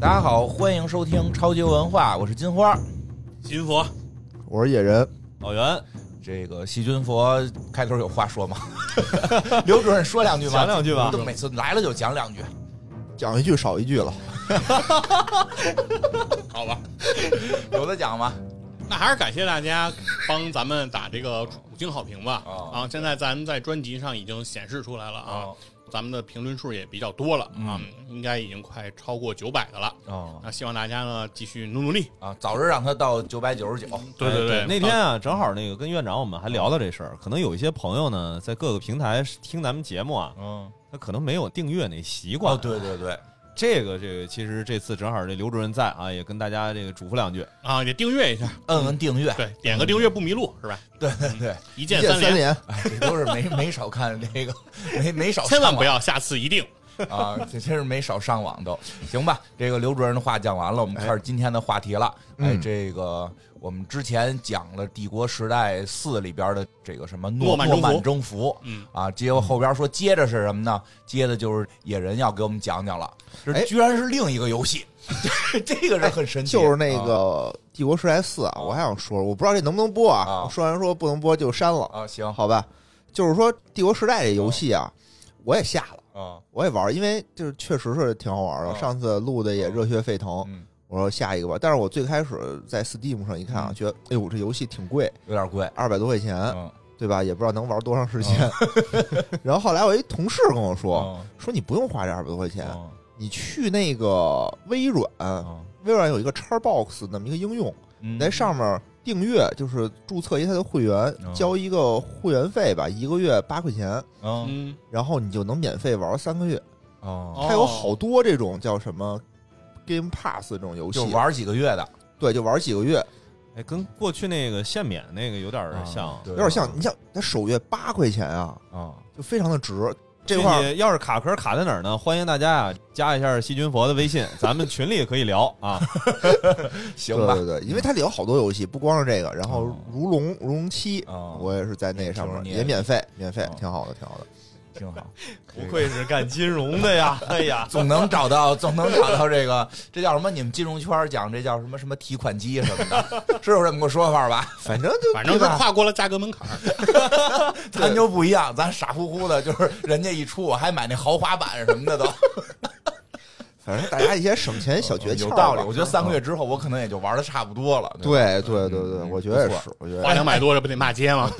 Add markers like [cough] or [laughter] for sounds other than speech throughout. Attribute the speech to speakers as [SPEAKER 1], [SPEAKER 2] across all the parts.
[SPEAKER 1] 大家好，欢迎收听超级文化，我是金花。
[SPEAKER 2] 金佛
[SPEAKER 3] 我是野人，
[SPEAKER 2] 老袁，
[SPEAKER 1] 这个细菌佛开头有话说吗？ [laughs] 刘主任说两句吧，
[SPEAKER 2] 讲两句吧
[SPEAKER 1] 都每次来了就讲两句。
[SPEAKER 3] 讲一句少一句了。
[SPEAKER 2] 好吧，
[SPEAKER 1] 有的讲吗？
[SPEAKER 2] 那还是感谢大家帮咱们打这个五星好评吧。
[SPEAKER 1] 哦
[SPEAKER 2] 啊，现在咱们在专辑上已经显示出来了啊，
[SPEAKER 1] 哦
[SPEAKER 2] 咱们的评论数也比较多了啊，应该已经快超过九百的了。
[SPEAKER 1] 嗯哦
[SPEAKER 2] 那希望大家呢继续努努力。
[SPEAKER 1] 啊，早日让他到九百九十九。
[SPEAKER 2] 对对对，
[SPEAKER 4] 那天啊，正好那个跟院长我们还聊到这事儿，可能有一些朋友呢，在各个平台听咱们节目啊，
[SPEAKER 1] 嗯，
[SPEAKER 4] 他可能没有订阅那习惯。
[SPEAKER 1] 哦，对对对，
[SPEAKER 4] 这个这个，其实这次正好这刘主任在啊，也跟大家这个嘱咐两句。
[SPEAKER 2] 啊也订阅一下，
[SPEAKER 1] 摁摁订阅，
[SPEAKER 2] 对，点个订阅不迷路是吧？
[SPEAKER 1] 对对 [laughs] 对，
[SPEAKER 2] 嗯一
[SPEAKER 3] 一
[SPEAKER 2] 键
[SPEAKER 3] 键
[SPEAKER 2] 连，
[SPEAKER 3] 三连，
[SPEAKER 1] 哎，这都是没没少看这个，没没少
[SPEAKER 2] 千
[SPEAKER 1] 上
[SPEAKER 2] 万
[SPEAKER 1] 网
[SPEAKER 2] 不要下次一定。
[SPEAKER 1] 啊， [laughs] 这真是没少上网都。行吧，这个刘主任的话讲完了，我们开始今天的话题了。哎，
[SPEAKER 3] 哎嗯
[SPEAKER 1] 这个我们之前讲了《帝国时代四》里边的这个什么诺
[SPEAKER 2] 诺曼征服
[SPEAKER 1] 曼征服，
[SPEAKER 2] 嗯
[SPEAKER 1] 啊，结果后边说接着是什么呢？接着就是野人要给我们讲讲了，这
[SPEAKER 3] 哎
[SPEAKER 1] 居然是另一个游戏， [laughs] 这个是很神奇，
[SPEAKER 3] 就是那个《帝国时代四》啊，我还想说，我不知道这能不能播
[SPEAKER 1] 啊
[SPEAKER 3] 啊。我说完说不能播就删了，
[SPEAKER 1] 啊，行
[SPEAKER 3] 好吧？就是说《帝国时代》这游戏啊，我也下了，
[SPEAKER 1] 啊，
[SPEAKER 3] 我也玩，因为就是确实是挺好玩
[SPEAKER 1] 啊
[SPEAKER 3] 的。上次录的也热血沸腾，
[SPEAKER 1] 嗯，
[SPEAKER 3] 我说下一个吧。但是我最开始在 Steam 上一看啊，
[SPEAKER 1] 嗯
[SPEAKER 3] 觉得哎呦这游戏挺贵，
[SPEAKER 1] 有点贵，
[SPEAKER 3] 二百多块钱，
[SPEAKER 1] 嗯，
[SPEAKER 3] 对吧？也不知道能玩多长
[SPEAKER 1] [laughs]
[SPEAKER 3] 时间。然后后来我一同事跟我说，
[SPEAKER 1] 嗯
[SPEAKER 3] 说你不用花这二百多块钱，
[SPEAKER 1] 嗯
[SPEAKER 3] 你去那个微软，
[SPEAKER 1] 嗯
[SPEAKER 3] 微软有一个 Xbox 那么一个应用，
[SPEAKER 1] 嗯
[SPEAKER 3] 你在上面订阅，就是注册一它的会员
[SPEAKER 1] 嗯，
[SPEAKER 3] 交一个会员费吧，一个月八块钱，
[SPEAKER 1] 嗯
[SPEAKER 2] 嗯，
[SPEAKER 3] 然后你就能免费玩三个月。
[SPEAKER 1] 哦，
[SPEAKER 2] 哦
[SPEAKER 3] 它有好多这种叫什么 Game Pass 这种游戏
[SPEAKER 1] 就，玩几个月的，
[SPEAKER 3] 对，就玩几个月，
[SPEAKER 4] 哎，跟过去那个限免那个有点儿像。
[SPEAKER 1] 啊
[SPEAKER 3] 有点像你像它首月八块钱啊，
[SPEAKER 1] 啊，
[SPEAKER 3] 就非常的值。
[SPEAKER 4] 具
[SPEAKER 3] 这块儿
[SPEAKER 4] 体要是卡壳卡在哪儿呢？欢迎大家啊，加一下细菌佛的微信，咱们群里也可以聊啊。
[SPEAKER 1] 行
[SPEAKER 3] 对
[SPEAKER 1] 吧，嗯
[SPEAKER 3] 对对，因为它里有好多游戏，不光是这个，然后
[SPEAKER 1] 哦
[SPEAKER 3] 如龙如龙七。
[SPEAKER 1] 啊，
[SPEAKER 3] 我也是在那上
[SPEAKER 1] 听着
[SPEAKER 3] 面
[SPEAKER 1] 你也
[SPEAKER 3] 也免费，免费
[SPEAKER 1] 哦，
[SPEAKER 3] 挺好的，挺好的。
[SPEAKER 1] 挺 [laughs] 好，
[SPEAKER 4] [laughs] 不
[SPEAKER 3] [laughs]
[SPEAKER 4] 愧是干金融的呀！ [laughs] 哎呀，
[SPEAKER 1] 总能找到，总能找到这个，这叫什么？你们金融圈儿讲这叫什么什么提款机什么的，是有这么个说法吧？
[SPEAKER 3] 反正就
[SPEAKER 2] 嗯反正
[SPEAKER 3] 对
[SPEAKER 2] 是
[SPEAKER 3] 吧
[SPEAKER 2] 跨过了价格门槛儿。
[SPEAKER 1] 咱就不一样，咱傻乎乎的，就是人家一出，我还买那豪华版什么
[SPEAKER 3] [laughs]
[SPEAKER 1] 的都
[SPEAKER 3] 反正大家一些省钱小诀窍
[SPEAKER 1] 有
[SPEAKER 3] 吧，嗯
[SPEAKER 1] 道理。我觉得三个月之后，我可能也就玩的差不多了，吧，
[SPEAKER 3] 对对对对，
[SPEAKER 1] 嗯
[SPEAKER 3] 我觉得
[SPEAKER 1] 不
[SPEAKER 3] 也
[SPEAKER 1] 错哎
[SPEAKER 3] 是，我觉得
[SPEAKER 2] 花
[SPEAKER 3] 也是
[SPEAKER 2] 两百多，这不得骂街吗？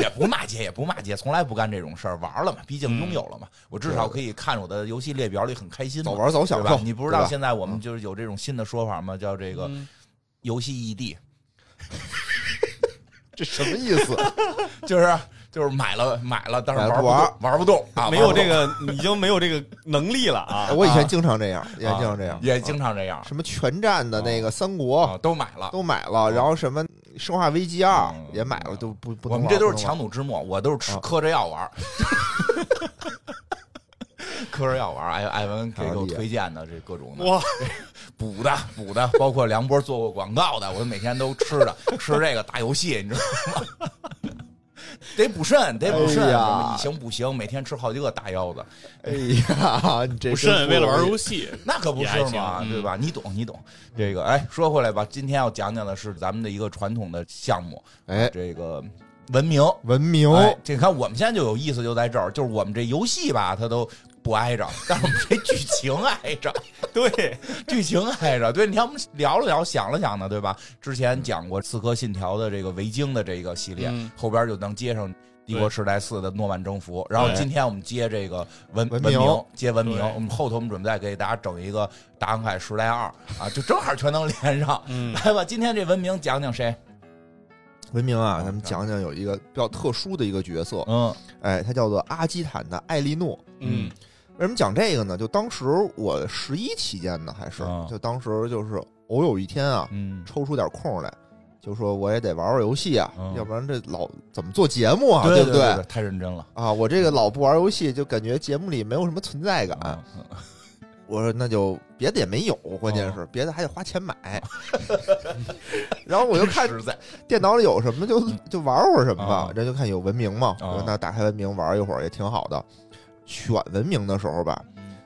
[SPEAKER 1] 也不骂街，也不骂街，从来不干这种事儿，玩了嘛，毕竟拥有了嘛，我至少可以看我的游戏列表里很开心嘛，
[SPEAKER 3] 嗯早玩早
[SPEAKER 1] 对
[SPEAKER 3] 享
[SPEAKER 1] 吧
[SPEAKER 3] 受。？
[SPEAKER 1] 你不知道
[SPEAKER 3] 对吧嗯
[SPEAKER 1] 现在我们就是有这种新的说法吗？叫这个
[SPEAKER 2] 嗯
[SPEAKER 1] 游戏异地，
[SPEAKER 3] 这什么意思？ [laughs]
[SPEAKER 1] 就是就是买了买了，但是
[SPEAKER 3] 买
[SPEAKER 1] 玩
[SPEAKER 3] 了不
[SPEAKER 1] 不
[SPEAKER 3] 玩
[SPEAKER 1] 动玩不动啊，
[SPEAKER 4] 没
[SPEAKER 1] 玩
[SPEAKER 4] 有
[SPEAKER 1] 不动
[SPEAKER 4] 这个，已经没有这个能力了啊！
[SPEAKER 3] 哎我以前经常这样，以前经常这样，
[SPEAKER 1] 也
[SPEAKER 3] 啊
[SPEAKER 1] 经常这样
[SPEAKER 3] 什么全战的那个三国
[SPEAKER 1] 啊，都买了。
[SPEAKER 3] 哦都买了，然后什么生化危机二
[SPEAKER 1] 嗯
[SPEAKER 3] 也买了，都不不能
[SPEAKER 1] 我
[SPEAKER 3] 玩。
[SPEAKER 1] 们这都是
[SPEAKER 3] 不能
[SPEAKER 1] 强
[SPEAKER 3] 玩
[SPEAKER 1] 弩之末，我都是吃
[SPEAKER 3] 啊
[SPEAKER 1] 嗑着药玩儿， [laughs] 嗑着药玩儿。艾艾文给我推荐的这各种的
[SPEAKER 2] 哇，
[SPEAKER 1] 补的补的，包括梁波做过广告的，我每天都吃的吃这个打游戏，你知道吗？ [laughs] 得补肾，得补肾，
[SPEAKER 3] 哎
[SPEAKER 1] 什
[SPEAKER 3] 呀
[SPEAKER 1] 么以形补形，每天吃好几个大腰子，
[SPEAKER 3] 哎呀，你这
[SPEAKER 2] 不
[SPEAKER 3] 真
[SPEAKER 2] 慎为了玩
[SPEAKER 3] 容易
[SPEAKER 2] 游戏，
[SPEAKER 1] 那可不
[SPEAKER 2] 也还
[SPEAKER 1] 是
[SPEAKER 2] 行
[SPEAKER 1] 嘛，
[SPEAKER 2] 嗯
[SPEAKER 1] 对吧？你懂，你懂。这个，哎，说回来吧，今天要讲讲的是咱们的一个传统的项目，
[SPEAKER 3] 哎，
[SPEAKER 1] 这个文明。
[SPEAKER 3] 文明
[SPEAKER 1] 哎，这看我们现在就有意思，就在这儿，就是我们这游戏吧，它都不挨 [laughs] 着，但是我们这剧情挨 [laughs] 着，
[SPEAKER 4] 对，
[SPEAKER 1] 剧情挨着。对，你看我们聊了聊，想了想呢，对吧？之前讲过《刺客信条》的这个维京的这个系列，
[SPEAKER 2] 嗯
[SPEAKER 1] 后边就能接上《帝国时代四》的诺曼征服，然后今天我们接这个文
[SPEAKER 3] 文
[SPEAKER 1] 明
[SPEAKER 3] 明，
[SPEAKER 1] 接文明。
[SPEAKER 2] 对
[SPEAKER 1] 我们后头我们准备再给大家整一个《大航海时代二》 [laughs] 啊，就正好全能连上。
[SPEAKER 2] 嗯，
[SPEAKER 1] 来吧，今天这文明讲讲谁？
[SPEAKER 3] 文明啊，咱们讲讲有一个比较特殊的一个角色，
[SPEAKER 1] 嗯
[SPEAKER 3] 哎，他叫做阿基坦的艾莉诺。
[SPEAKER 2] 嗯
[SPEAKER 3] 为什么讲这个呢？就当时我十一期间呢，还是
[SPEAKER 1] 啊
[SPEAKER 3] 就当时就是偶有一天啊，
[SPEAKER 1] 嗯
[SPEAKER 3] 抽出点空来，就说我也得玩玩游戏啊，
[SPEAKER 1] 嗯
[SPEAKER 3] 要不然这老怎么做节目啊，
[SPEAKER 1] 对
[SPEAKER 3] 不
[SPEAKER 1] 对对？太认真了。
[SPEAKER 3] 啊，我这个老不玩游戏，就感觉节目里没有什么存在感。
[SPEAKER 1] 啊，
[SPEAKER 3] 我说那就别的也没有，关
[SPEAKER 1] 嗯
[SPEAKER 3] 键是别的还得花钱买。 [laughs] 然后我就看
[SPEAKER 1] [laughs] 实在
[SPEAKER 3] 电脑里有什么就就玩会儿什么吧
[SPEAKER 1] 嗯啊，
[SPEAKER 3] 这就看有文明嘛。
[SPEAKER 1] 啊
[SPEAKER 3] 我说那打开文明玩一会儿也挺好的。选文明的时候吧，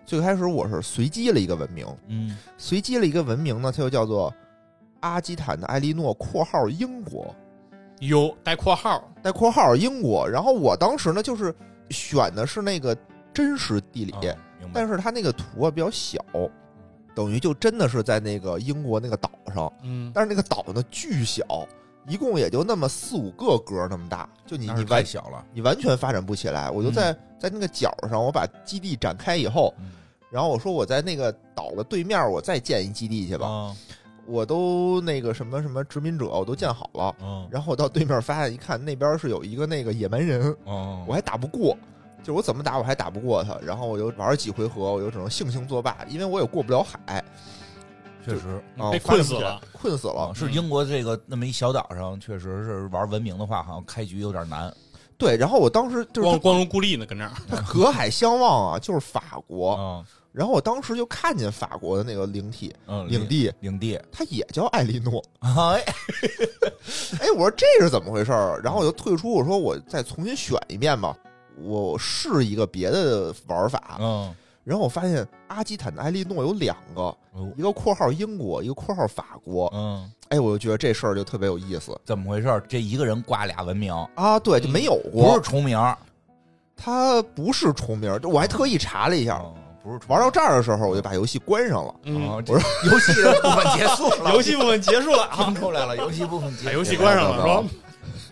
[SPEAKER 3] 最开始我是随机了一个文明，
[SPEAKER 1] 嗯
[SPEAKER 3] 随机了一个文明呢，它就叫做阿基坦的埃利诺（括号英国
[SPEAKER 2] 有带括号），
[SPEAKER 3] 带括号英国。然后我当时呢，就是选的是那个真实地理，
[SPEAKER 1] 啊嗯明白
[SPEAKER 3] 但是它那个图啊比较小，等于就真的是在那个英国那个岛上，
[SPEAKER 2] 嗯，
[SPEAKER 3] 但是那个岛呢巨小，一共也就那么四五个格那么大，就你
[SPEAKER 1] 那
[SPEAKER 3] 你
[SPEAKER 1] 是
[SPEAKER 3] 完
[SPEAKER 1] 太小了，
[SPEAKER 3] 你完全发展不起来。我就在、在那个角上，我把基地展开以后，
[SPEAKER 1] 嗯
[SPEAKER 3] 然后我说我在那个岛的对面，我再建一基地去吧。
[SPEAKER 1] 嗯
[SPEAKER 3] 我都那个什么什么殖民者，我都建好了。
[SPEAKER 1] 嗯
[SPEAKER 3] 然后我到对面发现，一看那边是有一个那个野蛮人，
[SPEAKER 1] 嗯，
[SPEAKER 3] 我还打不过，就是我怎么打我还打不过他。然后我就玩了几回合，我就只能悻悻作罢，因为我也过不了海，
[SPEAKER 1] 确实
[SPEAKER 3] 啊、
[SPEAKER 2] 被
[SPEAKER 3] 我发展
[SPEAKER 2] 困
[SPEAKER 3] 不
[SPEAKER 2] 死
[SPEAKER 3] 起来
[SPEAKER 2] 了，
[SPEAKER 3] 困死了
[SPEAKER 1] 啊，。是英国这个那么一小岛上，确实是玩文明的话，好像开局有点难。
[SPEAKER 3] 对，然后我当时就是
[SPEAKER 2] 光光荣孤立呢，跟那儿
[SPEAKER 3] 他隔海相望啊，就是法国。
[SPEAKER 1] 嗯
[SPEAKER 3] 然后我当时就看见法国的那个领体
[SPEAKER 1] 嗯，
[SPEAKER 3] 领地，
[SPEAKER 1] 领地， [laughs]
[SPEAKER 3] 它也叫艾莉诺。 [laughs]
[SPEAKER 1] 哎，
[SPEAKER 3] 哎，我说这是怎么回事儿？然后我就退出，我说我再重新选一遍吧，我试一个别的玩法。
[SPEAKER 1] 嗯，
[SPEAKER 3] 然后我发现阿基坦的埃利诺有两个，
[SPEAKER 1] 哦
[SPEAKER 3] 一个括号英国，一个括号法国。
[SPEAKER 1] 嗯，
[SPEAKER 3] 哎，我就觉得这事儿就特别有意思
[SPEAKER 1] 怎么回事？这一个人挂俩文明，
[SPEAKER 3] 啊！对，就没有
[SPEAKER 1] 嗯不是
[SPEAKER 3] 过，
[SPEAKER 1] 重名，
[SPEAKER 3] 它不是重名儿，我还特意查了一下。
[SPEAKER 1] 嗯不是重名
[SPEAKER 3] 玩到这儿的时候，我就把游戏关上了。
[SPEAKER 1] 啊
[SPEAKER 2] 嗯，，
[SPEAKER 1] 这游戏的部分结束了，
[SPEAKER 2] [laughs]
[SPEAKER 1] 哎
[SPEAKER 2] 游戏部分结束了
[SPEAKER 1] [laughs]
[SPEAKER 2] 啊，
[SPEAKER 1] 听出来 [laughs] 了，游戏部分结束
[SPEAKER 2] 把
[SPEAKER 1] 了，
[SPEAKER 2] 游戏关上了，
[SPEAKER 3] 对对
[SPEAKER 2] 说
[SPEAKER 3] 对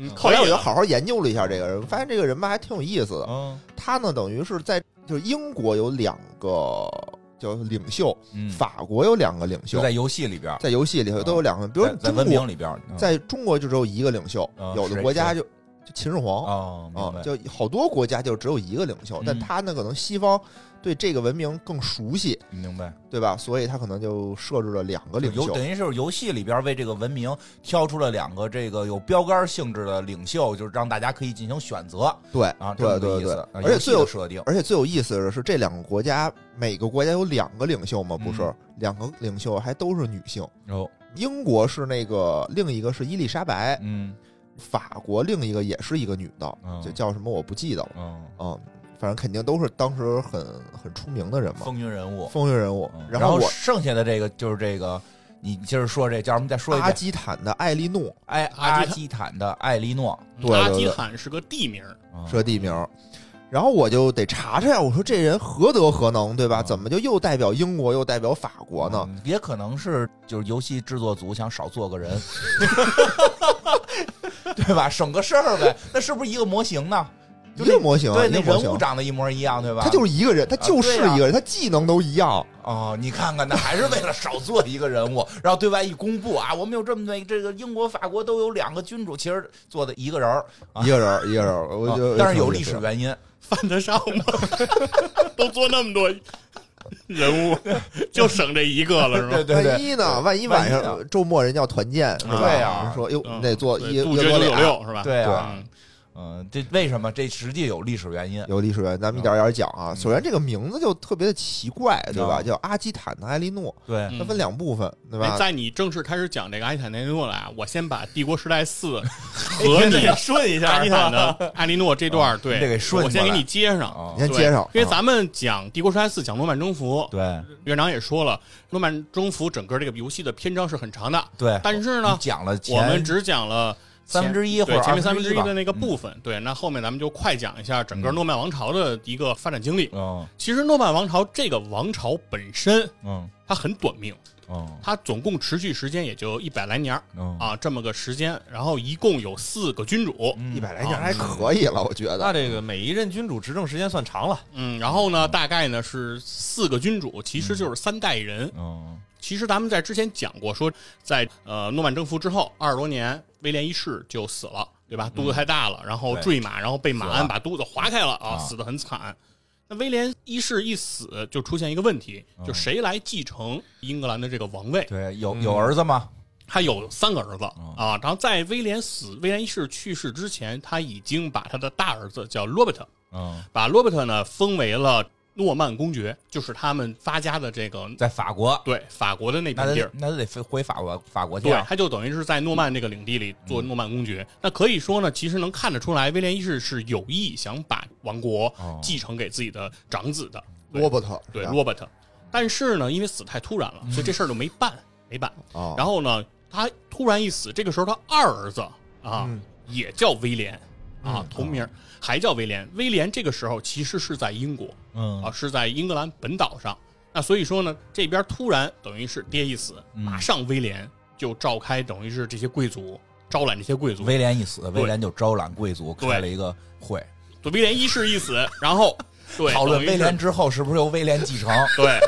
[SPEAKER 2] 嗯
[SPEAKER 3] 后
[SPEAKER 2] 可
[SPEAKER 3] 来我
[SPEAKER 2] 以
[SPEAKER 3] 就
[SPEAKER 2] 了，
[SPEAKER 3] 好好研究了一下这个人，发现这个人吧还挺有意思的。
[SPEAKER 1] 哎嗯
[SPEAKER 3] 他呢，等于是在就是英国有两个叫领袖，
[SPEAKER 1] 嗯，
[SPEAKER 3] 法国有两个领袖
[SPEAKER 1] 就在，游戏里边儿，
[SPEAKER 3] 在游戏里头都有两个，比如
[SPEAKER 1] 在在
[SPEAKER 3] 中
[SPEAKER 1] 文
[SPEAKER 3] 国
[SPEAKER 1] 明里边儿，嗯
[SPEAKER 3] 在中国就只有一个领袖
[SPEAKER 1] 嗯，
[SPEAKER 3] 有
[SPEAKER 1] 是
[SPEAKER 3] 的国家就就秦始皇
[SPEAKER 1] 哦，明
[SPEAKER 3] 啊
[SPEAKER 1] 白，，
[SPEAKER 3] 就好多国家就只有一个领袖
[SPEAKER 1] 嗯，
[SPEAKER 3] 但他呢可能西方对这个文明更熟悉，
[SPEAKER 1] 明白。
[SPEAKER 3] 对吧？所以他可能就设置了两个领
[SPEAKER 1] 有
[SPEAKER 3] 袖
[SPEAKER 1] 等，于是游戏里边为这个文明挑出了两个这个有标杆性质的领袖，就是让大家可以进行选择
[SPEAKER 3] 对
[SPEAKER 1] 啊，这
[SPEAKER 3] 对
[SPEAKER 1] 么
[SPEAKER 3] 对
[SPEAKER 1] 个意
[SPEAKER 3] 对
[SPEAKER 1] 思。啊，
[SPEAKER 3] 而且
[SPEAKER 1] 游戏
[SPEAKER 3] 最
[SPEAKER 1] 的
[SPEAKER 3] 有
[SPEAKER 1] 设定，
[SPEAKER 3] 而且最有意思的是，这两个国家每个国家有两个领袖嘛，不是
[SPEAKER 1] 嗯
[SPEAKER 3] 两个领袖还都是女性。
[SPEAKER 1] 哦，
[SPEAKER 3] 英国是那个另一个是伊丽莎白，
[SPEAKER 1] 嗯
[SPEAKER 3] 法国另一个也是一个女的
[SPEAKER 1] 嗯，
[SPEAKER 3] 就叫什么我不记得了。
[SPEAKER 1] 嗯，
[SPEAKER 3] 嗯，反正肯定都是当时很很出名的人嘛，
[SPEAKER 1] 风云人物。
[SPEAKER 3] 风云人物
[SPEAKER 1] 嗯。
[SPEAKER 3] 然
[SPEAKER 1] 然后
[SPEAKER 3] 我
[SPEAKER 1] 剩下的这个就是这个，你接着说这叫什么？再说一
[SPEAKER 3] 阿
[SPEAKER 1] 遍，
[SPEAKER 3] 基坦的艾莉诺
[SPEAKER 1] 埃
[SPEAKER 2] 阿
[SPEAKER 1] 阿
[SPEAKER 2] 基
[SPEAKER 1] 基坦的艾莉诺
[SPEAKER 3] 对对
[SPEAKER 2] 阿
[SPEAKER 3] 对
[SPEAKER 2] 基坦是个地名，
[SPEAKER 1] 嗯
[SPEAKER 3] 是个地名，然后我就得查查呀，我说这人何德何能，对吧？
[SPEAKER 1] 嗯
[SPEAKER 3] 怎么就又代表英国又代表法国呢？
[SPEAKER 1] 嗯也可能是就是游戏制作组想少做个
[SPEAKER 3] [laughs]
[SPEAKER 1] 人，对吧？省个事儿呗。那是不是一个模型呢？就
[SPEAKER 3] 一
[SPEAKER 1] 那
[SPEAKER 3] 个模型啊，
[SPEAKER 1] 嗯对，
[SPEAKER 3] 一个
[SPEAKER 1] 那
[SPEAKER 3] 模
[SPEAKER 1] 人
[SPEAKER 3] 型
[SPEAKER 1] 物，长得一模一样，对吧？
[SPEAKER 3] 他就是一个人，他
[SPEAKER 1] 啊对
[SPEAKER 3] 就是
[SPEAKER 1] 啊
[SPEAKER 3] 一个人，他技能都一样。
[SPEAKER 1] 哦，你看看，那还是为了少做一个人物，然后对外一公布啊，我们有这么一这个英国、法国都有两个君主，其实做的一个人儿，啊
[SPEAKER 3] 一个人儿，一个人儿，我
[SPEAKER 1] 啊
[SPEAKER 3] 就、
[SPEAKER 1] 但是有历史原因，
[SPEAKER 2] 犯得上吗？ [laughs] 都做那么多人物， [laughs] 就省这一个了，
[SPEAKER 1] 对
[SPEAKER 2] 是吧？
[SPEAKER 1] 对
[SPEAKER 3] 万
[SPEAKER 1] 对，
[SPEAKER 3] 一呢？万一晚
[SPEAKER 1] 万一
[SPEAKER 3] 上周末人家要团建，是吧？
[SPEAKER 1] 对呀
[SPEAKER 3] 说哟，
[SPEAKER 2] 嗯
[SPEAKER 3] 你得做
[SPEAKER 2] 对
[SPEAKER 3] 一
[SPEAKER 2] 杜
[SPEAKER 3] 一
[SPEAKER 2] 绝
[SPEAKER 3] 个
[SPEAKER 2] 九
[SPEAKER 3] 多
[SPEAKER 2] 九
[SPEAKER 3] 俩
[SPEAKER 2] 六是吧？
[SPEAKER 1] 对啊，
[SPEAKER 2] 嗯，
[SPEAKER 1] 嗯，这为什么？这实际有历史原因，
[SPEAKER 3] 有历史原因，咱们一点儿一点儿讲
[SPEAKER 2] 嗯
[SPEAKER 3] 啊。首先，这个名字就特别的奇怪，对吧？
[SPEAKER 1] 嗯
[SPEAKER 3] 叫阿基坦的埃利诺，
[SPEAKER 1] 对，
[SPEAKER 2] 嗯
[SPEAKER 3] 它分两部分，对
[SPEAKER 2] 哎
[SPEAKER 3] 吧？
[SPEAKER 2] 在你正式开始讲这个《阿基坦内诺》来，我先把《帝国时代四》和你
[SPEAKER 4] 顺一
[SPEAKER 2] 阿基坦的艾莉诺这段儿，
[SPEAKER 1] 你得
[SPEAKER 2] 对
[SPEAKER 1] 给，顺
[SPEAKER 2] 我先
[SPEAKER 1] 过
[SPEAKER 2] 给
[SPEAKER 1] 来
[SPEAKER 2] 你接上。
[SPEAKER 1] 啊
[SPEAKER 3] 你，先接上，
[SPEAKER 2] 因为
[SPEAKER 3] 啊
[SPEAKER 2] 咱们讲《帝国时代四》讲诺曼征服，
[SPEAKER 1] 对
[SPEAKER 2] 院长也说了，诺曼征服整个这个游戏的篇章是很长的，
[SPEAKER 1] 对，
[SPEAKER 2] 但是
[SPEAKER 1] 你
[SPEAKER 2] 呢，
[SPEAKER 1] 讲了哎前
[SPEAKER 2] 我们只讲了
[SPEAKER 1] 三分之一或者
[SPEAKER 2] 对前面
[SPEAKER 1] 二
[SPEAKER 2] 三分之一
[SPEAKER 1] 吧嗯
[SPEAKER 2] 的那个，部分。对，那后面咱们就快讲一下整个诺曼王朝的一个发展经历。
[SPEAKER 1] 嗯
[SPEAKER 2] 其实诺曼王朝这个王朝本身
[SPEAKER 1] 嗯
[SPEAKER 2] 它很短命，
[SPEAKER 1] 嗯
[SPEAKER 2] 它总共持续时间也就一百来年儿
[SPEAKER 1] 嗯，
[SPEAKER 2] 啊，这么个时间。然后一共有四个君主，
[SPEAKER 1] 嗯
[SPEAKER 3] 一百来
[SPEAKER 2] 啊
[SPEAKER 3] 年还可以了，我觉得
[SPEAKER 4] 那。这个每一任君主执政时间算长 [laughs] 了，
[SPEAKER 2] 嗯，然后呢，大概呢是四个君主，其实就是三代人。
[SPEAKER 1] 嗯
[SPEAKER 2] 其实咱们在之前讲过，说在呃诺曼征服之后二十多年，威廉一世就死了，对吧？肚子太大了，然后
[SPEAKER 1] 嗯对
[SPEAKER 2] 坠马，然后被马
[SPEAKER 1] 死了
[SPEAKER 2] 鞍把肚子划开了啊，
[SPEAKER 1] 啊
[SPEAKER 2] 死得很惨。那威廉一世一死，就出现一个问题，就谁来继承英格兰的这个王位？
[SPEAKER 1] 嗯对，嗯有
[SPEAKER 2] 嗯
[SPEAKER 1] 有儿子吗？
[SPEAKER 2] 他有三个儿子啊，然后在威廉死、威廉一世去世之前，他已经把他的大儿子叫罗伯特，
[SPEAKER 1] 嗯，
[SPEAKER 2] 把罗伯特呢封为了诺曼公爵，就是他们发家的这个
[SPEAKER 1] 在法国，
[SPEAKER 2] 对法国的那
[SPEAKER 1] 那
[SPEAKER 2] 片地
[SPEAKER 1] 得
[SPEAKER 2] 儿。
[SPEAKER 1] 那得飞回法国法国去
[SPEAKER 2] 对
[SPEAKER 1] 啊，，
[SPEAKER 2] 他就等于是在诺曼这个领地里做诺曼公爵。那可以说呢，其实能看得出来，威廉一世是有意想把王国
[SPEAKER 1] 哦
[SPEAKER 2] 继承给自己的长子的。对
[SPEAKER 3] 罗伯特，
[SPEAKER 2] 对
[SPEAKER 3] 是吧
[SPEAKER 2] Robert。但是呢，因为死太突然了，所以这事儿就没办，没办。
[SPEAKER 3] 哦，
[SPEAKER 2] 然后呢，他突然一死，这个时候他二儿子啊、
[SPEAKER 3] 嗯
[SPEAKER 2] 也叫威廉啊，同名儿还叫威廉。威廉这个时候其实是在英国啊，
[SPEAKER 1] 嗯
[SPEAKER 2] 是在英格兰本岛上。那所以说呢，这边突然等于是爹一死，
[SPEAKER 1] 嗯
[SPEAKER 2] 马上威廉就召开，等于是这些贵族招揽这些贵族。
[SPEAKER 1] 威廉一死，威廉就招揽贵族开了一个会，
[SPEAKER 2] 对威廉一世一死，
[SPEAKER 1] [laughs]
[SPEAKER 2] 然后对
[SPEAKER 1] 讨论
[SPEAKER 2] 等于是
[SPEAKER 1] 威廉之后是不是由威廉继承。
[SPEAKER 2] [laughs] 对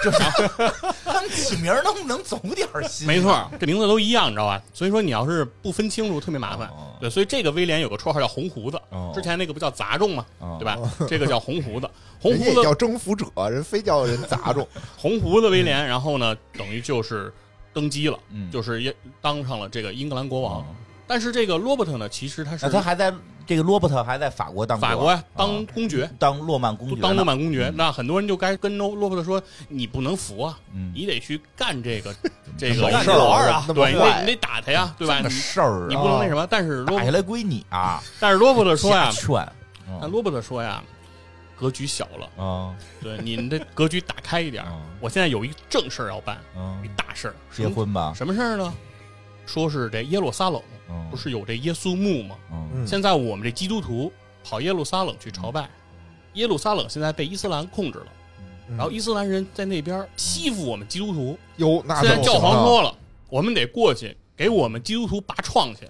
[SPEAKER 1] 他们起名儿能不能走点儿心？啊
[SPEAKER 2] 没，错，这名字都一样，你知道吧？所以说你要是不分清楚，特别麻烦
[SPEAKER 1] 哦。
[SPEAKER 2] 对，所以这个威廉有个绰号叫红胡子
[SPEAKER 1] 哦，
[SPEAKER 2] 之前那个不叫杂种吗
[SPEAKER 1] 哦？[laughs]
[SPEAKER 2] 对吧？这个叫红胡子，红
[SPEAKER 3] 人家
[SPEAKER 2] 胡
[SPEAKER 3] 也
[SPEAKER 2] 子，
[SPEAKER 3] 叫征服者，人非叫人
[SPEAKER 2] [laughs]
[SPEAKER 3] 杂种，
[SPEAKER 2] 红胡子威廉，然后呢，等于就是登基了
[SPEAKER 1] 嗯，
[SPEAKER 2] 就是也当上了这个英格兰国王
[SPEAKER 1] 哦。
[SPEAKER 2] 但是这个罗伯特呢，其实他是
[SPEAKER 1] 哎那他还在这个罗伯特还在法国当
[SPEAKER 2] 法国
[SPEAKER 1] 国
[SPEAKER 2] 呀，当公爵，
[SPEAKER 1] 当诺曼公爵呢，
[SPEAKER 2] 当诺曼公爵。那很多人就该跟罗罗伯特说，你不能服啊，
[SPEAKER 1] 嗯
[SPEAKER 2] 你得去干这
[SPEAKER 1] [laughs]
[SPEAKER 2] 个这个
[SPEAKER 4] 老
[SPEAKER 2] 干
[SPEAKER 4] 事
[SPEAKER 2] 这
[SPEAKER 4] 儿
[SPEAKER 2] 个
[SPEAKER 4] 老二
[SPEAKER 3] 啊那么
[SPEAKER 2] 对，你得
[SPEAKER 3] 坏
[SPEAKER 2] 你得打他呀，对吧？
[SPEAKER 1] 这
[SPEAKER 2] 你
[SPEAKER 1] 个事儿
[SPEAKER 2] 你
[SPEAKER 1] 啊
[SPEAKER 2] 不能那什么，但是罗
[SPEAKER 1] 打下来归你啊，
[SPEAKER 2] 但是罗伯特说呀
[SPEAKER 1] 瞎，劝嗯
[SPEAKER 2] 那罗伯特说呀，格局小了，
[SPEAKER 1] 啊
[SPEAKER 2] 对，你
[SPEAKER 1] [laughs]
[SPEAKER 2] 这格局打开一点儿。
[SPEAKER 1] 嗯
[SPEAKER 2] 我现在有一正事儿要办，
[SPEAKER 1] 啊
[SPEAKER 2] 一，大事儿，什
[SPEAKER 1] 结
[SPEAKER 2] 么
[SPEAKER 1] 婚吧，
[SPEAKER 2] 什么事儿呢？说是这耶路撒冷
[SPEAKER 1] 嗯
[SPEAKER 2] 不是有这耶稣墓吗？
[SPEAKER 1] 嗯
[SPEAKER 3] 嗯
[SPEAKER 2] 现在我们这基督徒跑耶路撒冷去朝拜，
[SPEAKER 1] 嗯
[SPEAKER 2] 耶路撒冷现在被伊斯兰控制了，
[SPEAKER 3] 嗯
[SPEAKER 2] 然后伊斯兰人在那边儿欺负我们基督徒，
[SPEAKER 3] 哟，那
[SPEAKER 2] 现在
[SPEAKER 3] 怎么
[SPEAKER 2] 教
[SPEAKER 3] 行
[SPEAKER 2] 皇
[SPEAKER 3] 啊
[SPEAKER 2] 说了，我们得过去给我们基督徒拔创去，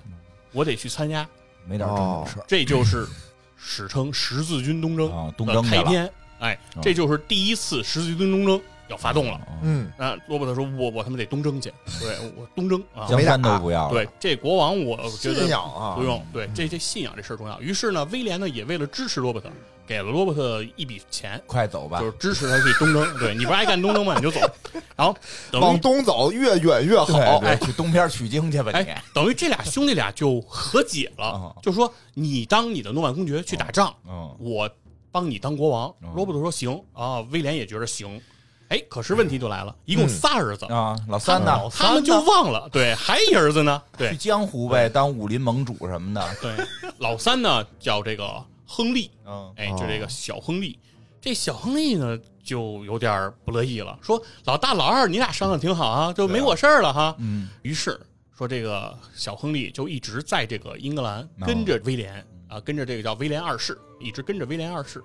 [SPEAKER 2] 我得去参加，
[SPEAKER 1] 没点儿正经事儿 [laughs]
[SPEAKER 2] 这就是史称十字军东征。
[SPEAKER 1] 啊，东
[SPEAKER 2] 的
[SPEAKER 1] 征去
[SPEAKER 2] 开
[SPEAKER 1] 了，
[SPEAKER 2] 篇，哎
[SPEAKER 1] 嗯，
[SPEAKER 2] 这就是第一次十字军东征要发动了。
[SPEAKER 1] 嗯，
[SPEAKER 3] 嗯，
[SPEAKER 2] 那罗伯特说：“我我他妈得东征去，对我我东征啊
[SPEAKER 1] 江
[SPEAKER 3] 没
[SPEAKER 1] 山都
[SPEAKER 3] 打
[SPEAKER 1] 不要了，
[SPEAKER 2] 对这国王，我觉
[SPEAKER 3] 信
[SPEAKER 2] 得
[SPEAKER 3] 仰啊，
[SPEAKER 2] 不用对这这信仰这事儿重要。”于是呢，威廉呢也为了支持罗伯特，给了罗伯特一笔钱，
[SPEAKER 1] 快走吧
[SPEAKER 2] 就，是支持他去东征。对你不是爱干东征吗？你就走。然后等
[SPEAKER 3] 往
[SPEAKER 2] 于
[SPEAKER 3] 东走越远越好。
[SPEAKER 1] 对对
[SPEAKER 2] 哎
[SPEAKER 1] 去东边取经去吧你
[SPEAKER 2] 哎，等于这俩兄弟俩就和解了
[SPEAKER 1] 嗯，
[SPEAKER 2] 就说你当你的诺曼公爵去打仗，
[SPEAKER 1] 嗯
[SPEAKER 2] 我帮你当国王
[SPEAKER 1] 嗯。
[SPEAKER 2] 罗伯特说行啊，威廉也觉得行。哎，可是问题就来了，一共仨儿子，
[SPEAKER 1] 啊，老
[SPEAKER 2] 他
[SPEAKER 1] 三
[SPEAKER 2] 们
[SPEAKER 1] 呢？
[SPEAKER 2] 他们就忘了，对，还一儿子呢，
[SPEAKER 1] 去
[SPEAKER 2] 对哎
[SPEAKER 1] 江湖呗，当武林盟主什么的，
[SPEAKER 2] 对，老三呢叫这个亨利，
[SPEAKER 1] 嗯
[SPEAKER 2] 哎，就这个小亨利，这小亨利呢就有点儿不乐意了，说老大老二你俩商量挺好啊，就没我事儿了哈。
[SPEAKER 1] 嗯，
[SPEAKER 2] 于是说这个小亨利就一直在这个英格兰
[SPEAKER 1] 哦
[SPEAKER 2] 跟着威廉啊，跟着这个叫威廉二世，一直跟着威廉二世，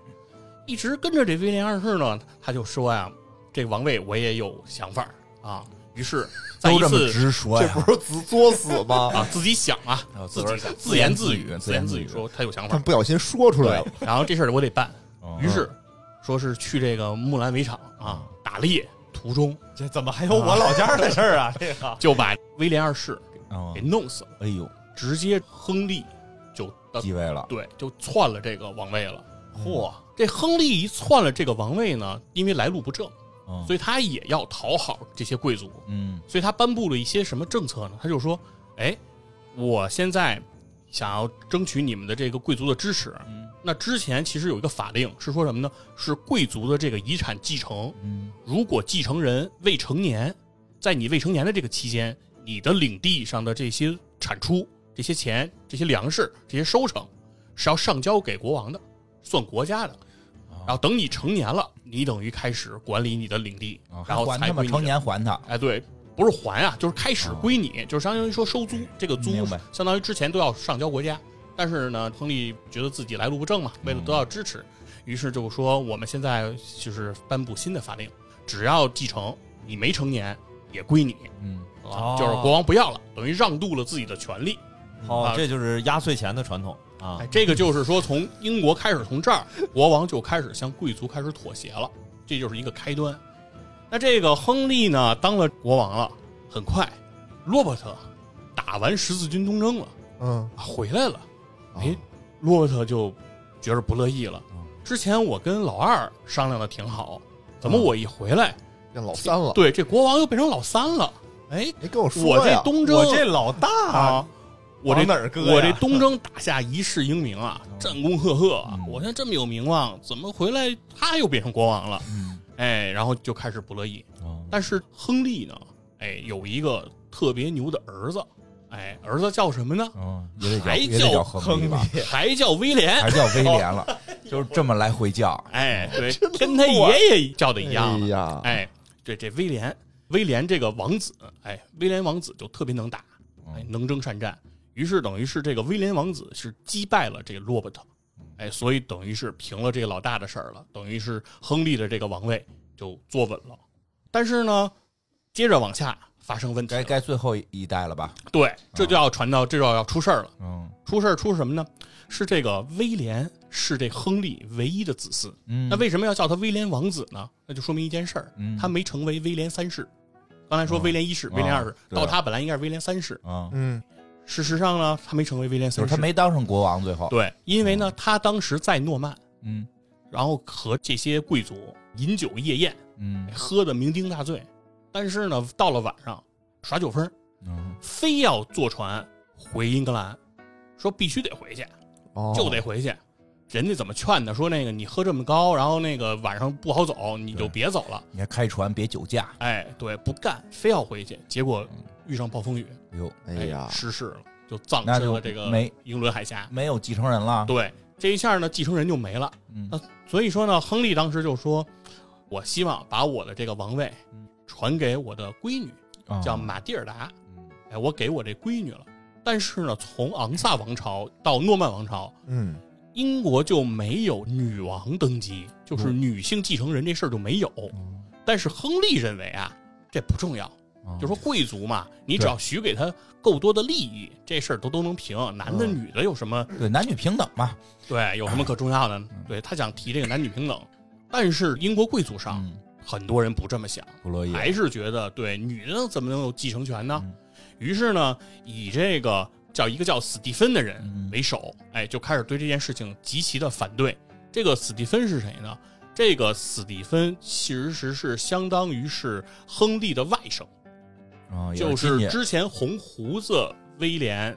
[SPEAKER 2] 一直跟着这威廉二世呢，他就说呀，这王位我也有想法儿啊。于是在
[SPEAKER 1] 都
[SPEAKER 2] 一
[SPEAKER 1] 这么
[SPEAKER 2] 次
[SPEAKER 1] 直说
[SPEAKER 3] 这
[SPEAKER 1] 呀，
[SPEAKER 3] 不是自作死吗？
[SPEAKER 2] 啊自己想啊
[SPEAKER 1] 啊，自
[SPEAKER 2] 自
[SPEAKER 1] 个儿
[SPEAKER 2] 己
[SPEAKER 1] 想
[SPEAKER 2] 自言
[SPEAKER 1] 自言自
[SPEAKER 2] 自
[SPEAKER 1] 语
[SPEAKER 2] 自言自
[SPEAKER 1] 自言
[SPEAKER 2] 语
[SPEAKER 1] 自语哦
[SPEAKER 2] 说他有想法
[SPEAKER 3] 他
[SPEAKER 2] 儿，
[SPEAKER 3] 不小心说出来
[SPEAKER 2] 对
[SPEAKER 3] 了，，
[SPEAKER 2] 然后这事儿我得办。
[SPEAKER 1] 嗯
[SPEAKER 2] 于是说是去这个木兰围场啊打猎，途中
[SPEAKER 4] 这怎么还有我老家的事儿啊？这个
[SPEAKER 2] 就把威廉二世
[SPEAKER 1] 嗯
[SPEAKER 2] 给弄死了。
[SPEAKER 1] 哎呦，
[SPEAKER 2] 直接亨利就呃
[SPEAKER 1] 继位了，
[SPEAKER 2] 对就篡了这个王位了。
[SPEAKER 1] 嗯
[SPEAKER 4] 嚯，
[SPEAKER 2] 这亨利一篡了这个王位呢，因为来路不正，
[SPEAKER 1] 嗯
[SPEAKER 2] 所以他也要讨好这些贵族，
[SPEAKER 1] 嗯
[SPEAKER 2] 所以他颁布了一些什么政策呢？他就说：“哎，我现在想要争取你们的这个贵族的支持。
[SPEAKER 1] 嗯
[SPEAKER 2] 那之前其实有一个法令是说什么呢？是贵族的这个遗产继承，
[SPEAKER 1] 嗯
[SPEAKER 2] 如果继承人未成年，在你未成年的这个期间，你的领地上的这些产出、这些钱、这些粮食、这些收成，是要上交给国王的，算国家的。然后等你成年了，你等于开始管理你的领地
[SPEAKER 1] 啊，
[SPEAKER 2] 然后
[SPEAKER 1] 还
[SPEAKER 2] 才
[SPEAKER 1] 他
[SPEAKER 2] 归
[SPEAKER 1] 们
[SPEAKER 2] 你
[SPEAKER 1] 成
[SPEAKER 2] 的。
[SPEAKER 1] 年还他，
[SPEAKER 2] 哎，对，不是还啊，就是开始归你，就是相当于说收租，这个租
[SPEAKER 1] 明白
[SPEAKER 2] 相当于之前都要上交国家。但是呢，亨利觉得自己来路不正嘛，为了得到支持，于是就说我们现在就是颁布新的法令，只要继承你没成年也归你
[SPEAKER 1] 嗯
[SPEAKER 2] 啊，
[SPEAKER 4] 哦
[SPEAKER 2] 就是国王不要了，等于让渡了自己的权利。
[SPEAKER 4] [laughs] 好
[SPEAKER 2] 啊，
[SPEAKER 4] 这就是压岁钱的传统啊
[SPEAKER 2] 哎，。这个就是说从英国开始，从这儿国王就开始向贵族开始妥协了，这就是一个开端。那这个亨利呢，当了国王了，很快，罗伯特打完十字军东征了，
[SPEAKER 3] 嗯，
[SPEAKER 2] 回来了，哎
[SPEAKER 3] 哦，嗯
[SPEAKER 2] 罗伯特就觉着不乐意了。之前我跟老二商量的挺好，怎么我一回来，
[SPEAKER 3] 变嗯老三了。
[SPEAKER 2] 对这国王又变成老三了？哎，
[SPEAKER 3] 没跟我说
[SPEAKER 2] 我这
[SPEAKER 3] 呀
[SPEAKER 2] 东征，
[SPEAKER 4] 我这老大
[SPEAKER 2] 啊，我这
[SPEAKER 4] 往哪儿搁呀
[SPEAKER 2] 我这东征打下一世英名
[SPEAKER 4] [laughs]
[SPEAKER 2] 啊，战功赫赫啊
[SPEAKER 1] 嗯，
[SPEAKER 2] 我现在这么有名望，怎么回来他又变成国王了？
[SPEAKER 1] 嗯
[SPEAKER 2] 哎，然后就开始不乐意。
[SPEAKER 1] 哦
[SPEAKER 2] 但是亨利呢，哎，有一个特别牛的儿子，哎，儿
[SPEAKER 4] [laughs]
[SPEAKER 2] 子叫什么呢？
[SPEAKER 1] 哦，也得叫
[SPEAKER 2] 还
[SPEAKER 1] 也得叫
[SPEAKER 2] 叫
[SPEAKER 1] 亨利吧，
[SPEAKER 2] 还叫威廉 [laughs]
[SPEAKER 1] 还。叫威廉了，就是这么来回叫。
[SPEAKER 2] 哎，对，跟他爷爷叫的一样
[SPEAKER 3] 哎
[SPEAKER 2] 了。
[SPEAKER 3] 呀，
[SPEAKER 2] 哎，对，这威廉，威廉这个王子，哎，威廉王子就特别能打，
[SPEAKER 1] 哦
[SPEAKER 2] 哎，能征善战。于是等于是这个威廉王子是击败了这个罗伯特，
[SPEAKER 1] 嗯
[SPEAKER 2] 哎，所以等于是平了这个老大的事儿了，等于是亨利的这个王位就坐稳了。但是呢，接着往下发生问题
[SPEAKER 1] 该
[SPEAKER 2] 了，
[SPEAKER 1] 该啊最后一代了吧？
[SPEAKER 2] 对，这就要传到这就要出事儿了。
[SPEAKER 1] 嗯
[SPEAKER 2] 出事儿出什么呢？是这个威廉是这亨利唯一的子嗣，
[SPEAKER 1] 嗯
[SPEAKER 2] 那为什么要叫他威廉王子呢？那就说明一件事儿，
[SPEAKER 1] 嗯
[SPEAKER 2] 他没成为威廉三世。刚才说
[SPEAKER 1] 哦
[SPEAKER 2] 威廉一世、威廉二世
[SPEAKER 1] 哦，对
[SPEAKER 2] 到他本来应该是威廉三世。
[SPEAKER 1] 嗯，
[SPEAKER 3] 嗯，
[SPEAKER 2] 事实上呢，他没成为威廉
[SPEAKER 1] 就
[SPEAKER 2] 三
[SPEAKER 1] 是
[SPEAKER 2] 世，
[SPEAKER 1] 他没嗯当上国王，最后
[SPEAKER 2] 对，因为呢，他当时在诺曼，
[SPEAKER 1] 嗯
[SPEAKER 2] 然后和这些贵族饮酒夜宴，
[SPEAKER 1] 嗯
[SPEAKER 2] 喝得酩酊大醉。但是呢，到了晚上耍酒疯，
[SPEAKER 1] 嗯，
[SPEAKER 2] 非要坐船回英格兰，说必须得回去。
[SPEAKER 3] 哦
[SPEAKER 2] 就得回去。人家怎么劝的？说那个你喝这么高，然后那个晚上不好走，你就
[SPEAKER 1] 对
[SPEAKER 2] 别走了。
[SPEAKER 1] 你还开船别酒驾，
[SPEAKER 2] 哎，对，不干，非要回去，结果遇上暴风雨，
[SPEAKER 1] 哎呦，
[SPEAKER 3] 哎
[SPEAKER 2] 哎
[SPEAKER 3] 呀，
[SPEAKER 2] 失事了，就葬
[SPEAKER 1] 那
[SPEAKER 2] 身
[SPEAKER 1] 就
[SPEAKER 2] 了这个
[SPEAKER 1] 没
[SPEAKER 2] 英伦海峡。
[SPEAKER 1] 没有继承人了。
[SPEAKER 2] 对，这一下呢，继承人就没了。
[SPEAKER 1] 嗯
[SPEAKER 2] 那所以说呢，亨利当时就说：“我希望把我的这个王位
[SPEAKER 1] 嗯
[SPEAKER 2] 传给我的闺女，
[SPEAKER 1] 嗯
[SPEAKER 2] 叫马蒂尔达。
[SPEAKER 1] 嗯
[SPEAKER 2] 哎，我给我这闺女了。但是呢，从昂萨王朝到诺曼王朝，
[SPEAKER 3] 嗯，
[SPEAKER 2] 英国就没有女王登基，就是
[SPEAKER 1] 嗯
[SPEAKER 2] 女性继承人这事儿就没有。但是亨利认为啊，这不重要，
[SPEAKER 1] 嗯
[SPEAKER 2] 就说贵族嘛，你
[SPEAKER 1] 对
[SPEAKER 2] 只要许给他够多的利益，这事儿都都能平。
[SPEAKER 1] 嗯
[SPEAKER 2] 男的女的有什么
[SPEAKER 1] 对男女平等嘛。
[SPEAKER 2] 对有什
[SPEAKER 1] 嗯
[SPEAKER 2] 么可重要的？对他想提这个男女平等，但是英国贵族上
[SPEAKER 1] 嗯，
[SPEAKER 2] 很多人不这么想，
[SPEAKER 1] 不乐意。
[SPEAKER 2] 还是觉得对女的怎么能有继承权呢
[SPEAKER 1] 嗯？
[SPEAKER 2] 于是呢，以这个叫一个叫史蒂芬的人
[SPEAKER 1] 嗯
[SPEAKER 2] 为首，哎，就开始对这件事情极其的反对。这个史蒂芬是谁呢？这个史蒂芬其实是相当于是亨利的外甥，
[SPEAKER 1] 嗯也
[SPEAKER 2] 就是
[SPEAKER 1] 亲
[SPEAKER 2] 是
[SPEAKER 1] 戚
[SPEAKER 2] 之前红胡子威廉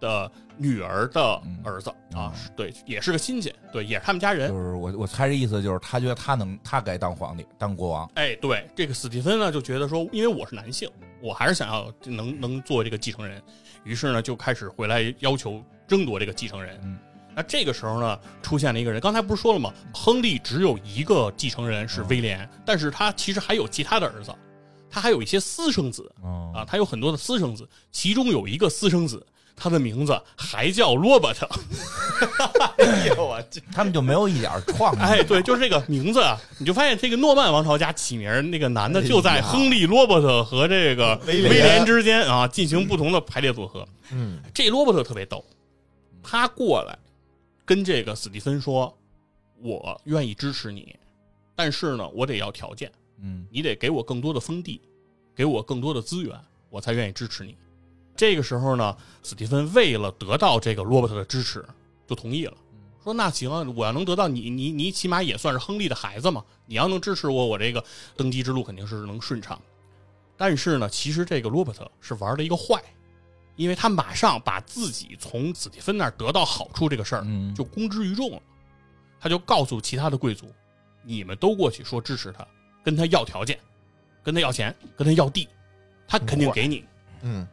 [SPEAKER 2] 的女儿的儿子
[SPEAKER 1] 嗯哦，
[SPEAKER 2] 啊是对，也是个亲戚，对，也是他们家人
[SPEAKER 1] 就。是我我猜这意思就是他觉得他能他该当皇帝当国王。
[SPEAKER 2] 哎，对，这个史蒂芬呢就觉得说，因为我是男性，我还是想要能能做这个继承人，于是呢就开始回来要求争夺这个继承人。
[SPEAKER 1] 嗯
[SPEAKER 2] 那这个时候呢，出现了一个人，刚才不是说了吗？亨利只有一个继承人是威廉，但是他其实还有其他的儿子，他还有一些私生子
[SPEAKER 1] 嗯
[SPEAKER 2] 啊，他有很多的私生子，其中有一个私生子，他的名字还叫罗伯特。哎呦我去！
[SPEAKER 1] 他们就没有一点儿创意。
[SPEAKER 2] 哎，对，就是这个名字啊，你就发现这个诺曼王朝家起名儿那个男的就
[SPEAKER 3] 哎
[SPEAKER 2] 在
[SPEAKER 3] 呀
[SPEAKER 2] 亨利·罗伯特和这个
[SPEAKER 3] 威
[SPEAKER 2] 威
[SPEAKER 3] 廉
[SPEAKER 2] 廉之间啊进行不同的排列组合。
[SPEAKER 3] 嗯，
[SPEAKER 2] 这罗伯特特别逗，他过来跟这个史蒂芬说：“我愿意支持你，但是呢，我得要条件，
[SPEAKER 1] 嗯
[SPEAKER 2] 你得给我更多的封地，给我更多的资源，我才愿意支持你。”这个时候呢，史蒂芬为了得到这个罗伯特的支持，就同意了。
[SPEAKER 1] 嗯
[SPEAKER 2] 说那行啊，我要能得到你，你你起码也算是亨利的孩子嘛。你要能支持我，我这个登基之路肯定是能顺畅。但是呢，其实这个罗伯特是玩了一个坏，因为他马上把自己从史蒂芬那儿得到好处这个事儿
[SPEAKER 1] 嗯，
[SPEAKER 2] 就公之于众了。他就告诉其他的贵族，你们都过去说支持他，跟他要条件，跟他要钱，跟他要地，他肯定给你。
[SPEAKER 3] 嗯，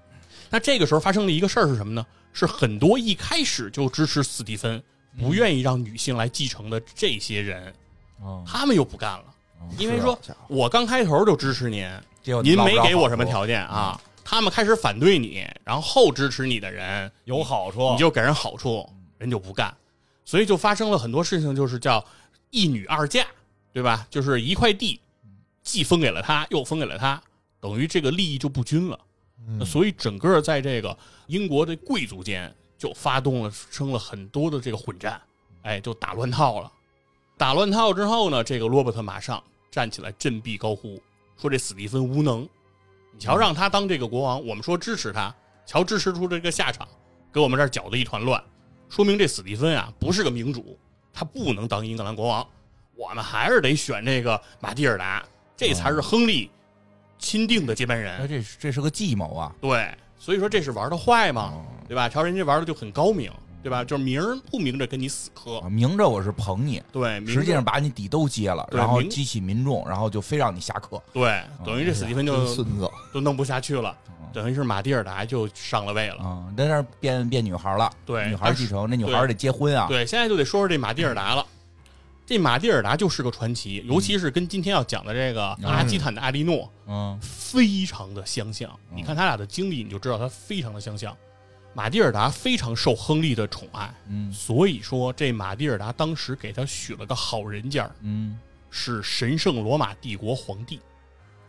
[SPEAKER 2] 那这个时候发生的一个事儿是什么呢？是很多一开始就支持斯蒂芬，不愿意让女性来继承的这些人，
[SPEAKER 1] 嗯
[SPEAKER 2] 他们又不干了，
[SPEAKER 1] 嗯
[SPEAKER 2] 因为
[SPEAKER 3] 是啊
[SPEAKER 2] 说
[SPEAKER 3] 家伙
[SPEAKER 2] 我刚开头就支持您，
[SPEAKER 1] 这又
[SPEAKER 2] 您
[SPEAKER 1] 捞不
[SPEAKER 2] 没
[SPEAKER 1] 着
[SPEAKER 2] 给我
[SPEAKER 1] 好
[SPEAKER 2] 什么
[SPEAKER 1] 处
[SPEAKER 2] 条件啊，他们开始反对你，然后支持你的人
[SPEAKER 4] 有好处
[SPEAKER 2] 你就给人好处，人就不干，所以就发生了很多事情，就是叫一女二嫁，对吧？就是一块地，既分给了他，又分给了他，等于这个利益就不均了。那所以整个在这个英国的贵族间就发动了生了很多的这个混战，哎，就打乱套了。打乱套之后呢，这个罗伯特马上站起来振臂高呼，说这史蒂芬无能，你瞧让他当这个国王，我们说支持他，瞧支持出这个下场，给我们这儿搅得一团乱，说明这史蒂芬啊不是个民主，他不能当英格兰国王，我们还是得选这个马蒂尔达，这才是亨利钦定的接班人。
[SPEAKER 1] 哎，这是这是个计谋啊！
[SPEAKER 2] 对，所以说这是玩的坏嘛，
[SPEAKER 1] 嗯
[SPEAKER 2] 对吧？瞧人家玩的就很高明，对吧？就是明儿不明着跟你死磕，
[SPEAKER 1] 啊明着我是捧你，
[SPEAKER 2] 对，明着
[SPEAKER 1] 实际上把你底都揭了，
[SPEAKER 2] 对
[SPEAKER 1] 然后
[SPEAKER 2] 明
[SPEAKER 1] 激起民众，然后就非让你下课。
[SPEAKER 2] 对，等于这史蒂芬
[SPEAKER 3] 真
[SPEAKER 2] 就
[SPEAKER 3] 孙子，
[SPEAKER 2] 都弄不下去了，
[SPEAKER 1] 嗯
[SPEAKER 2] 等于是马蒂尔达就上了位了。
[SPEAKER 1] 啊，在那儿变变女孩了，
[SPEAKER 2] 对
[SPEAKER 1] 女孩继承，那女
[SPEAKER 2] 对
[SPEAKER 1] 孩得结婚啊，
[SPEAKER 2] 对，现在就得说说这马蒂尔达了。这马蒂尔达就是个传奇，尤其是跟今天要讲的这个阿基坦的艾莉诺
[SPEAKER 1] 嗯
[SPEAKER 2] 非常的相像。你看他俩的经历，你就知道他非常的相像。马蒂尔达非常受亨利的宠爱，
[SPEAKER 1] 嗯
[SPEAKER 2] 所以说这马蒂尔达当时给他许了个好人家儿，
[SPEAKER 1] 嗯，
[SPEAKER 2] 是神圣罗马帝国皇帝，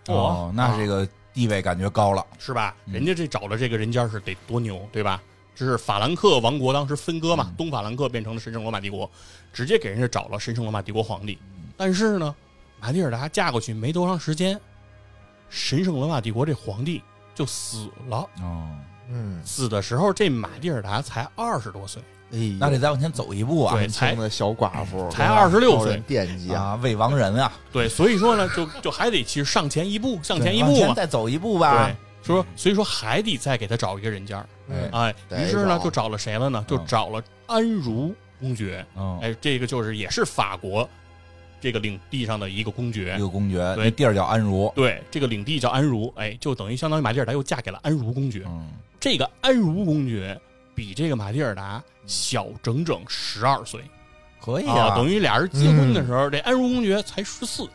[SPEAKER 1] 哦，
[SPEAKER 2] 啊
[SPEAKER 1] 那这个地位感觉高了，
[SPEAKER 2] 是吧？
[SPEAKER 1] 嗯
[SPEAKER 2] 人家这找了这个人家儿是得多牛，对吧？这是法兰克王国当时分割嘛，
[SPEAKER 1] 嗯
[SPEAKER 2] 东法兰克变成了神圣罗马帝国，直接给人家找了神圣罗马帝国皇帝。
[SPEAKER 1] 嗯
[SPEAKER 2] 但是呢，玛蒂尔达嫁过去没多长时间，神圣罗马帝国这皇帝就死了。
[SPEAKER 1] 哦，
[SPEAKER 3] 嗯，
[SPEAKER 2] 死的时候，这玛蒂尔达才二十多岁，
[SPEAKER 3] 哎呦，
[SPEAKER 1] 那得再往前走一步啊
[SPEAKER 2] 对，才
[SPEAKER 3] 轻的小寡妇
[SPEAKER 2] 才26岁
[SPEAKER 3] 招人惦记啊，
[SPEAKER 1] 啊，未亡人啊，
[SPEAKER 2] 对，所以说呢，就 [laughs] 就还得去上前一步，上前一
[SPEAKER 1] 对
[SPEAKER 2] 步
[SPEAKER 1] 往
[SPEAKER 2] 嘛
[SPEAKER 1] 前，再走一步吧
[SPEAKER 2] 对，，所以说所以说还得再给他找一个人家儿，
[SPEAKER 1] 哎，
[SPEAKER 2] 哎，
[SPEAKER 3] 得
[SPEAKER 2] 于是呢
[SPEAKER 3] 找
[SPEAKER 2] 就找了谁了呢？就找了安茹公爵，
[SPEAKER 1] 嗯，
[SPEAKER 2] 哎，这个就是也是法国这个领地上的一个公爵
[SPEAKER 1] 一，个公爵，
[SPEAKER 2] 对
[SPEAKER 1] 那地儿叫安茹，
[SPEAKER 2] 对，这个领地叫安茹，哎，就等于相当于马蒂尔达又嫁给了安茹公爵。
[SPEAKER 1] 嗯，
[SPEAKER 2] 这个安茹公爵比这个马蒂尔
[SPEAKER 1] 嗯
[SPEAKER 2] 达小整整十二岁
[SPEAKER 1] 可以
[SPEAKER 2] 啊，
[SPEAKER 1] 啊，
[SPEAKER 2] 等于俩人结婚的时
[SPEAKER 1] 嗯
[SPEAKER 2] 候，这安茹公爵才十四，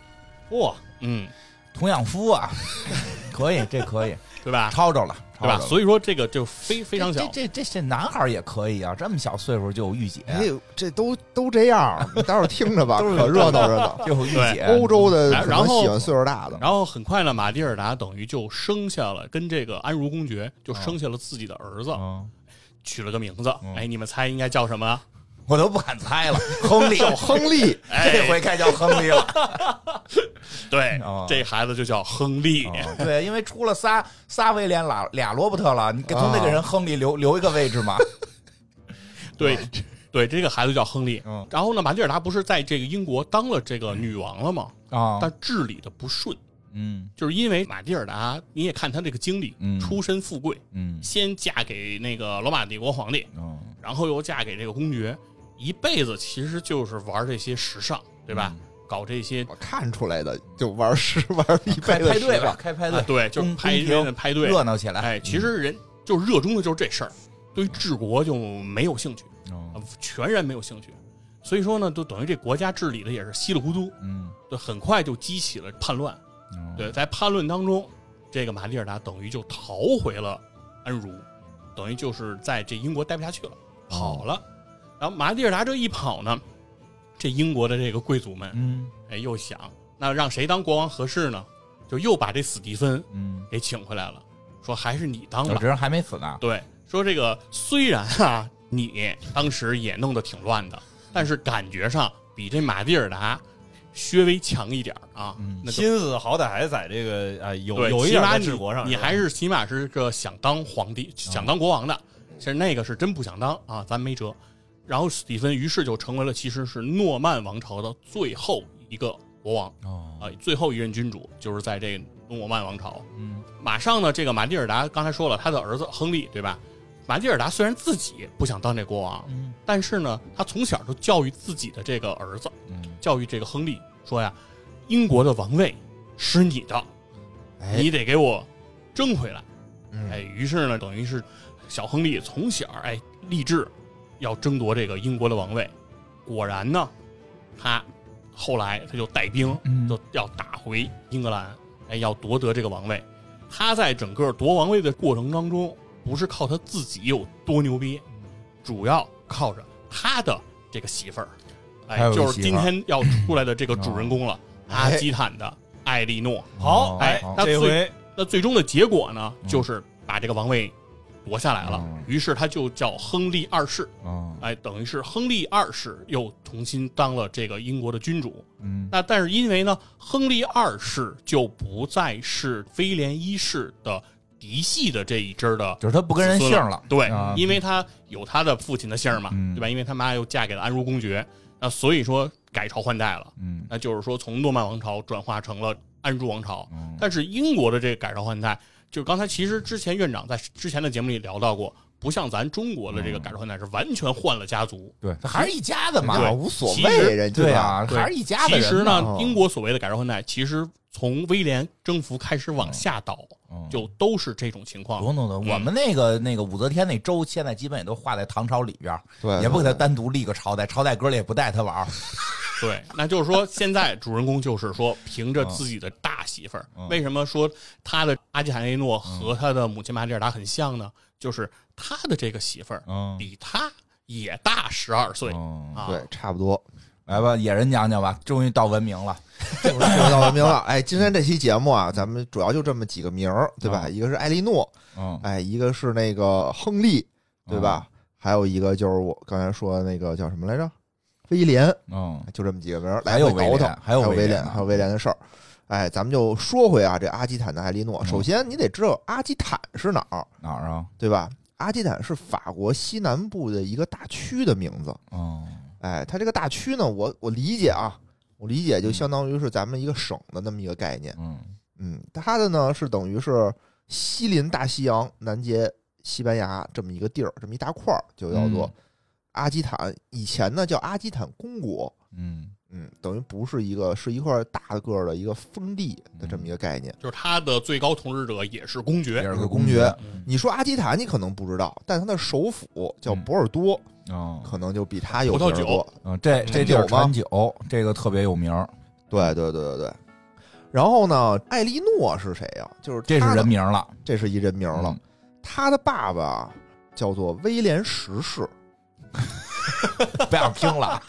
[SPEAKER 2] 哇，嗯，
[SPEAKER 1] 童养夫啊， [laughs] 可以，这可以，
[SPEAKER 2] 对吧？
[SPEAKER 1] 抄着了，
[SPEAKER 2] [laughs] 对吧？
[SPEAKER 1] 以
[SPEAKER 2] 所以说这个就非非常小，
[SPEAKER 1] 这这这这男孩儿也可以啊，这么小岁数就有御姐，
[SPEAKER 3] 哎呦，这都都这样，你待会儿听着吧，
[SPEAKER 1] 都是
[SPEAKER 3] 可热闹热闹。
[SPEAKER 1] 就有御姐，
[SPEAKER 3] 欧洲的
[SPEAKER 2] 然
[SPEAKER 3] 可能
[SPEAKER 2] 后
[SPEAKER 3] 喜欢岁数大
[SPEAKER 1] 啊
[SPEAKER 3] 的，
[SPEAKER 2] 然后很快呢，马蒂尔达等于就生下了跟这个安茹公爵就
[SPEAKER 1] 啊
[SPEAKER 2] 生下了自己的儿子，
[SPEAKER 1] 嗯，
[SPEAKER 2] 取了个名字。
[SPEAKER 1] 嗯
[SPEAKER 2] 哎，你们猜应该叫什么？
[SPEAKER 1] 我都不敢猜
[SPEAKER 2] [laughs]
[SPEAKER 1] 了，亨利，
[SPEAKER 3] 叫亨 [laughs] 利，
[SPEAKER 1] [laughs] 这
[SPEAKER 2] 哎，
[SPEAKER 1] 回该叫亨利了。
[SPEAKER 2] 对，
[SPEAKER 1] 哦
[SPEAKER 2] 这孩子就叫亨利。 [laughs]
[SPEAKER 1] 哦对，因为出了仨仨威廉俩俩罗伯特了，你给总得给
[SPEAKER 2] 啊
[SPEAKER 1] 人亨利留留一个位置
[SPEAKER 2] [laughs]
[SPEAKER 1] 嘛。
[SPEAKER 2] 对，对，这个孩子叫亨利。
[SPEAKER 1] 嗯
[SPEAKER 2] 然后呢，马蒂尔达不是在这个英国当了这个女王了吗？
[SPEAKER 1] 啊
[SPEAKER 2] 但治理的不顺，
[SPEAKER 1] 嗯
[SPEAKER 2] 就是因为马蒂尔达，你也看她这个经历，
[SPEAKER 1] 嗯
[SPEAKER 2] 出身富贵，
[SPEAKER 1] 嗯
[SPEAKER 2] 先嫁给那个罗马帝国皇帝，
[SPEAKER 1] 哦
[SPEAKER 3] 嗯
[SPEAKER 2] 然后又嫁给这个公爵，一辈子其实就是玩这些时尚，对吧？
[SPEAKER 1] 嗯
[SPEAKER 2] 搞这些
[SPEAKER 3] 嗯我看出来的就玩十玩一辈
[SPEAKER 1] 开
[SPEAKER 3] 子
[SPEAKER 1] 派对
[SPEAKER 3] 十
[SPEAKER 1] 吧，开派
[SPEAKER 2] 啊
[SPEAKER 1] 对，
[SPEAKER 2] 对，就是
[SPEAKER 1] 宫
[SPEAKER 2] 拍一
[SPEAKER 1] 宫
[SPEAKER 2] 堆
[SPEAKER 1] 廷
[SPEAKER 2] 派对，
[SPEAKER 1] 热闹起来。
[SPEAKER 2] 哎，其实人就热衷的就是这事儿，对于治国就没有兴趣，啊
[SPEAKER 1] 哦
[SPEAKER 2] 全然没有兴趣。所以说呢，就等于这国家治理的也是稀里糊涂，
[SPEAKER 1] 嗯
[SPEAKER 2] 对，很快就激起了叛乱。
[SPEAKER 1] 哦
[SPEAKER 2] 对，在叛乱当中，这个马蒂尔达等于就逃回了安茹，等于就是在这英国待不下去了，跑了。然后马蒂尔达这一跑呢，这英国的这个贵族们，
[SPEAKER 1] 嗯
[SPEAKER 2] 哎，又想那让谁当国王合适呢？就又把这史蒂芬
[SPEAKER 1] 嗯，
[SPEAKER 2] 给请回来了，说还是你当吧
[SPEAKER 1] 我。这人还没死呢。
[SPEAKER 2] 对，说这个虽然啊，你当时也弄得挺乱的，但是感觉上比这马蒂尔达稍微强一点儿啊。
[SPEAKER 1] 嗯
[SPEAKER 2] 那个
[SPEAKER 4] 心思好歹还在这个啊、有
[SPEAKER 2] 对，
[SPEAKER 4] 有一
[SPEAKER 2] 起
[SPEAKER 4] 点
[SPEAKER 2] 码
[SPEAKER 4] 在
[SPEAKER 2] 你
[SPEAKER 4] 治国上，
[SPEAKER 2] 你
[SPEAKER 4] 是吧哦
[SPEAKER 2] 还是起码是个想当皇帝、想当国王的。其实那个是真不想当啊，咱没辙。然后史蒂芬于是就成为了其实是诺曼王朝的最后一个国王啊
[SPEAKER 1] 哦，
[SPEAKER 2] 最后一任君主就是在这个诺曼王朝。
[SPEAKER 1] 嗯
[SPEAKER 2] 马上呢，这个马蒂尔达刚才说了，他的儿子亨利，对吧？马蒂尔达虽然自己不想当这国王，
[SPEAKER 1] 嗯
[SPEAKER 2] 但是呢，他从小就教育自己的这个儿子，
[SPEAKER 1] 嗯
[SPEAKER 2] 教育这个亨利说呀，英国的王位是你的，
[SPEAKER 3] 哎，
[SPEAKER 2] 你得给我争回来。
[SPEAKER 3] 嗯
[SPEAKER 2] 哎，于是呢，等于是小亨利从小哎立志要争夺这个英国的王位。果然呢，他后来他就带兵
[SPEAKER 1] 嗯
[SPEAKER 2] 就要打回英格兰，哎，要夺得这个王位。他在整个夺王位的过程当中，不是靠他自己有多牛逼，主要靠着他的这个媳妇儿，哎
[SPEAKER 1] 还有，一
[SPEAKER 2] 就是
[SPEAKER 1] 媳
[SPEAKER 2] 今
[SPEAKER 1] 妇儿嗯
[SPEAKER 2] 天要出来的这个主人公了，阿基坦的艾莉诺。
[SPEAKER 4] 好
[SPEAKER 1] 哦
[SPEAKER 4] 哎
[SPEAKER 1] 好，
[SPEAKER 2] 那
[SPEAKER 4] 这
[SPEAKER 2] 最
[SPEAKER 4] 回
[SPEAKER 2] 那最终的结果呢，
[SPEAKER 1] 嗯
[SPEAKER 2] 就是把这个王位夺下来了。
[SPEAKER 1] 嗯
[SPEAKER 2] 于是他就叫亨利二世，
[SPEAKER 1] 哦
[SPEAKER 2] 哎，等于是亨利二世又重新当了这个英国的君主。
[SPEAKER 1] 嗯
[SPEAKER 2] 那但是因为呢，亨利二世就不再是威廉一世的嫡系的这一支儿的
[SPEAKER 1] 就是他不跟人姓了，
[SPEAKER 2] 对，
[SPEAKER 1] 啊
[SPEAKER 2] 因为他有他的父亲的姓儿嘛，
[SPEAKER 1] 嗯
[SPEAKER 2] 对吧？因为他妈又嫁给了安茹公爵，那所以说改朝换代了。
[SPEAKER 1] 嗯
[SPEAKER 2] 那就是说从诺曼王朝转化成了安茹王朝。
[SPEAKER 1] 嗯
[SPEAKER 2] 但是英国的这个改朝换代，就是刚才其实之前院长在之前的节目里聊到过，不像咱中国的
[SPEAKER 1] 嗯
[SPEAKER 2] 这个改朝换代是完全换了家族。
[SPEAKER 1] 对，他还是一家的嘛
[SPEAKER 3] 那，无所
[SPEAKER 2] 其实
[SPEAKER 3] 谓，人家
[SPEAKER 1] 对啊，
[SPEAKER 2] 对
[SPEAKER 1] 还是一家的
[SPEAKER 2] 其
[SPEAKER 1] 人。
[SPEAKER 2] 实呢
[SPEAKER 3] 哦，
[SPEAKER 2] 英国所谓的改朝换代，其实从威廉征服开始往下倒，
[SPEAKER 1] 嗯哦
[SPEAKER 2] 就都是这种情况。
[SPEAKER 1] 懂懂懂，
[SPEAKER 2] 嗯
[SPEAKER 1] 我们那个那个武则天那州，现在基本也都划在唐朝里边儿，
[SPEAKER 3] 对
[SPEAKER 1] 也不给他单独立个朝代，朝代哥里也不带他玩儿，
[SPEAKER 2] 对，那就是说，现在主人公就是说，凭着自己的大媳妇儿，
[SPEAKER 1] 嗯
[SPEAKER 2] 为什么说他的阿基坦内诺和他的母亲玛吉尔达很像呢？就是他的这个媳妇儿
[SPEAKER 1] 嗯，
[SPEAKER 2] 比他也大十二岁
[SPEAKER 1] 嗯
[SPEAKER 2] 啊。
[SPEAKER 3] 对，差不多。
[SPEAKER 1] 来吧，野人讲讲吧，终于到文明了，
[SPEAKER 3] 就是说到文明了。哎，今天这期节目啊，咱们主要就这么几个名儿，对吧？一个是艾莉诺，
[SPEAKER 1] 嗯，
[SPEAKER 3] 哎，一个是那个亨利，对
[SPEAKER 1] 啊
[SPEAKER 3] 吧？还有一个就是我刚才说的那个叫什么来着？威廉，
[SPEAKER 1] 嗯，
[SPEAKER 3] 就这么几个名儿。
[SPEAKER 1] 还有
[SPEAKER 3] 来回倒
[SPEAKER 1] 威
[SPEAKER 3] 腾
[SPEAKER 1] 廉，还
[SPEAKER 3] 还
[SPEAKER 1] 有威
[SPEAKER 3] 威
[SPEAKER 1] 廉啊
[SPEAKER 3] 廉，还有威廉的事儿。哎，咱们就说回啊，这阿基坦的艾莉诺。
[SPEAKER 1] 嗯
[SPEAKER 3] 首先，你得知道阿基坦是哪儿，
[SPEAKER 1] 哪儿啊？
[SPEAKER 3] 对吧？阿基坦是法国西南部的一个大区的名字。
[SPEAKER 1] 嗯
[SPEAKER 3] 哎，它这个大区呢，我我理解啊，我理解就相当于是咱们一个省的那么一个概念。
[SPEAKER 1] 嗯
[SPEAKER 3] 嗯，它的呢是等于是西临大西洋，南接西班牙这么一个地儿，这么一大块儿，就叫做
[SPEAKER 1] 嗯
[SPEAKER 3] 阿基坦。以前呢叫阿基坦公国，
[SPEAKER 1] 嗯
[SPEAKER 3] 嗯，等于不是一个，是一块大个儿的一个封地的这么一
[SPEAKER 1] 嗯
[SPEAKER 3] 个概念。
[SPEAKER 2] 就是他的最高统治者也是公
[SPEAKER 1] 也
[SPEAKER 2] 爵，
[SPEAKER 1] 是
[SPEAKER 3] 有
[SPEAKER 1] 个
[SPEAKER 3] 个
[SPEAKER 1] 公
[SPEAKER 3] 公爵
[SPEAKER 2] 嗯
[SPEAKER 3] 你说阿基坦，你可能不知道，但它的首府叫博尔多，
[SPEAKER 1] 嗯
[SPEAKER 3] 可能就比它有
[SPEAKER 2] 葡萄
[SPEAKER 3] 名儿
[SPEAKER 2] 酒
[SPEAKER 3] 多。
[SPEAKER 1] 嗯，这这地儿
[SPEAKER 3] 产酒吗
[SPEAKER 1] 产酒，这个特别有名儿，
[SPEAKER 3] 对对对对对。然后呢，艾莉诺是谁呀、啊就是
[SPEAKER 1] 这
[SPEAKER 3] 她
[SPEAKER 1] 是
[SPEAKER 3] 的
[SPEAKER 1] 人，名儿了，
[SPEAKER 3] 这是一人名儿了。
[SPEAKER 1] 嗯
[SPEAKER 3] 他的爸爸叫做威廉十世，
[SPEAKER 1] 不想听了。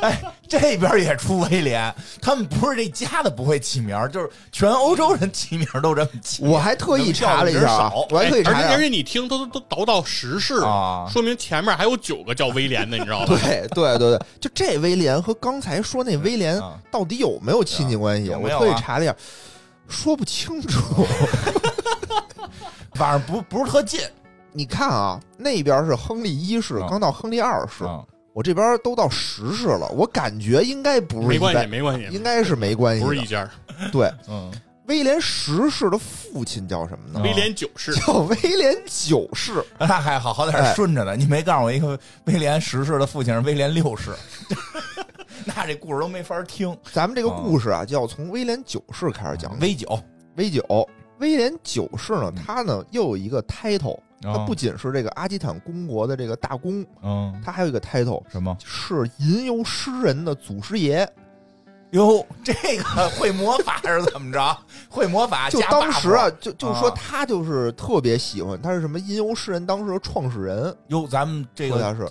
[SPEAKER 1] 哎，这边也出威廉，他们不是这家的不会起名儿，就是全欧洲人起名儿都这么起
[SPEAKER 3] 我还特意查了一
[SPEAKER 1] 能叫的人
[SPEAKER 3] 下啊
[SPEAKER 1] 少，
[SPEAKER 3] 我还特意
[SPEAKER 2] 哎而
[SPEAKER 3] 查
[SPEAKER 2] 且而
[SPEAKER 3] 了一下，
[SPEAKER 2] 且你听都都倒到十世了，
[SPEAKER 1] 啊。
[SPEAKER 2] 说明前面还有九个叫威廉的，你知
[SPEAKER 1] [laughs]
[SPEAKER 2] 道吧？
[SPEAKER 3] [laughs] 对对对对，就这威廉和刚才说那威廉
[SPEAKER 1] 啊
[SPEAKER 3] 到底有没有亲戚关系？
[SPEAKER 1] 有
[SPEAKER 3] 我
[SPEAKER 1] 没有啊
[SPEAKER 3] 特意查了一下，说不
[SPEAKER 2] [laughs]
[SPEAKER 3] 清楚。
[SPEAKER 1] 反正不不是特近，
[SPEAKER 3] 你看啊，那边是亨利一世
[SPEAKER 2] 嗯
[SPEAKER 1] 啊，
[SPEAKER 3] 刚到亨利二世，
[SPEAKER 1] 啊
[SPEAKER 3] 我这边都到十世了，我感觉应该不是
[SPEAKER 2] 没
[SPEAKER 3] 一
[SPEAKER 2] 关系，
[SPEAKER 3] 代，
[SPEAKER 2] 没关系
[SPEAKER 3] 应，该是没关系
[SPEAKER 2] 不是一
[SPEAKER 3] 的。
[SPEAKER 2] 家。
[SPEAKER 3] 对，
[SPEAKER 1] 嗯
[SPEAKER 3] 威廉十世的父亲叫什么呢？
[SPEAKER 2] 威廉九世，
[SPEAKER 3] 叫威廉九世。
[SPEAKER 1] 那还好，好歹是顺着的。你没告诉我一个威廉十世的父亲是威廉六世， [laughs] 那这故事都没法听。
[SPEAKER 3] 咱们这个故事啊，就要从威廉九世开始讲。威
[SPEAKER 1] 嗯威九，
[SPEAKER 3] 威九，威廉九世呢，
[SPEAKER 1] 嗯
[SPEAKER 3] 他呢又有一个 title，他
[SPEAKER 1] 啊
[SPEAKER 3] 不仅是这个阿基坦公国的这个大公，
[SPEAKER 1] 嗯
[SPEAKER 3] 他还有一个 title
[SPEAKER 1] 什么？
[SPEAKER 3] 是吟游诗人的祖师爷。
[SPEAKER 1] 哟，这个会魔法是怎么着？会魔法
[SPEAKER 3] 就
[SPEAKER 1] 加 buff
[SPEAKER 3] 当时啊，，就就说
[SPEAKER 1] 啊
[SPEAKER 3] 他就是特别喜欢，他是什么吟游诗人当时的创始人，
[SPEAKER 1] 哟，咱们这
[SPEAKER 3] 说
[SPEAKER 1] 个
[SPEAKER 3] 他是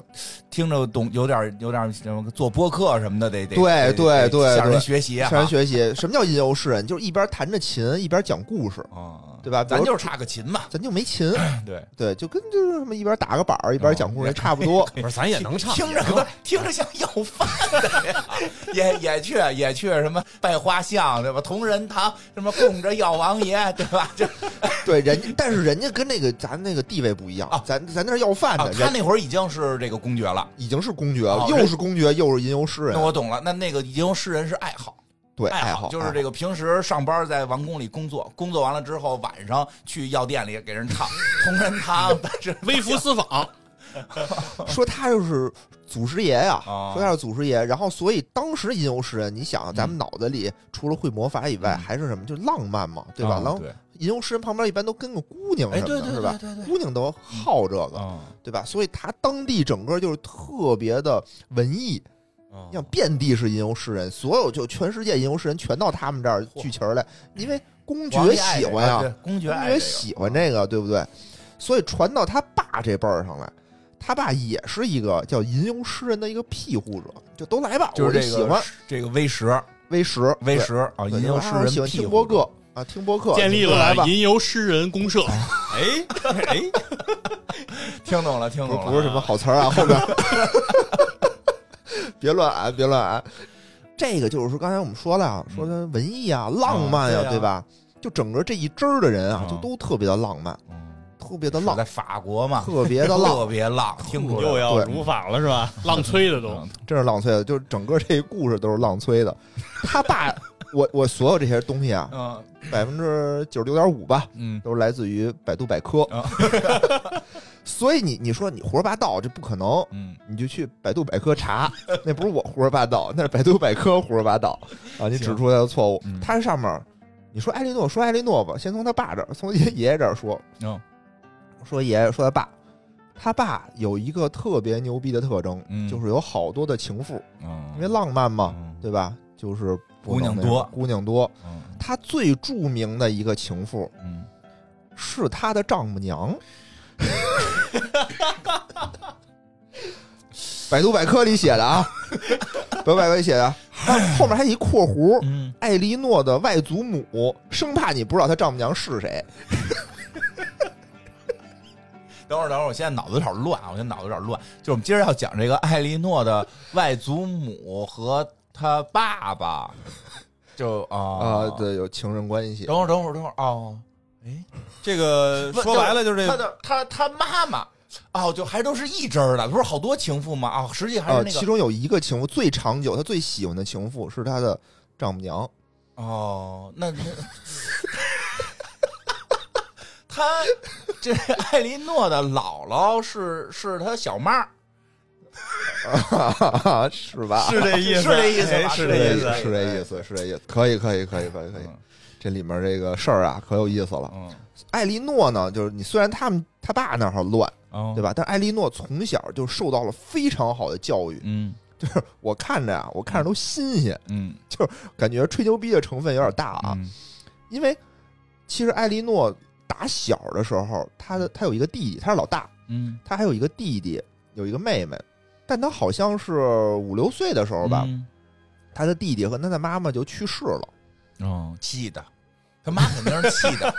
[SPEAKER 1] 听着懂，有点有点什么做播客什么的，得得
[SPEAKER 3] 对
[SPEAKER 1] 得
[SPEAKER 3] 对
[SPEAKER 1] 得
[SPEAKER 3] 对
[SPEAKER 1] 向人
[SPEAKER 3] 对
[SPEAKER 1] 学习啊，
[SPEAKER 3] 向人学习。什么叫吟游诗人？就是一边弹着琴一边讲故事，
[SPEAKER 1] 啊，
[SPEAKER 3] 对吧？比
[SPEAKER 1] 咱
[SPEAKER 3] 如
[SPEAKER 1] 就是差个琴嘛，
[SPEAKER 3] 咱就
[SPEAKER 1] [laughs]
[SPEAKER 3] 没琴，
[SPEAKER 1] 对，
[SPEAKER 3] 对，就跟就是什么一边打个板儿一边讲故事
[SPEAKER 1] 哦
[SPEAKER 3] 差不多。
[SPEAKER 4] 不是，咱也能唱，
[SPEAKER 1] 听着
[SPEAKER 4] 也
[SPEAKER 3] [laughs]
[SPEAKER 4] 能
[SPEAKER 1] 不听着像要饭的 [laughs] 呀，也也去也去什么拜花像对吧？同仁堂什么供着药王爷 [laughs] 对吧？这
[SPEAKER 3] 对，人家但是人家跟那个咱那个地位不一样，
[SPEAKER 1] 啊
[SPEAKER 3] 咱咱那是要饭的，
[SPEAKER 1] 啊，他
[SPEAKER 3] 人
[SPEAKER 1] 那会儿已经是这个公爵了。
[SPEAKER 3] 已经是公爵，
[SPEAKER 1] 哦
[SPEAKER 3] 又
[SPEAKER 1] 人
[SPEAKER 3] 是公爵又是吟游诗
[SPEAKER 1] 那
[SPEAKER 3] 人，
[SPEAKER 1] 我懂了，那那个吟游诗人是爱好，
[SPEAKER 3] 对，
[SPEAKER 1] 爱
[SPEAKER 3] 好
[SPEAKER 1] 就是
[SPEAKER 3] 个。
[SPEAKER 1] 这个平时上班在王宫里工作，工作完了之后晚上去药店里给人
[SPEAKER 3] [laughs]
[SPEAKER 1] 唱同仁堂， [laughs] 但是
[SPEAKER 2] 微服私访，
[SPEAKER 3] 啊说他就是祖师爷呀、
[SPEAKER 1] 哦
[SPEAKER 3] 说他是祖师爷，然后所以当时吟游诗人，你想啊咱们脑子里除了会魔法以外，
[SPEAKER 1] 嗯
[SPEAKER 3] 还是什么？就浪漫嘛，对吧？
[SPEAKER 1] 啊
[SPEAKER 3] 然后
[SPEAKER 1] 对，
[SPEAKER 3] 吟游诗人旁边一般都跟个姑娘
[SPEAKER 1] 哎
[SPEAKER 3] 什么
[SPEAKER 1] 对
[SPEAKER 3] 的，
[SPEAKER 1] 对
[SPEAKER 3] 是
[SPEAKER 1] 对
[SPEAKER 3] 吧？
[SPEAKER 1] 对对，
[SPEAKER 3] 姑娘都好这个，
[SPEAKER 1] 啊
[SPEAKER 3] 对吧？所以他当地整个就是特别的文艺，
[SPEAKER 1] 哦
[SPEAKER 4] 唱
[SPEAKER 3] 像遍地是吟游诗人，所有就全世界吟游诗人全到他们这儿
[SPEAKER 1] 嚯
[SPEAKER 3] 聚齐儿来，因为公
[SPEAKER 1] 皇
[SPEAKER 3] 爵
[SPEAKER 1] 帝爱啊
[SPEAKER 3] 喜
[SPEAKER 1] 这个
[SPEAKER 3] 欢呀、
[SPEAKER 1] 对公爵
[SPEAKER 3] 公
[SPEAKER 1] 爱啊这
[SPEAKER 3] 爵
[SPEAKER 1] 个
[SPEAKER 3] 喜欢这个，对不对？所以传到他爸这辈儿上来，他爸也是一个叫吟游诗人的一个庇护者，就都来吧，
[SPEAKER 1] 就是
[SPEAKER 3] 我
[SPEAKER 1] 这
[SPEAKER 3] 就
[SPEAKER 1] 个
[SPEAKER 3] 喜欢
[SPEAKER 1] 这个 V 十
[SPEAKER 3] 威石，
[SPEAKER 1] V 十啊，
[SPEAKER 3] 对
[SPEAKER 1] 吟
[SPEAKER 3] 对
[SPEAKER 1] 游
[SPEAKER 3] 我
[SPEAKER 1] 诗
[SPEAKER 3] 还
[SPEAKER 1] 人
[SPEAKER 3] 喜欢
[SPEAKER 1] 屁股
[SPEAKER 3] 听播客啊，听播客，
[SPEAKER 2] 建立
[SPEAKER 3] 你们都来
[SPEAKER 2] 了
[SPEAKER 3] 吧，
[SPEAKER 2] 吟游诗人公社。
[SPEAKER 4] 哎
[SPEAKER 1] [laughs]
[SPEAKER 4] 哎，
[SPEAKER 1] 听懂了，听
[SPEAKER 3] 不是
[SPEAKER 1] 懂
[SPEAKER 3] 不
[SPEAKER 1] 了。
[SPEAKER 3] 是什么好词儿啊，后面 [laughs] 别乱按，别乱按。这个就是说，刚才我们说了啊，说他文艺啊、浪
[SPEAKER 1] 嗯啊
[SPEAKER 3] 漫呀、
[SPEAKER 1] 对啊
[SPEAKER 3] 对吧？就整个这一支儿的人啊
[SPEAKER 1] 啊，
[SPEAKER 3] 就都特别的浪漫，
[SPEAKER 1] 嗯啊
[SPEAKER 3] 特别的
[SPEAKER 1] 是
[SPEAKER 3] 浪
[SPEAKER 1] 在，法国嘛，
[SPEAKER 3] 特别的浪
[SPEAKER 1] [laughs] 特，别浪，听出来
[SPEAKER 4] 又
[SPEAKER 1] 了
[SPEAKER 4] 要
[SPEAKER 3] 对
[SPEAKER 4] 如法了是吧？
[SPEAKER 2] 浪催的都
[SPEAKER 1] 嗯
[SPEAKER 3] 真是浪催的，就是整个这故事都是浪催的。他爸，我我所有这些东西啊，
[SPEAKER 1] 嗯
[SPEAKER 3] 百分之九十六点五吧，
[SPEAKER 1] 嗯
[SPEAKER 3] 都是来自于百度百科
[SPEAKER 1] 啊。
[SPEAKER 3] [laughs] 所以你你说你胡说八道，这不可能，
[SPEAKER 1] 嗯，
[SPEAKER 3] 你就去百度百科查，那不是我胡说八道， [laughs] 那是百度百科胡说八道啊！你
[SPEAKER 1] 行
[SPEAKER 3] 指出他的错误
[SPEAKER 1] 嗯，
[SPEAKER 3] 他上面你说艾莉诺，说艾莉诺吧，先从他爸这儿，从爷爷这儿说，
[SPEAKER 1] 嗯
[SPEAKER 3] 说爷爷说他爸，他爸有一个特别牛逼的特征，
[SPEAKER 1] 嗯
[SPEAKER 3] 就是有好多的情妇，
[SPEAKER 1] 嗯
[SPEAKER 3] 因为浪漫嘛。啊
[SPEAKER 1] 嗯
[SPEAKER 3] 对吧？就是不
[SPEAKER 1] 姑娘
[SPEAKER 3] 能那样
[SPEAKER 1] 多
[SPEAKER 3] 姑娘多。
[SPEAKER 1] 嗯
[SPEAKER 3] 他最著名的一个情妇
[SPEAKER 1] 嗯，
[SPEAKER 3] 是他的丈母娘。 [laughs] 百度百科里写的啊，百度百科里写的，还有后面还有一括弧，
[SPEAKER 1] 嗯，
[SPEAKER 3] 艾莉诺的外祖母，生怕你不知道她丈母娘是谁。
[SPEAKER 1] 等会儿等会儿，我现在脑子有点乱啊，我现在脑子有点乱。就是我们接着要讲这个艾莉诺的外祖母和她爸爸，就啊
[SPEAKER 3] 啊，，对，有情人关系。
[SPEAKER 1] 等会儿等会儿等会儿哦，哎，
[SPEAKER 4] 这个
[SPEAKER 1] 不
[SPEAKER 4] 说白了就是
[SPEAKER 1] 他
[SPEAKER 4] 这
[SPEAKER 1] 的他他妈妈。哦，就还都是一支儿的，不是好多情妇吗？啊、实际还
[SPEAKER 3] 啊，
[SPEAKER 1] 是那个、
[SPEAKER 3] 其中有一个情妇最长久，她最喜欢的情妇是她的丈母娘。
[SPEAKER 1] 哦，那
[SPEAKER 3] [laughs]
[SPEAKER 1] 那他这艾莉诺的姥姥是是他小妈儿，
[SPEAKER 3] 啊是吧？
[SPEAKER 4] 是这意思，
[SPEAKER 1] 是这意思吧
[SPEAKER 4] 哎是
[SPEAKER 1] 这意
[SPEAKER 4] 这
[SPEAKER 1] 思
[SPEAKER 3] 是这意思，是这意思。可以，可以，可以，可以，可以。这里面这个事儿啊，可有意思了。
[SPEAKER 1] 嗯，
[SPEAKER 3] 艾莉诺呢，就是你虽然他们他爸那儿乱，
[SPEAKER 1] 哦
[SPEAKER 3] 对吧？但艾莉诺从小就受到了非常好的教育，
[SPEAKER 1] 嗯
[SPEAKER 3] 就是我看着啊，我看着都新鲜，
[SPEAKER 1] 嗯
[SPEAKER 3] 感觉吹牛逼的成分有点大
[SPEAKER 4] 嗯
[SPEAKER 3] 啊。，因为其实艾莉诺打小的时候，她的她有一个弟弟，她是老大，
[SPEAKER 1] 嗯，
[SPEAKER 3] 她还有一个弟弟，有一个妹妹，但她好像是五六岁的时候
[SPEAKER 1] 好
[SPEAKER 3] 吧，？她的弟弟和她的妈妈就去世了。
[SPEAKER 1] 哦，气的，他妈肯定是气
[SPEAKER 3] [laughs]
[SPEAKER 1] 的，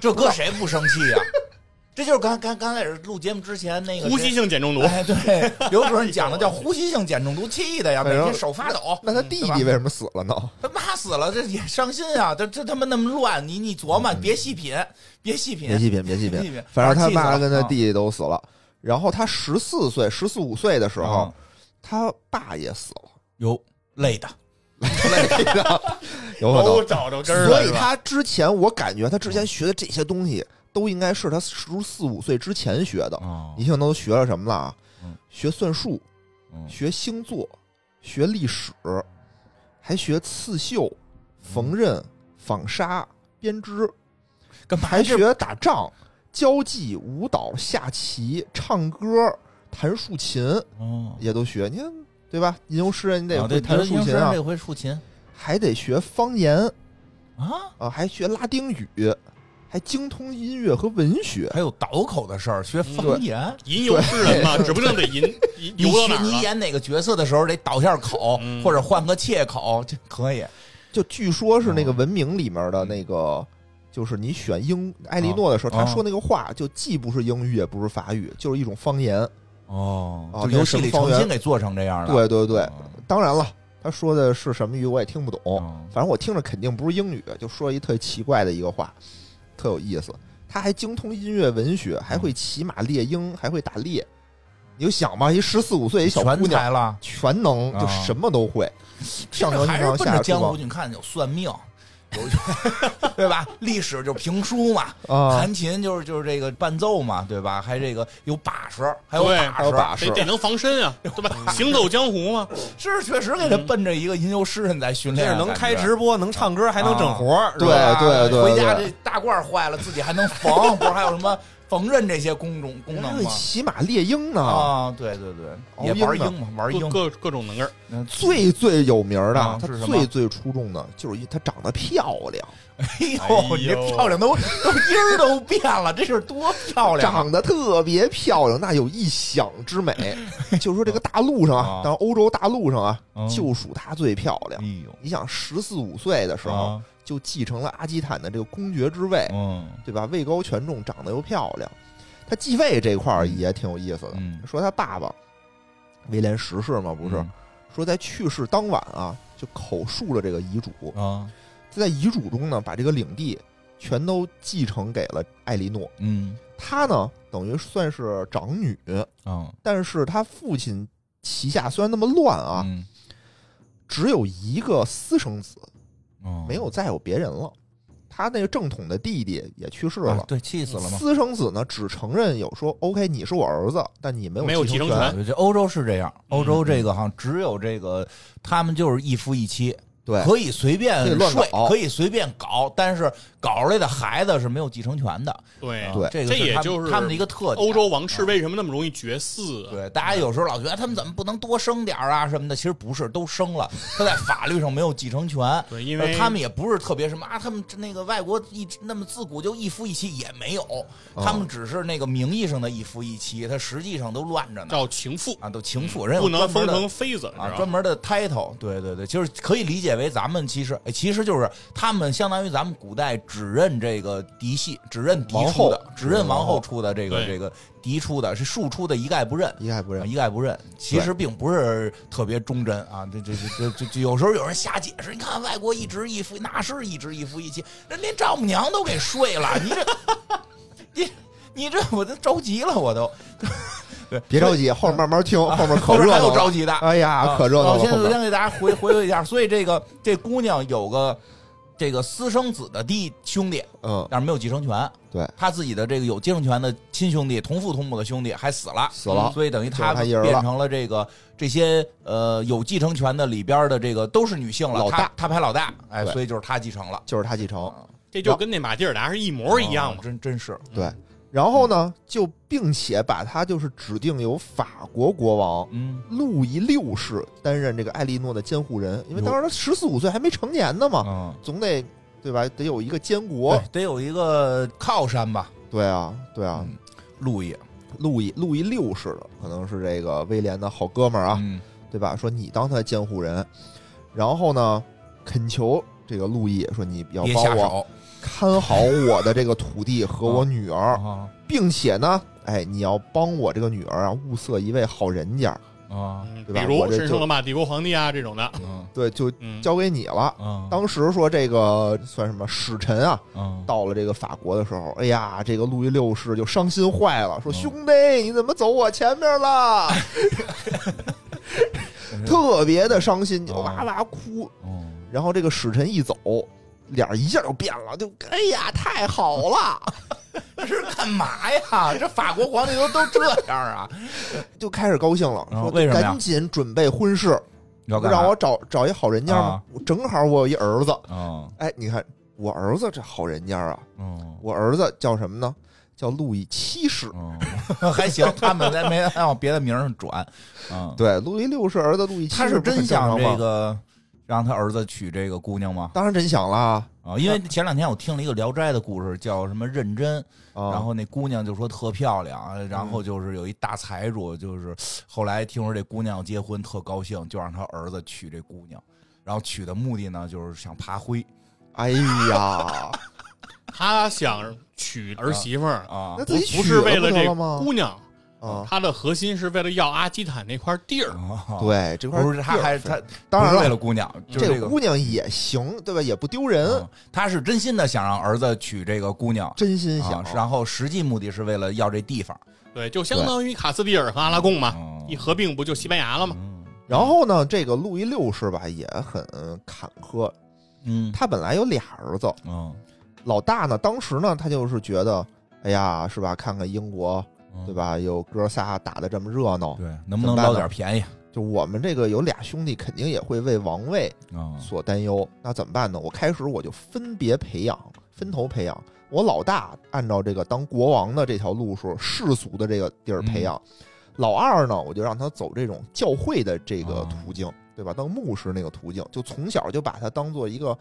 [SPEAKER 1] 这搁谁不生气呀、这就是刚刚刚开始录节目之前那个
[SPEAKER 2] 呼吸
[SPEAKER 1] 谁。
[SPEAKER 2] 性碱中毒，
[SPEAKER 1] 哎，对，刘主任讲的叫呼吸性碱中毒，气的呀，每
[SPEAKER 3] 反正
[SPEAKER 1] 天手发抖。
[SPEAKER 3] 哎那她弟
[SPEAKER 1] 对吧
[SPEAKER 3] 弟为什么死了呢？
[SPEAKER 1] 他妈死了，这也伤心啊！这这他妈那么乱，你你琢磨，别细品，别细品，
[SPEAKER 3] 嗯别细品，别细
[SPEAKER 1] 别
[SPEAKER 3] 品，
[SPEAKER 1] 品。
[SPEAKER 3] 反正她
[SPEAKER 1] 气死
[SPEAKER 3] 妈
[SPEAKER 1] 了
[SPEAKER 3] 跟她
[SPEAKER 1] 啊
[SPEAKER 3] 弟弟都死了。然后她十四岁、十四五岁的时候
[SPEAKER 1] 啊，
[SPEAKER 3] 她爸也死了，
[SPEAKER 1] [laughs] 有累的，
[SPEAKER 3] 累的，有可能
[SPEAKER 2] 都找着根儿
[SPEAKER 3] 所
[SPEAKER 2] 了，
[SPEAKER 3] 以
[SPEAKER 2] 是吧？
[SPEAKER 3] 他之前，我感觉他之
[SPEAKER 1] 嗯
[SPEAKER 3] 前学的这些东西，都应该是他十四五岁之前学的。
[SPEAKER 1] 哦
[SPEAKER 3] 你，听都学了什么了啊
[SPEAKER 1] 嗯？
[SPEAKER 3] 学算术，
[SPEAKER 1] 嗯
[SPEAKER 3] 学星座，学历史，还学刺绣、
[SPEAKER 1] 嗯
[SPEAKER 3] 缝纫、纺纱、编织，
[SPEAKER 1] 干嘛
[SPEAKER 3] 还
[SPEAKER 1] 这
[SPEAKER 3] 学打仗、交际、舞蹈、下棋、唱歌、弹竖琴，
[SPEAKER 1] 哦，
[SPEAKER 3] 也都学。你看，对吧？吟游诗人，你
[SPEAKER 1] 啊对
[SPEAKER 3] 得会弹
[SPEAKER 1] 英
[SPEAKER 3] 竖琴
[SPEAKER 1] 诗
[SPEAKER 3] 啊，
[SPEAKER 1] 这回竖琴
[SPEAKER 3] 还得学方言。
[SPEAKER 1] 啊，
[SPEAKER 3] 啊，还学拉丁语，还精通音乐和文学。
[SPEAKER 1] 还有倒口的事儿，学方言。
[SPEAKER 2] 吟游诗人嘛，指不定得吟吟
[SPEAKER 1] 你
[SPEAKER 2] 游到哪
[SPEAKER 1] 学
[SPEAKER 2] 儿
[SPEAKER 1] 你
[SPEAKER 2] 了。
[SPEAKER 1] 演哪个角色的时候得倒一下口，
[SPEAKER 2] 嗯
[SPEAKER 1] 或者换个切口，这可以。
[SPEAKER 3] 就据说是那
[SPEAKER 1] 哦
[SPEAKER 3] 个文明里面的那个，就是你选英艾莉诺的时候，
[SPEAKER 1] 哦
[SPEAKER 3] 他说那个话就既不是英语也不是法语，就是一种方言。
[SPEAKER 1] 哦
[SPEAKER 3] 哦
[SPEAKER 1] 就
[SPEAKER 3] 那
[SPEAKER 1] 游
[SPEAKER 3] 是
[SPEAKER 1] 戏里
[SPEAKER 3] 方
[SPEAKER 1] 重
[SPEAKER 3] 言
[SPEAKER 1] 新给做成这样的。
[SPEAKER 3] 对对对
[SPEAKER 1] 哦，，
[SPEAKER 3] 当然了，他说的是什么语我也听不懂，
[SPEAKER 1] 哦
[SPEAKER 3] 反正我听着肯定不是英语，就说一特奇怪的一个话，特有意思。他还精通音乐文学，还会骑马猎鹰，还会打猎。你就想吧，一十四五岁一小
[SPEAKER 1] 全
[SPEAKER 3] 姑娘，
[SPEAKER 1] 才了，
[SPEAKER 3] 全能，就
[SPEAKER 1] 啊
[SPEAKER 3] 什么都会，上
[SPEAKER 1] 这
[SPEAKER 3] 床
[SPEAKER 1] 还
[SPEAKER 3] 下
[SPEAKER 1] 是
[SPEAKER 3] 床
[SPEAKER 1] 奔着
[SPEAKER 3] 下啊
[SPEAKER 1] 江
[SPEAKER 3] 厨
[SPEAKER 1] 湖去。你看有算命，有对吧？历史就评书嘛，
[SPEAKER 3] 房啊，
[SPEAKER 1] 弹琴就是就是这个伴奏嘛，对吧？还这个有把式，还有
[SPEAKER 2] 对
[SPEAKER 1] 把
[SPEAKER 3] 还有
[SPEAKER 1] 式，
[SPEAKER 3] 把式
[SPEAKER 2] 得，得能防身啊，对吧？行走江湖嘛，
[SPEAKER 1] 是确实给他奔着一个吟游诗人在训
[SPEAKER 4] 这
[SPEAKER 1] 练
[SPEAKER 4] 是
[SPEAKER 1] 啊，
[SPEAKER 4] 能
[SPEAKER 1] 感觉啊
[SPEAKER 4] 开直播，能唱歌，还能整活儿，是
[SPEAKER 3] 对
[SPEAKER 4] 吧
[SPEAKER 3] 对对，
[SPEAKER 1] 回家
[SPEAKER 3] 对
[SPEAKER 1] 这大褂坏了，自己还能缝，不是还有什么缝纫这些工种功
[SPEAKER 3] 还
[SPEAKER 1] 能
[SPEAKER 3] 会
[SPEAKER 1] 吗？
[SPEAKER 3] 骑马猎鹰呢，
[SPEAKER 1] 啊，对对对，
[SPEAKER 3] 熬
[SPEAKER 1] 也玩
[SPEAKER 3] 鹰呢
[SPEAKER 1] 鹰嘛，玩
[SPEAKER 2] 各
[SPEAKER 1] 鹰。
[SPEAKER 2] 各各种能儿。
[SPEAKER 1] 嗯
[SPEAKER 3] 最最有名的
[SPEAKER 1] 啊，
[SPEAKER 3] 她
[SPEAKER 1] 是什么
[SPEAKER 3] 最最出众的就是一她长得漂亮，
[SPEAKER 1] 哎
[SPEAKER 2] 哎
[SPEAKER 1] 呦，
[SPEAKER 2] 呦
[SPEAKER 1] 你这漂亮都都音儿都变了，这是多漂亮啊！
[SPEAKER 3] 长得特别漂亮，那有异想之
[SPEAKER 1] [laughs]
[SPEAKER 3] 美。就是说这个大陆上
[SPEAKER 1] 啊
[SPEAKER 3] 啊，当然欧洲大陆上啊，
[SPEAKER 1] 嗯
[SPEAKER 3] 就属她最漂亮。
[SPEAKER 1] 哎呦，
[SPEAKER 3] 你想，十四五岁的时候哎
[SPEAKER 1] 啊
[SPEAKER 3] 就继承了阿基坦的这个公爵之位，
[SPEAKER 1] 嗯
[SPEAKER 3] 对吧？位高权重，长得又漂亮。她继位这块儿也挺有意思的。
[SPEAKER 1] 嗯
[SPEAKER 3] 说她爸爸威廉十世嘛，呃不是、
[SPEAKER 1] 嗯
[SPEAKER 3] 说在去世当晚啊，就口述了这个遗嘱。
[SPEAKER 1] 啊，
[SPEAKER 3] 就在遗嘱中呢，把这个领地全都继承给了艾莉诺。
[SPEAKER 1] 嗯
[SPEAKER 3] 她呢，等于算是长女，
[SPEAKER 1] 啊
[SPEAKER 3] 但是她父亲旗下虽然那么乱啊，
[SPEAKER 1] 嗯
[SPEAKER 3] 只有一个私生子，
[SPEAKER 1] 哦
[SPEAKER 3] 没有再有别人了。她那个正统的弟弟也去世了。
[SPEAKER 1] 啊对，气死了吗？
[SPEAKER 3] 私生子呢，只承认有说 OK，你是我儿子，但你没有
[SPEAKER 2] 没有继承
[SPEAKER 1] 哎
[SPEAKER 3] 权
[SPEAKER 2] 权
[SPEAKER 3] 嗯
[SPEAKER 1] 这欧洲是这样，欧洲这个好像只有这个，他们就是一夫一妻，
[SPEAKER 3] 对，
[SPEAKER 1] 可以随便
[SPEAKER 3] 可以乱
[SPEAKER 1] 睡
[SPEAKER 3] 搞，
[SPEAKER 1] 可以随便搞，但是搞出来的孩子是没有继承权的。
[SPEAKER 2] 对
[SPEAKER 1] 啊
[SPEAKER 3] 对
[SPEAKER 1] 这个
[SPEAKER 2] 这也
[SPEAKER 1] 他们
[SPEAKER 2] 就是
[SPEAKER 1] 他们的一个特点。
[SPEAKER 2] 欧洲王室为什么那么容易绝嗣啊？
[SPEAKER 1] 对，大家有时候老觉得哎他们怎么不能多生点儿啊什么的，其实不是，都生
[SPEAKER 2] [laughs]
[SPEAKER 1] 了，他在法律上没有继承权。
[SPEAKER 2] 对因为
[SPEAKER 1] 呃他们也不是特别什么啊，他们这那个外国一直那么自古就一夫一妻也没有，
[SPEAKER 2] 哦
[SPEAKER 1] 他们只是那个名义上的一夫一妻，他实际上都乱着呢
[SPEAKER 2] 叫情妇，
[SPEAKER 1] 啊，都情妇，人有
[SPEAKER 2] 不能
[SPEAKER 1] 专门
[SPEAKER 2] 封
[SPEAKER 1] 的
[SPEAKER 2] 成妃子，
[SPEAKER 1] 啊，
[SPEAKER 2] 知道
[SPEAKER 1] 专
[SPEAKER 2] 吗
[SPEAKER 1] 门的 title，对对对，就是可以理解为咱们其实，哎其实就是他们相当于咱们古代只认这个嫡系，只认嫡
[SPEAKER 3] 王
[SPEAKER 1] 出
[SPEAKER 3] 后
[SPEAKER 1] 的，只认王后出的这个
[SPEAKER 2] 对
[SPEAKER 1] 这个嫡出的，是庶出的一概不认。
[SPEAKER 3] 一概不
[SPEAKER 1] 啊
[SPEAKER 3] 认。
[SPEAKER 1] 一概不认，其实并不是特别忠贞啊！这这这这这，有时候有人瞎解释。你看外国一直一夫，那是一直一夫一妻，人连丈母娘都给睡了，你这 [laughs] 你你这我都着急了，我都对，
[SPEAKER 3] 别着急，后面慢慢听，啊 [laughs] 后面可
[SPEAKER 1] 后边
[SPEAKER 3] 热
[SPEAKER 1] 还
[SPEAKER 3] 闹
[SPEAKER 1] 有着
[SPEAKER 3] 了。
[SPEAKER 1] 急的，
[SPEAKER 3] 哎呀，可热闹
[SPEAKER 1] 我
[SPEAKER 3] 了。
[SPEAKER 1] 啊先
[SPEAKER 3] 后面
[SPEAKER 1] 先给大家回回味一下，所以这个这姑娘有个这个私生子的弟兄弟，
[SPEAKER 3] 嗯，
[SPEAKER 1] 但是没有继承权。
[SPEAKER 3] 对，
[SPEAKER 1] 他自己的这个有继承权的亲兄弟，同父同母的兄弟还死了，
[SPEAKER 3] 死了
[SPEAKER 1] 所以等于
[SPEAKER 3] 就是他一人了
[SPEAKER 1] 变成了这个这些呃有继承权的里边的这个都是女性了，
[SPEAKER 3] 老大
[SPEAKER 1] 他他排老大，哎，
[SPEAKER 3] 对
[SPEAKER 1] 所以就是他继承了，
[SPEAKER 3] 就是他继承。
[SPEAKER 2] 这就跟那马蒂尔达是一模一样
[SPEAKER 1] 啊
[SPEAKER 2] 嘛。
[SPEAKER 1] 真真是
[SPEAKER 3] 对，然后呢，就并且把他就是指定由法国国王
[SPEAKER 1] 嗯
[SPEAKER 3] 路易六世担任这个艾莉诺的监护人，因为当时他十四五岁还没成年呢嘛，
[SPEAKER 1] 嗯，
[SPEAKER 3] 总得对吧？得有一个监国
[SPEAKER 1] 我。得有一个靠山吧，
[SPEAKER 3] 对啊，对啊，
[SPEAKER 1] 嗯路易
[SPEAKER 3] 路易路易六世的可能是这个威廉的好哥们儿啊，
[SPEAKER 1] 嗯
[SPEAKER 3] 对吧？说你当他的监护人，然后呢，恳求这个路易说你要
[SPEAKER 1] 别下
[SPEAKER 3] 帮我
[SPEAKER 1] 手
[SPEAKER 3] 看好我的这个土地和我女儿，
[SPEAKER 1] [laughs] 啊
[SPEAKER 3] 并且呢，哎，你要帮我这个女儿啊物色一位好人家，
[SPEAKER 1] 啊
[SPEAKER 2] 嗯，
[SPEAKER 3] 对
[SPEAKER 2] 比
[SPEAKER 3] 吧
[SPEAKER 2] 如
[SPEAKER 3] 我这
[SPEAKER 2] 神
[SPEAKER 3] 就
[SPEAKER 2] 圣罗马帝国皇帝啊这种的，
[SPEAKER 1] 嗯
[SPEAKER 3] 对，就
[SPEAKER 2] 嗯，
[SPEAKER 3] 交给你了。
[SPEAKER 1] 嗯
[SPEAKER 3] 当时说这个算什么使臣啊，
[SPEAKER 1] 嗯
[SPEAKER 3] 到了这个法国的时候，哎呀，这个路易六世就伤心坏了，说
[SPEAKER 1] 嗯
[SPEAKER 3] 兄弟，你怎么走我前面
[SPEAKER 1] [laughs]
[SPEAKER 3] 了？特别的伤心，就
[SPEAKER 1] 哦
[SPEAKER 3] 哇哇哭。
[SPEAKER 1] 嗯
[SPEAKER 3] 然后这个使臣一走，脸儿一下就变了，就哎呀，太好了，
[SPEAKER 1] [laughs] 这是干嘛呀？ [laughs] 这法国皇帝都都这样
[SPEAKER 3] [laughs]
[SPEAKER 1] 啊？
[SPEAKER 3] 就开始高兴了，
[SPEAKER 1] 嗯
[SPEAKER 3] 说
[SPEAKER 1] 为什么呀
[SPEAKER 3] 赶紧准备婚事，
[SPEAKER 1] 要
[SPEAKER 3] 让我找找一好人家嘛
[SPEAKER 1] 啊。
[SPEAKER 3] 我正好我有一儿子，
[SPEAKER 1] 嗯
[SPEAKER 3] 哎，你看我儿子这好人家啊，
[SPEAKER 1] 嗯
[SPEAKER 3] 我儿子叫什么呢？叫路易七世。
[SPEAKER 1] 嗯， [laughs] 还行，他们再没再往别的名儿上转。嗯，
[SPEAKER 3] 对，路易六世儿子路易七世
[SPEAKER 1] 他是
[SPEAKER 3] 不
[SPEAKER 1] 真
[SPEAKER 3] 很正
[SPEAKER 1] 想
[SPEAKER 3] 常吗
[SPEAKER 1] 这，个让他儿子娶这个姑娘吗？
[SPEAKER 3] 当然真想啦啊。
[SPEAKER 1] 啊，因为前两天我听了一个《聊斋》的故事，叫什么认真，然
[SPEAKER 3] 然
[SPEAKER 1] 后那姑娘就说特漂亮，然
[SPEAKER 3] 嗯
[SPEAKER 1] 后就是有一大财主，就是后来听说这姑娘要结婚，特高兴，就让他儿子娶这姑娘，然后娶的目的呢，就是想爬灰
[SPEAKER 3] 哎
[SPEAKER 1] [laughs]
[SPEAKER 3] 呀，啊
[SPEAKER 2] 他想娶儿媳妇儿，
[SPEAKER 1] 啊
[SPEAKER 3] 那自
[SPEAKER 2] 不
[SPEAKER 3] 己娶
[SPEAKER 2] 不是为
[SPEAKER 3] 了
[SPEAKER 2] 这
[SPEAKER 3] 吗？
[SPEAKER 2] 姑娘，
[SPEAKER 1] 哦
[SPEAKER 3] 啊，
[SPEAKER 2] 他的核心是为了要阿基坦那块地儿。
[SPEAKER 1] 啊
[SPEAKER 3] 对，这块
[SPEAKER 1] 不是，他
[SPEAKER 3] 地儿
[SPEAKER 1] 还他
[SPEAKER 3] 当然
[SPEAKER 1] 不是为
[SPEAKER 3] 了，嗯
[SPEAKER 1] 了姑娘，就是
[SPEAKER 3] 这
[SPEAKER 1] 这个
[SPEAKER 3] 姑娘也行，对吧？也不丢人
[SPEAKER 1] 嗯，他是真心的想让儿子娶这个姑娘，
[SPEAKER 3] 真心想
[SPEAKER 1] 啊，然后实际目的是为了要这地方
[SPEAKER 2] 对，就相当于卡斯蒂尔和阿拉
[SPEAKER 3] 啊
[SPEAKER 2] 贡嘛，
[SPEAKER 1] 嗯
[SPEAKER 2] 一合并不就西班牙了吗？
[SPEAKER 3] 然后呢，这个路易六世吧也很坎坷，
[SPEAKER 1] 嗯
[SPEAKER 3] 他本来有俩儿子，
[SPEAKER 1] 嗯，
[SPEAKER 3] 老大呢，当时呢他就是觉得，哎呀，是吧？看看英国，对？吧？有哥仨打的这么热闹，
[SPEAKER 1] 嗯对，能不能捞点便宜？
[SPEAKER 3] 就我们这个有俩兄弟，肯定也会为王位
[SPEAKER 1] 啊
[SPEAKER 3] 所担忧。那怎么办呢？我开始我就分别培养，分头培养。我老大按照这个当国王的这条路数，世俗的这个地儿培养；
[SPEAKER 1] 嗯
[SPEAKER 3] 老二呢，我就让他走这种教会的这个
[SPEAKER 1] 啊
[SPEAKER 3] 途径，对吧？当牧师那个途径，就从小就把他当做一个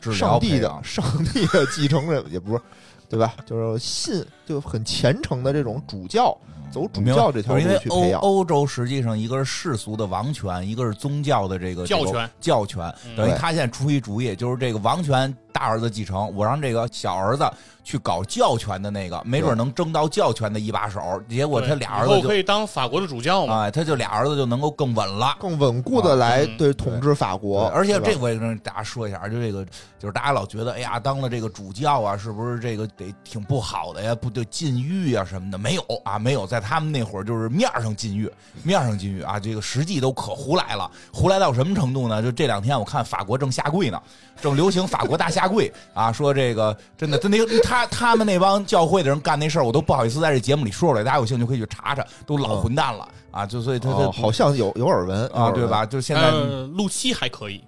[SPEAKER 1] 治疗啊
[SPEAKER 3] 上帝
[SPEAKER 1] 培
[SPEAKER 3] 的
[SPEAKER 1] 养
[SPEAKER 3] [laughs] 上帝的继承人，也不是，对吧？就是信就很虔诚的这种主教，走主
[SPEAKER 1] 嗯明白
[SPEAKER 3] 教这条
[SPEAKER 1] 就是
[SPEAKER 3] 路
[SPEAKER 1] 因为
[SPEAKER 3] 去培
[SPEAKER 1] 欧
[SPEAKER 3] 养。
[SPEAKER 1] 欧洲实际上一个是世俗的王权，一个是宗教的这个
[SPEAKER 2] 教
[SPEAKER 1] 这个
[SPEAKER 2] 权
[SPEAKER 1] 教权。
[SPEAKER 2] 嗯
[SPEAKER 1] 等于
[SPEAKER 3] 对
[SPEAKER 1] 他现在出一主意，就是这个王权大儿子继承，我让这个小儿子去搞教权的那个，没准
[SPEAKER 3] 对
[SPEAKER 1] 能争到教权的一把手。结果他
[SPEAKER 2] 对
[SPEAKER 1] 俩
[SPEAKER 2] 以
[SPEAKER 1] 儿
[SPEAKER 2] 后
[SPEAKER 1] 子
[SPEAKER 2] 可以当法国的主教
[SPEAKER 1] 就
[SPEAKER 2] 嘛？
[SPEAKER 1] 哎，他就俩儿子就能够更稳了。
[SPEAKER 3] 更稳固的来
[SPEAKER 2] 嗯
[SPEAKER 3] 对统治法国，
[SPEAKER 1] 啊对而且
[SPEAKER 3] 对吧
[SPEAKER 1] 这我也跟大家说一下，就这个就是大家老觉得，哎呀，当了这个主教啊，是不是这个得挺不好的呀？不得禁欲啊什么的？没有啊，没有，在他们那会儿就是面儿上禁欲，面儿上禁欲啊，这个实际都可胡来了，胡来到什么程度呢？就这两天我看法国正下跪呢，正流行法国大下跪啊，说这个真的，真的，他他们那帮教会的人干那事儿，我都不好意思在这节目里说出来，大家有兴趣可以去查查，都老混蛋了
[SPEAKER 3] 哦
[SPEAKER 1] 啊，就所以他他啊
[SPEAKER 3] 哦好像有有耳闻
[SPEAKER 2] 嗯
[SPEAKER 1] 啊，对？吧？就现在。
[SPEAKER 2] 呃，路西还可以，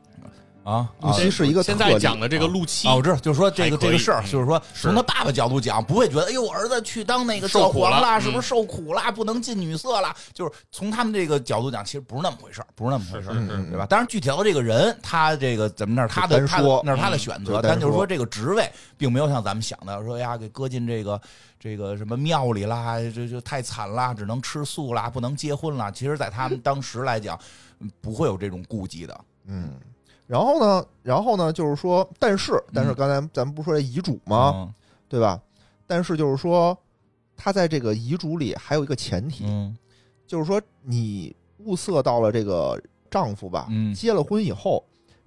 [SPEAKER 1] 啊
[SPEAKER 3] 陆
[SPEAKER 1] 啊
[SPEAKER 3] 西是一个
[SPEAKER 2] 现
[SPEAKER 3] 特
[SPEAKER 2] 在
[SPEAKER 3] 例
[SPEAKER 2] 讲的这个陆七
[SPEAKER 1] 啊！我知道，就是说这个
[SPEAKER 2] 还可以
[SPEAKER 1] 这个事儿，
[SPEAKER 2] 嗯
[SPEAKER 1] 就是说
[SPEAKER 2] 是
[SPEAKER 1] 从他爸爸角度讲，不会觉得哎呦，我儿子去当那个教
[SPEAKER 2] 受苦
[SPEAKER 1] 皇
[SPEAKER 2] 了
[SPEAKER 1] 啦，
[SPEAKER 2] 嗯
[SPEAKER 1] 是不是受苦啦，不能进女色啦？就是从他们这个角度讲，其实不是那么回事儿，不是那么回事儿，
[SPEAKER 2] 是是
[SPEAKER 3] 是
[SPEAKER 1] 嗯对吧？当然，具体到这个人，他这个怎么那是他的，
[SPEAKER 3] 就单
[SPEAKER 1] 他的
[SPEAKER 3] 说
[SPEAKER 1] 那是
[SPEAKER 2] 嗯
[SPEAKER 1] 他的选择，
[SPEAKER 3] 就单
[SPEAKER 1] 但就是
[SPEAKER 3] 说
[SPEAKER 1] 说这个职位并没有像咱们想的说哎呀，给搁进这个这个什么庙里啦，这就太惨啦，只能吃素啦，不能结婚啦。其实，在他们当时来讲，嗯不会有这种顾忌的。
[SPEAKER 3] 嗯，然后呢，然后呢，就是说，但是但是
[SPEAKER 1] 嗯
[SPEAKER 3] 刚才咱们不是说这遗嘱吗？
[SPEAKER 1] 嗯
[SPEAKER 3] 对吧？但是就是说，他在这个遗嘱里还有一个前提，
[SPEAKER 1] 嗯
[SPEAKER 3] 就是说你物色到了这个丈夫吧，
[SPEAKER 1] 嗯
[SPEAKER 3] 结了婚以后，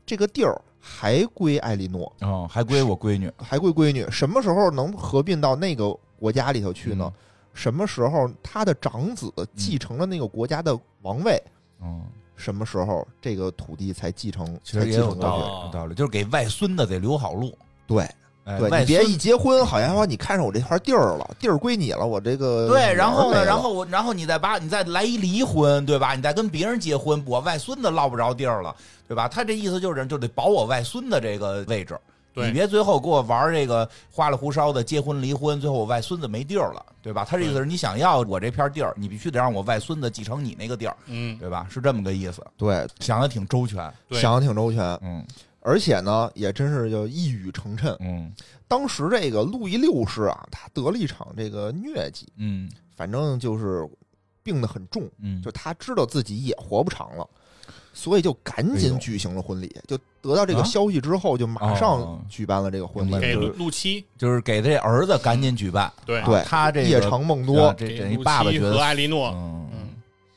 [SPEAKER 3] 这个地儿还归艾莉诺，
[SPEAKER 1] 哦，还归我闺女
[SPEAKER 3] 还归闺女，什么时候能合并到那个国家里头去呢？
[SPEAKER 1] 嗯
[SPEAKER 3] 什么时候他的长子继承了那个国家的王位？
[SPEAKER 1] 嗯。嗯
[SPEAKER 3] 什么时候这个土地才继承？
[SPEAKER 1] 其实
[SPEAKER 3] 才
[SPEAKER 1] 也
[SPEAKER 3] 继
[SPEAKER 1] 有
[SPEAKER 3] 承
[SPEAKER 1] 道
[SPEAKER 3] 过
[SPEAKER 1] 理，
[SPEAKER 3] 去？
[SPEAKER 4] 哦
[SPEAKER 1] 有道理，就是给外孙子得留好路。
[SPEAKER 3] 对
[SPEAKER 1] 哎
[SPEAKER 3] 对，
[SPEAKER 1] 外
[SPEAKER 3] 你别
[SPEAKER 1] 孙
[SPEAKER 3] 一结婚，好像说你看上我这块地儿了，地儿归你了，我这个
[SPEAKER 1] 对，然
[SPEAKER 3] 女儿
[SPEAKER 1] 后
[SPEAKER 3] 没
[SPEAKER 1] 呢，
[SPEAKER 3] 了
[SPEAKER 1] 然后我，然后你再把你再来一离婚，对吧？你再跟别人结婚，我外孙子落不着地儿了，对吧？他这意思就是就得保我外孙子这个位置，
[SPEAKER 2] 对
[SPEAKER 1] 你别最后给我玩这个花里胡哨的结婚离婚，最后我外孙子没地儿了，对吧？他这意思是你想要我这片地儿，你必须得让我外孙子继承你那个地儿，
[SPEAKER 2] 嗯，
[SPEAKER 1] 对吧？是这么个意思，
[SPEAKER 3] 对，
[SPEAKER 1] 想的挺周全，
[SPEAKER 2] 对
[SPEAKER 3] 想的挺周全，
[SPEAKER 1] 嗯
[SPEAKER 3] 而且呢，也真是就一语成谶。
[SPEAKER 1] 嗯
[SPEAKER 3] 当时这个路易六世啊，他得了一场这个疟疾，
[SPEAKER 1] 嗯
[SPEAKER 3] 反正就是病得很重，
[SPEAKER 1] 嗯
[SPEAKER 3] 就他知道自己也活不长了，所以就赶
[SPEAKER 1] 哎呦
[SPEAKER 3] 紧举行了婚礼。就得到这个
[SPEAKER 1] 啊
[SPEAKER 3] 消息之后，就马
[SPEAKER 1] 哦
[SPEAKER 3] 上举办了这个婚礼
[SPEAKER 1] 明白。
[SPEAKER 2] 给
[SPEAKER 1] 了
[SPEAKER 2] 陆
[SPEAKER 1] 就是
[SPEAKER 2] 陆七
[SPEAKER 1] 就是给这儿子赶紧举办，
[SPEAKER 2] 对
[SPEAKER 1] 啊
[SPEAKER 3] 对
[SPEAKER 1] 他这个
[SPEAKER 3] 夜长梦多
[SPEAKER 1] 啊，这
[SPEAKER 2] 给
[SPEAKER 1] 等于
[SPEAKER 2] 陆
[SPEAKER 1] 爸爸
[SPEAKER 2] 七
[SPEAKER 1] 觉
[SPEAKER 2] 和
[SPEAKER 1] 得，
[SPEAKER 2] 艾莉诺，
[SPEAKER 1] 嗯
[SPEAKER 2] 嗯，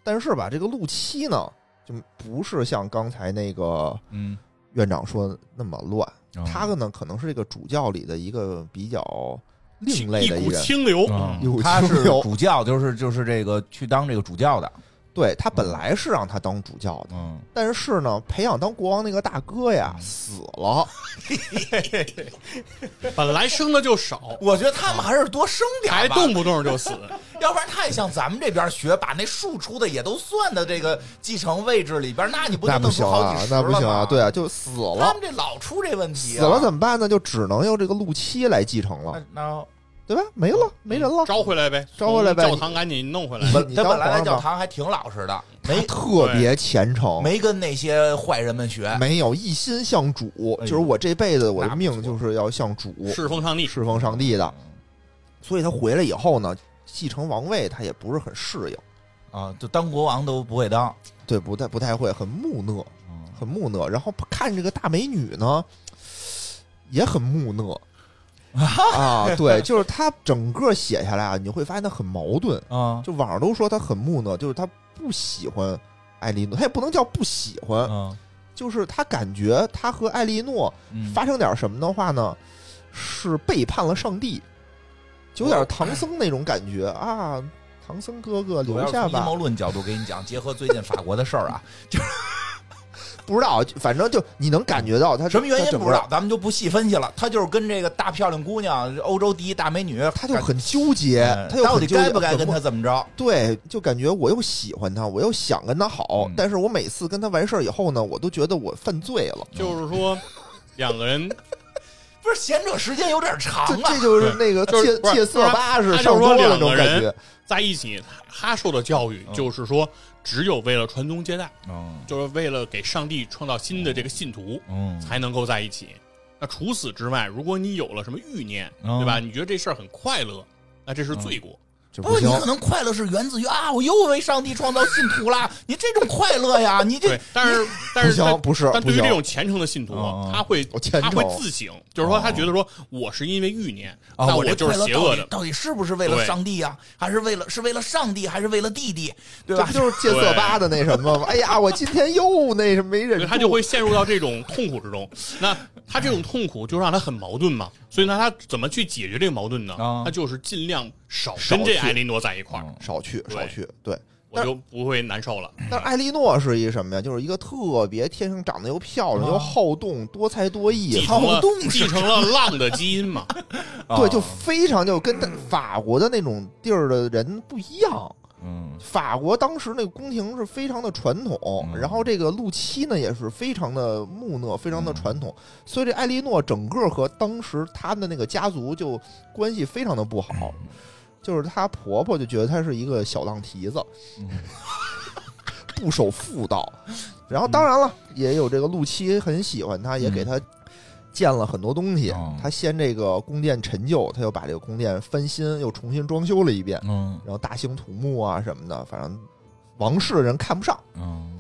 [SPEAKER 3] 但是吧，这个陆七呢，就不是像刚才那个
[SPEAKER 1] 嗯，
[SPEAKER 3] 院长说的那么乱，
[SPEAKER 1] 嗯
[SPEAKER 3] 他呢可能是这个主教里的一个比较另类
[SPEAKER 2] 一
[SPEAKER 3] 的一
[SPEAKER 2] 股
[SPEAKER 3] 人。
[SPEAKER 2] 清流，
[SPEAKER 1] 嗯
[SPEAKER 3] 有
[SPEAKER 1] 他
[SPEAKER 3] 清
[SPEAKER 1] 是
[SPEAKER 3] 流
[SPEAKER 1] 主教，就是就是这个去当这个主教的，
[SPEAKER 3] 对他本来是让他当主教的，
[SPEAKER 1] 嗯，
[SPEAKER 3] 但是呢，培养当国王那个大哥呀
[SPEAKER 1] 嗯
[SPEAKER 3] 死了，
[SPEAKER 2] 本来生的
[SPEAKER 1] [laughs]
[SPEAKER 2] 就少，
[SPEAKER 1] 我觉得他们还是多生点
[SPEAKER 2] 还
[SPEAKER 1] 吧，
[SPEAKER 2] 动不动就
[SPEAKER 1] [laughs]
[SPEAKER 2] 死，
[SPEAKER 1] 要不然太像咱们这边学，把那庶出的也都算到这个继承位置里边，那你不
[SPEAKER 3] 那
[SPEAKER 1] 能
[SPEAKER 3] 不
[SPEAKER 1] 弄出
[SPEAKER 3] 行
[SPEAKER 1] 好
[SPEAKER 3] 啊
[SPEAKER 1] 几，十了
[SPEAKER 3] 那不行啊，
[SPEAKER 1] 吗
[SPEAKER 3] 对，啊，就死
[SPEAKER 1] 他
[SPEAKER 3] 了，
[SPEAKER 1] 们这老出这问题
[SPEAKER 3] 死
[SPEAKER 1] 啊，
[SPEAKER 3] 了怎么办呢？就只能用这个陆七来继承了
[SPEAKER 1] 那，那
[SPEAKER 3] 对吧？没了，没人了。
[SPEAKER 2] 招回来呗，
[SPEAKER 3] 招回来呗
[SPEAKER 2] 从教堂赶紧弄回来
[SPEAKER 3] 你。
[SPEAKER 1] 嗯本
[SPEAKER 3] 你
[SPEAKER 1] 他
[SPEAKER 3] 当
[SPEAKER 1] 本来来
[SPEAKER 3] 皇上
[SPEAKER 1] 教
[SPEAKER 3] 吧哦
[SPEAKER 1] 堂还挺老实的，
[SPEAKER 3] 他 [laughs]
[SPEAKER 1] 没
[SPEAKER 3] 特别虔诚，
[SPEAKER 1] 没跟那些坏人们学，
[SPEAKER 3] 没有一心向主，
[SPEAKER 1] 哎呦
[SPEAKER 3] 就是我这辈子我
[SPEAKER 1] 那
[SPEAKER 3] 的
[SPEAKER 1] 不
[SPEAKER 3] 命
[SPEAKER 1] 错
[SPEAKER 3] 就是要向主，
[SPEAKER 2] 侍奉上帝，
[SPEAKER 3] 侍奉上帝的。所以他回来以后呢，继承王位他也不是很适应，
[SPEAKER 1] 啊，就当国王都不会当，
[SPEAKER 3] 对，不太不太会，很木讷，
[SPEAKER 1] 嗯
[SPEAKER 3] 很木讷。然后看这个大美女呢，也很
[SPEAKER 1] [laughs]
[SPEAKER 3] 木讷。啊，对，就是他整个写下来啊，你会发现他很矛盾。
[SPEAKER 1] 啊
[SPEAKER 3] 就网上都说他很木讷，就是他不喜欢艾莉诺，他也不能叫不喜欢，
[SPEAKER 1] 嗯，
[SPEAKER 3] 就是他感觉他和艾莉诺
[SPEAKER 1] 嗯
[SPEAKER 3] 发生点什么的话呢，是背叛了上帝，就有点唐僧那种感觉啊。唐僧哥哥
[SPEAKER 1] 哦我要
[SPEAKER 3] 留
[SPEAKER 1] 是
[SPEAKER 3] 下
[SPEAKER 1] 从阴
[SPEAKER 3] 吧
[SPEAKER 1] 谋，论角度给你讲，结合最近法国的事儿啊，
[SPEAKER 3] 不知道，反正就你能感觉到 [laughs] 他
[SPEAKER 1] 什么原
[SPEAKER 3] 他
[SPEAKER 1] 因
[SPEAKER 3] 整
[SPEAKER 1] 不
[SPEAKER 3] 个
[SPEAKER 1] 知道，咱们就不细分析了。他就是跟这个大漂亮姑娘，欧洲第一大美女，
[SPEAKER 3] 他就很纠结
[SPEAKER 1] 哎，
[SPEAKER 3] 他又
[SPEAKER 1] 到
[SPEAKER 3] 很
[SPEAKER 1] 底
[SPEAKER 3] 纠结
[SPEAKER 1] 该不该
[SPEAKER 3] 很
[SPEAKER 1] 跟他怎么着？
[SPEAKER 3] 对，就感觉我又喜欢他，我又想跟他好，
[SPEAKER 1] 嗯
[SPEAKER 3] 但是我每次跟他完事儿以后呢，我都觉得我犯罪了。
[SPEAKER 2] 就是说，两个人
[SPEAKER 1] 不是贤者时间有点长
[SPEAKER 3] 这
[SPEAKER 1] 啊
[SPEAKER 3] 这，就是那个
[SPEAKER 2] 就是
[SPEAKER 3] 戒
[SPEAKER 2] 不是
[SPEAKER 3] 戒色巴是
[SPEAKER 2] 他就
[SPEAKER 3] 上
[SPEAKER 2] 是说
[SPEAKER 3] 桌的那
[SPEAKER 2] 两
[SPEAKER 3] 种
[SPEAKER 2] 个
[SPEAKER 3] 感
[SPEAKER 2] 人
[SPEAKER 3] 觉，
[SPEAKER 2] 在一起，他受的教育
[SPEAKER 1] 嗯
[SPEAKER 2] 就是说，只有为了传宗接代，
[SPEAKER 1] 嗯
[SPEAKER 2] 就是为了给上帝创造新的这个信徒，
[SPEAKER 1] 嗯
[SPEAKER 2] 才能够在一起。那除此之外，如果你有了什么欲念，
[SPEAKER 1] 嗯
[SPEAKER 2] 对吧？你觉得这事儿很快乐，那这是罪过。
[SPEAKER 3] 这
[SPEAKER 1] 不是
[SPEAKER 3] 行
[SPEAKER 1] 你。可能快乐是源自于啊，我又为上帝创造信徒啦！你这种快乐呀，你这
[SPEAKER 2] 对，但
[SPEAKER 1] [laughs]
[SPEAKER 2] 是但
[SPEAKER 3] 不
[SPEAKER 2] 是他
[SPEAKER 3] 行，不是，
[SPEAKER 2] 但
[SPEAKER 3] 不
[SPEAKER 2] 对于
[SPEAKER 3] 行
[SPEAKER 2] 这，种虔诚的信徒啊
[SPEAKER 1] 嗯嗯，
[SPEAKER 2] 他会
[SPEAKER 3] 我虔
[SPEAKER 2] 他
[SPEAKER 3] 诚
[SPEAKER 2] 会自省，就是说他觉得说我是因为欲念，
[SPEAKER 1] 啊，
[SPEAKER 2] 那
[SPEAKER 1] 我这
[SPEAKER 2] 就
[SPEAKER 1] 快
[SPEAKER 2] 是
[SPEAKER 1] 乐
[SPEAKER 2] 邪
[SPEAKER 1] 到
[SPEAKER 2] 恶
[SPEAKER 1] 底
[SPEAKER 2] 的。
[SPEAKER 1] 到底是不是为了
[SPEAKER 2] 对
[SPEAKER 1] 上帝呀？还是为了是为了上帝，还是为了弟弟？对
[SPEAKER 3] 这
[SPEAKER 1] 吧
[SPEAKER 3] 不？就是戒色巴的那什么吗？哎呀，我今天又那什么没
[SPEAKER 2] 所
[SPEAKER 3] 忍住，
[SPEAKER 2] 以他就会陷入到这种痛苦之中。那他这种痛苦就让他很矛盾嘛，所以呢，他怎么去解决这个矛盾呢
[SPEAKER 1] 啊？嗯
[SPEAKER 2] 他就是尽量少
[SPEAKER 3] 少
[SPEAKER 2] 跟这
[SPEAKER 3] 去
[SPEAKER 2] 艾琳诺在一块儿，
[SPEAKER 3] 少去
[SPEAKER 2] 对
[SPEAKER 3] 少去。对，
[SPEAKER 2] 我就不会难受了。
[SPEAKER 3] 但是艾莉诺是一什么呀？就是一个特别天生长得又漂亮
[SPEAKER 1] 啊
[SPEAKER 3] 又好动、多才多
[SPEAKER 2] 继
[SPEAKER 3] 艺，
[SPEAKER 2] 承
[SPEAKER 1] 好
[SPEAKER 2] 了
[SPEAKER 1] 动 [laughs] 是
[SPEAKER 2] 继承了浪的基因
[SPEAKER 3] [laughs]
[SPEAKER 2] 嘛，
[SPEAKER 1] 啊
[SPEAKER 3] 对，就非常就跟法国的那种地儿的人不一样。
[SPEAKER 1] 嗯
[SPEAKER 3] 法国当时那个宫廷是非常的传统，
[SPEAKER 1] 嗯
[SPEAKER 3] 然后这个路七呢也是非常的木讷，非常的传
[SPEAKER 1] 嗯
[SPEAKER 3] 统，所以这艾莉诺整个和当时她的那个家族就关系非常的不好，
[SPEAKER 1] 嗯
[SPEAKER 3] 就是她婆婆就觉得她是一个小浪蹄子，
[SPEAKER 1] 嗯
[SPEAKER 3] 不守妇道。然后当然了，也有这个路七很喜欢她，也给
[SPEAKER 1] 嗯
[SPEAKER 3] 她建了很多东西
[SPEAKER 1] 哦。
[SPEAKER 3] 她先这个宫殿陈旧，她又把这个宫殿翻新，又重新装修了一遍，
[SPEAKER 1] 嗯
[SPEAKER 3] 然后大兴土木啊什么的，反正王室的人看不上。
[SPEAKER 1] 嗯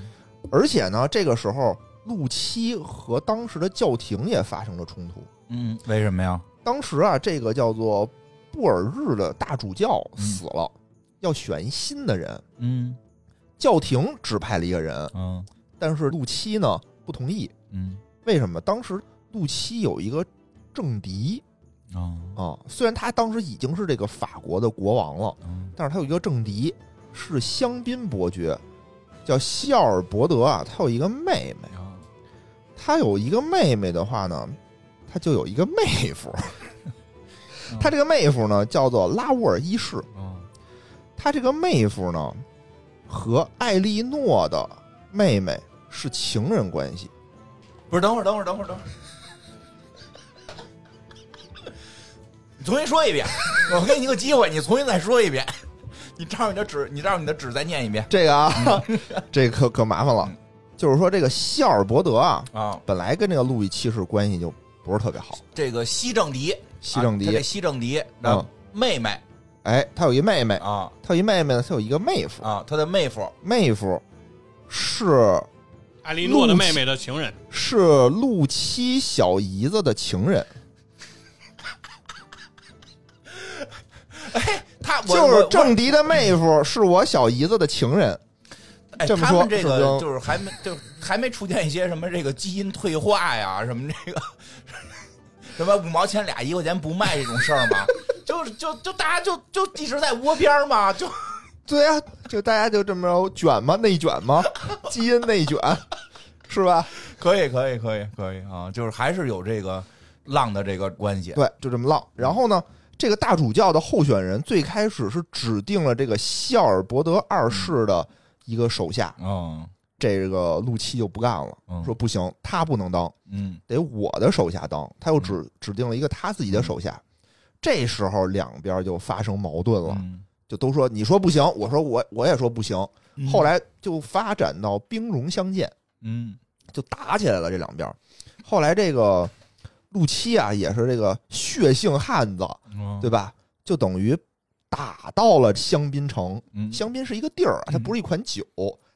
[SPEAKER 3] 而且呢，这个时候路七和当时的教廷也发生了冲突。
[SPEAKER 1] 嗯，为什么呀？
[SPEAKER 3] 当时啊，这个叫做布尔日的大主教
[SPEAKER 1] 嗯
[SPEAKER 3] 死了，要选一新的人，
[SPEAKER 1] 嗯
[SPEAKER 3] 教廷指派了一个人，
[SPEAKER 1] 嗯
[SPEAKER 3] 但是路七呢不同意。
[SPEAKER 1] 嗯
[SPEAKER 3] 为什么？当时路七有一个政敌
[SPEAKER 1] 哦
[SPEAKER 3] 啊，虽然他当时已经是这个法国的国王了，
[SPEAKER 1] 嗯。
[SPEAKER 3] 但是他有一个政敌是香槟伯爵，叫希尔伯德啊，他有一个妹妹。
[SPEAKER 4] 啊
[SPEAKER 3] 他有一个妹妹的话呢，他就有一个妹夫
[SPEAKER 1] 嗯
[SPEAKER 3] 他这个妹夫呢，叫做拉沃尔一世。
[SPEAKER 4] 嗯
[SPEAKER 1] 哦
[SPEAKER 3] 他这个妹夫呢，和艾莉诺的妹妹是情人关系。
[SPEAKER 1] 不是，等会儿，等会儿，等会儿，等会儿。 [laughs] 你重新说一遍，我给你个机会，你重新再说一遍。 [laughs] 你照着你的纸，你照着你的纸再念一遍
[SPEAKER 3] 这个啊，这可可麻烦了
[SPEAKER 1] 嗯。
[SPEAKER 3] 就是说，这个希尔伯德啊，
[SPEAKER 1] 啊！
[SPEAKER 3] 本来跟这个路易七世关系就不是特别好，
[SPEAKER 1] 这个西政敌，
[SPEAKER 3] 西政
[SPEAKER 1] 啊他
[SPEAKER 3] 敌
[SPEAKER 1] 这。西政敌的
[SPEAKER 3] 嗯
[SPEAKER 1] 妹妹
[SPEAKER 3] 哎，他有一妹妹，
[SPEAKER 1] 啊
[SPEAKER 3] 他有一妹妹呢，他有一个妹夫，
[SPEAKER 1] 啊，他的妹夫
[SPEAKER 3] 妹夫是
[SPEAKER 2] 艾莉诺的妹妹的情人，
[SPEAKER 3] 是陆七小姨子的情人，
[SPEAKER 1] 哎他我
[SPEAKER 3] 就是
[SPEAKER 1] 我
[SPEAKER 3] 政敌的妹夫是我小姨子的情人。
[SPEAKER 1] 哎，
[SPEAKER 3] 这么
[SPEAKER 1] 他
[SPEAKER 3] 说
[SPEAKER 1] 们这
[SPEAKER 3] 是不
[SPEAKER 1] 个
[SPEAKER 3] 是
[SPEAKER 1] 就是还没就还没出现一些什么这个基因退化呀，什么这个 [laughs] 什么五毛钱俩一块钱不卖这种事儿吗？ [laughs] 就是就就大家就就一直在窝边儿嘛，就
[SPEAKER 3] 对
[SPEAKER 1] 啊
[SPEAKER 3] 呀、就大家就这么着卷吗？内卷
[SPEAKER 1] [laughs]
[SPEAKER 3] 吗？基因内卷，是吧？
[SPEAKER 1] [laughs] 可以可以可以可以啊，就是还是有这个浪的这个关系。
[SPEAKER 3] 对，就这么浪。然后呢，这个大主教的候选人最开始是指定了这个希尔伯德二世的一个手下，
[SPEAKER 1] 嗯
[SPEAKER 3] 这个陆七就不干了，
[SPEAKER 1] 嗯
[SPEAKER 3] 说不行，他不能当，
[SPEAKER 1] 嗯
[SPEAKER 3] 得我的手下当。他又指指定了一个他自己的手下。这时候两边就发生矛盾了。
[SPEAKER 1] 嗯
[SPEAKER 3] 就都说你说不行，我说我我也说不行。
[SPEAKER 1] 嗯
[SPEAKER 3] 后来就发展到兵戎相见，
[SPEAKER 1] 嗯
[SPEAKER 3] 就打起来了这两边儿。后来这个陆七啊，也是这个血性汉子，
[SPEAKER 1] 嗯
[SPEAKER 3] 对吧？就等于打到了香槟城。
[SPEAKER 1] 嗯
[SPEAKER 3] 香槟是一个地儿啊，它不是一款酒。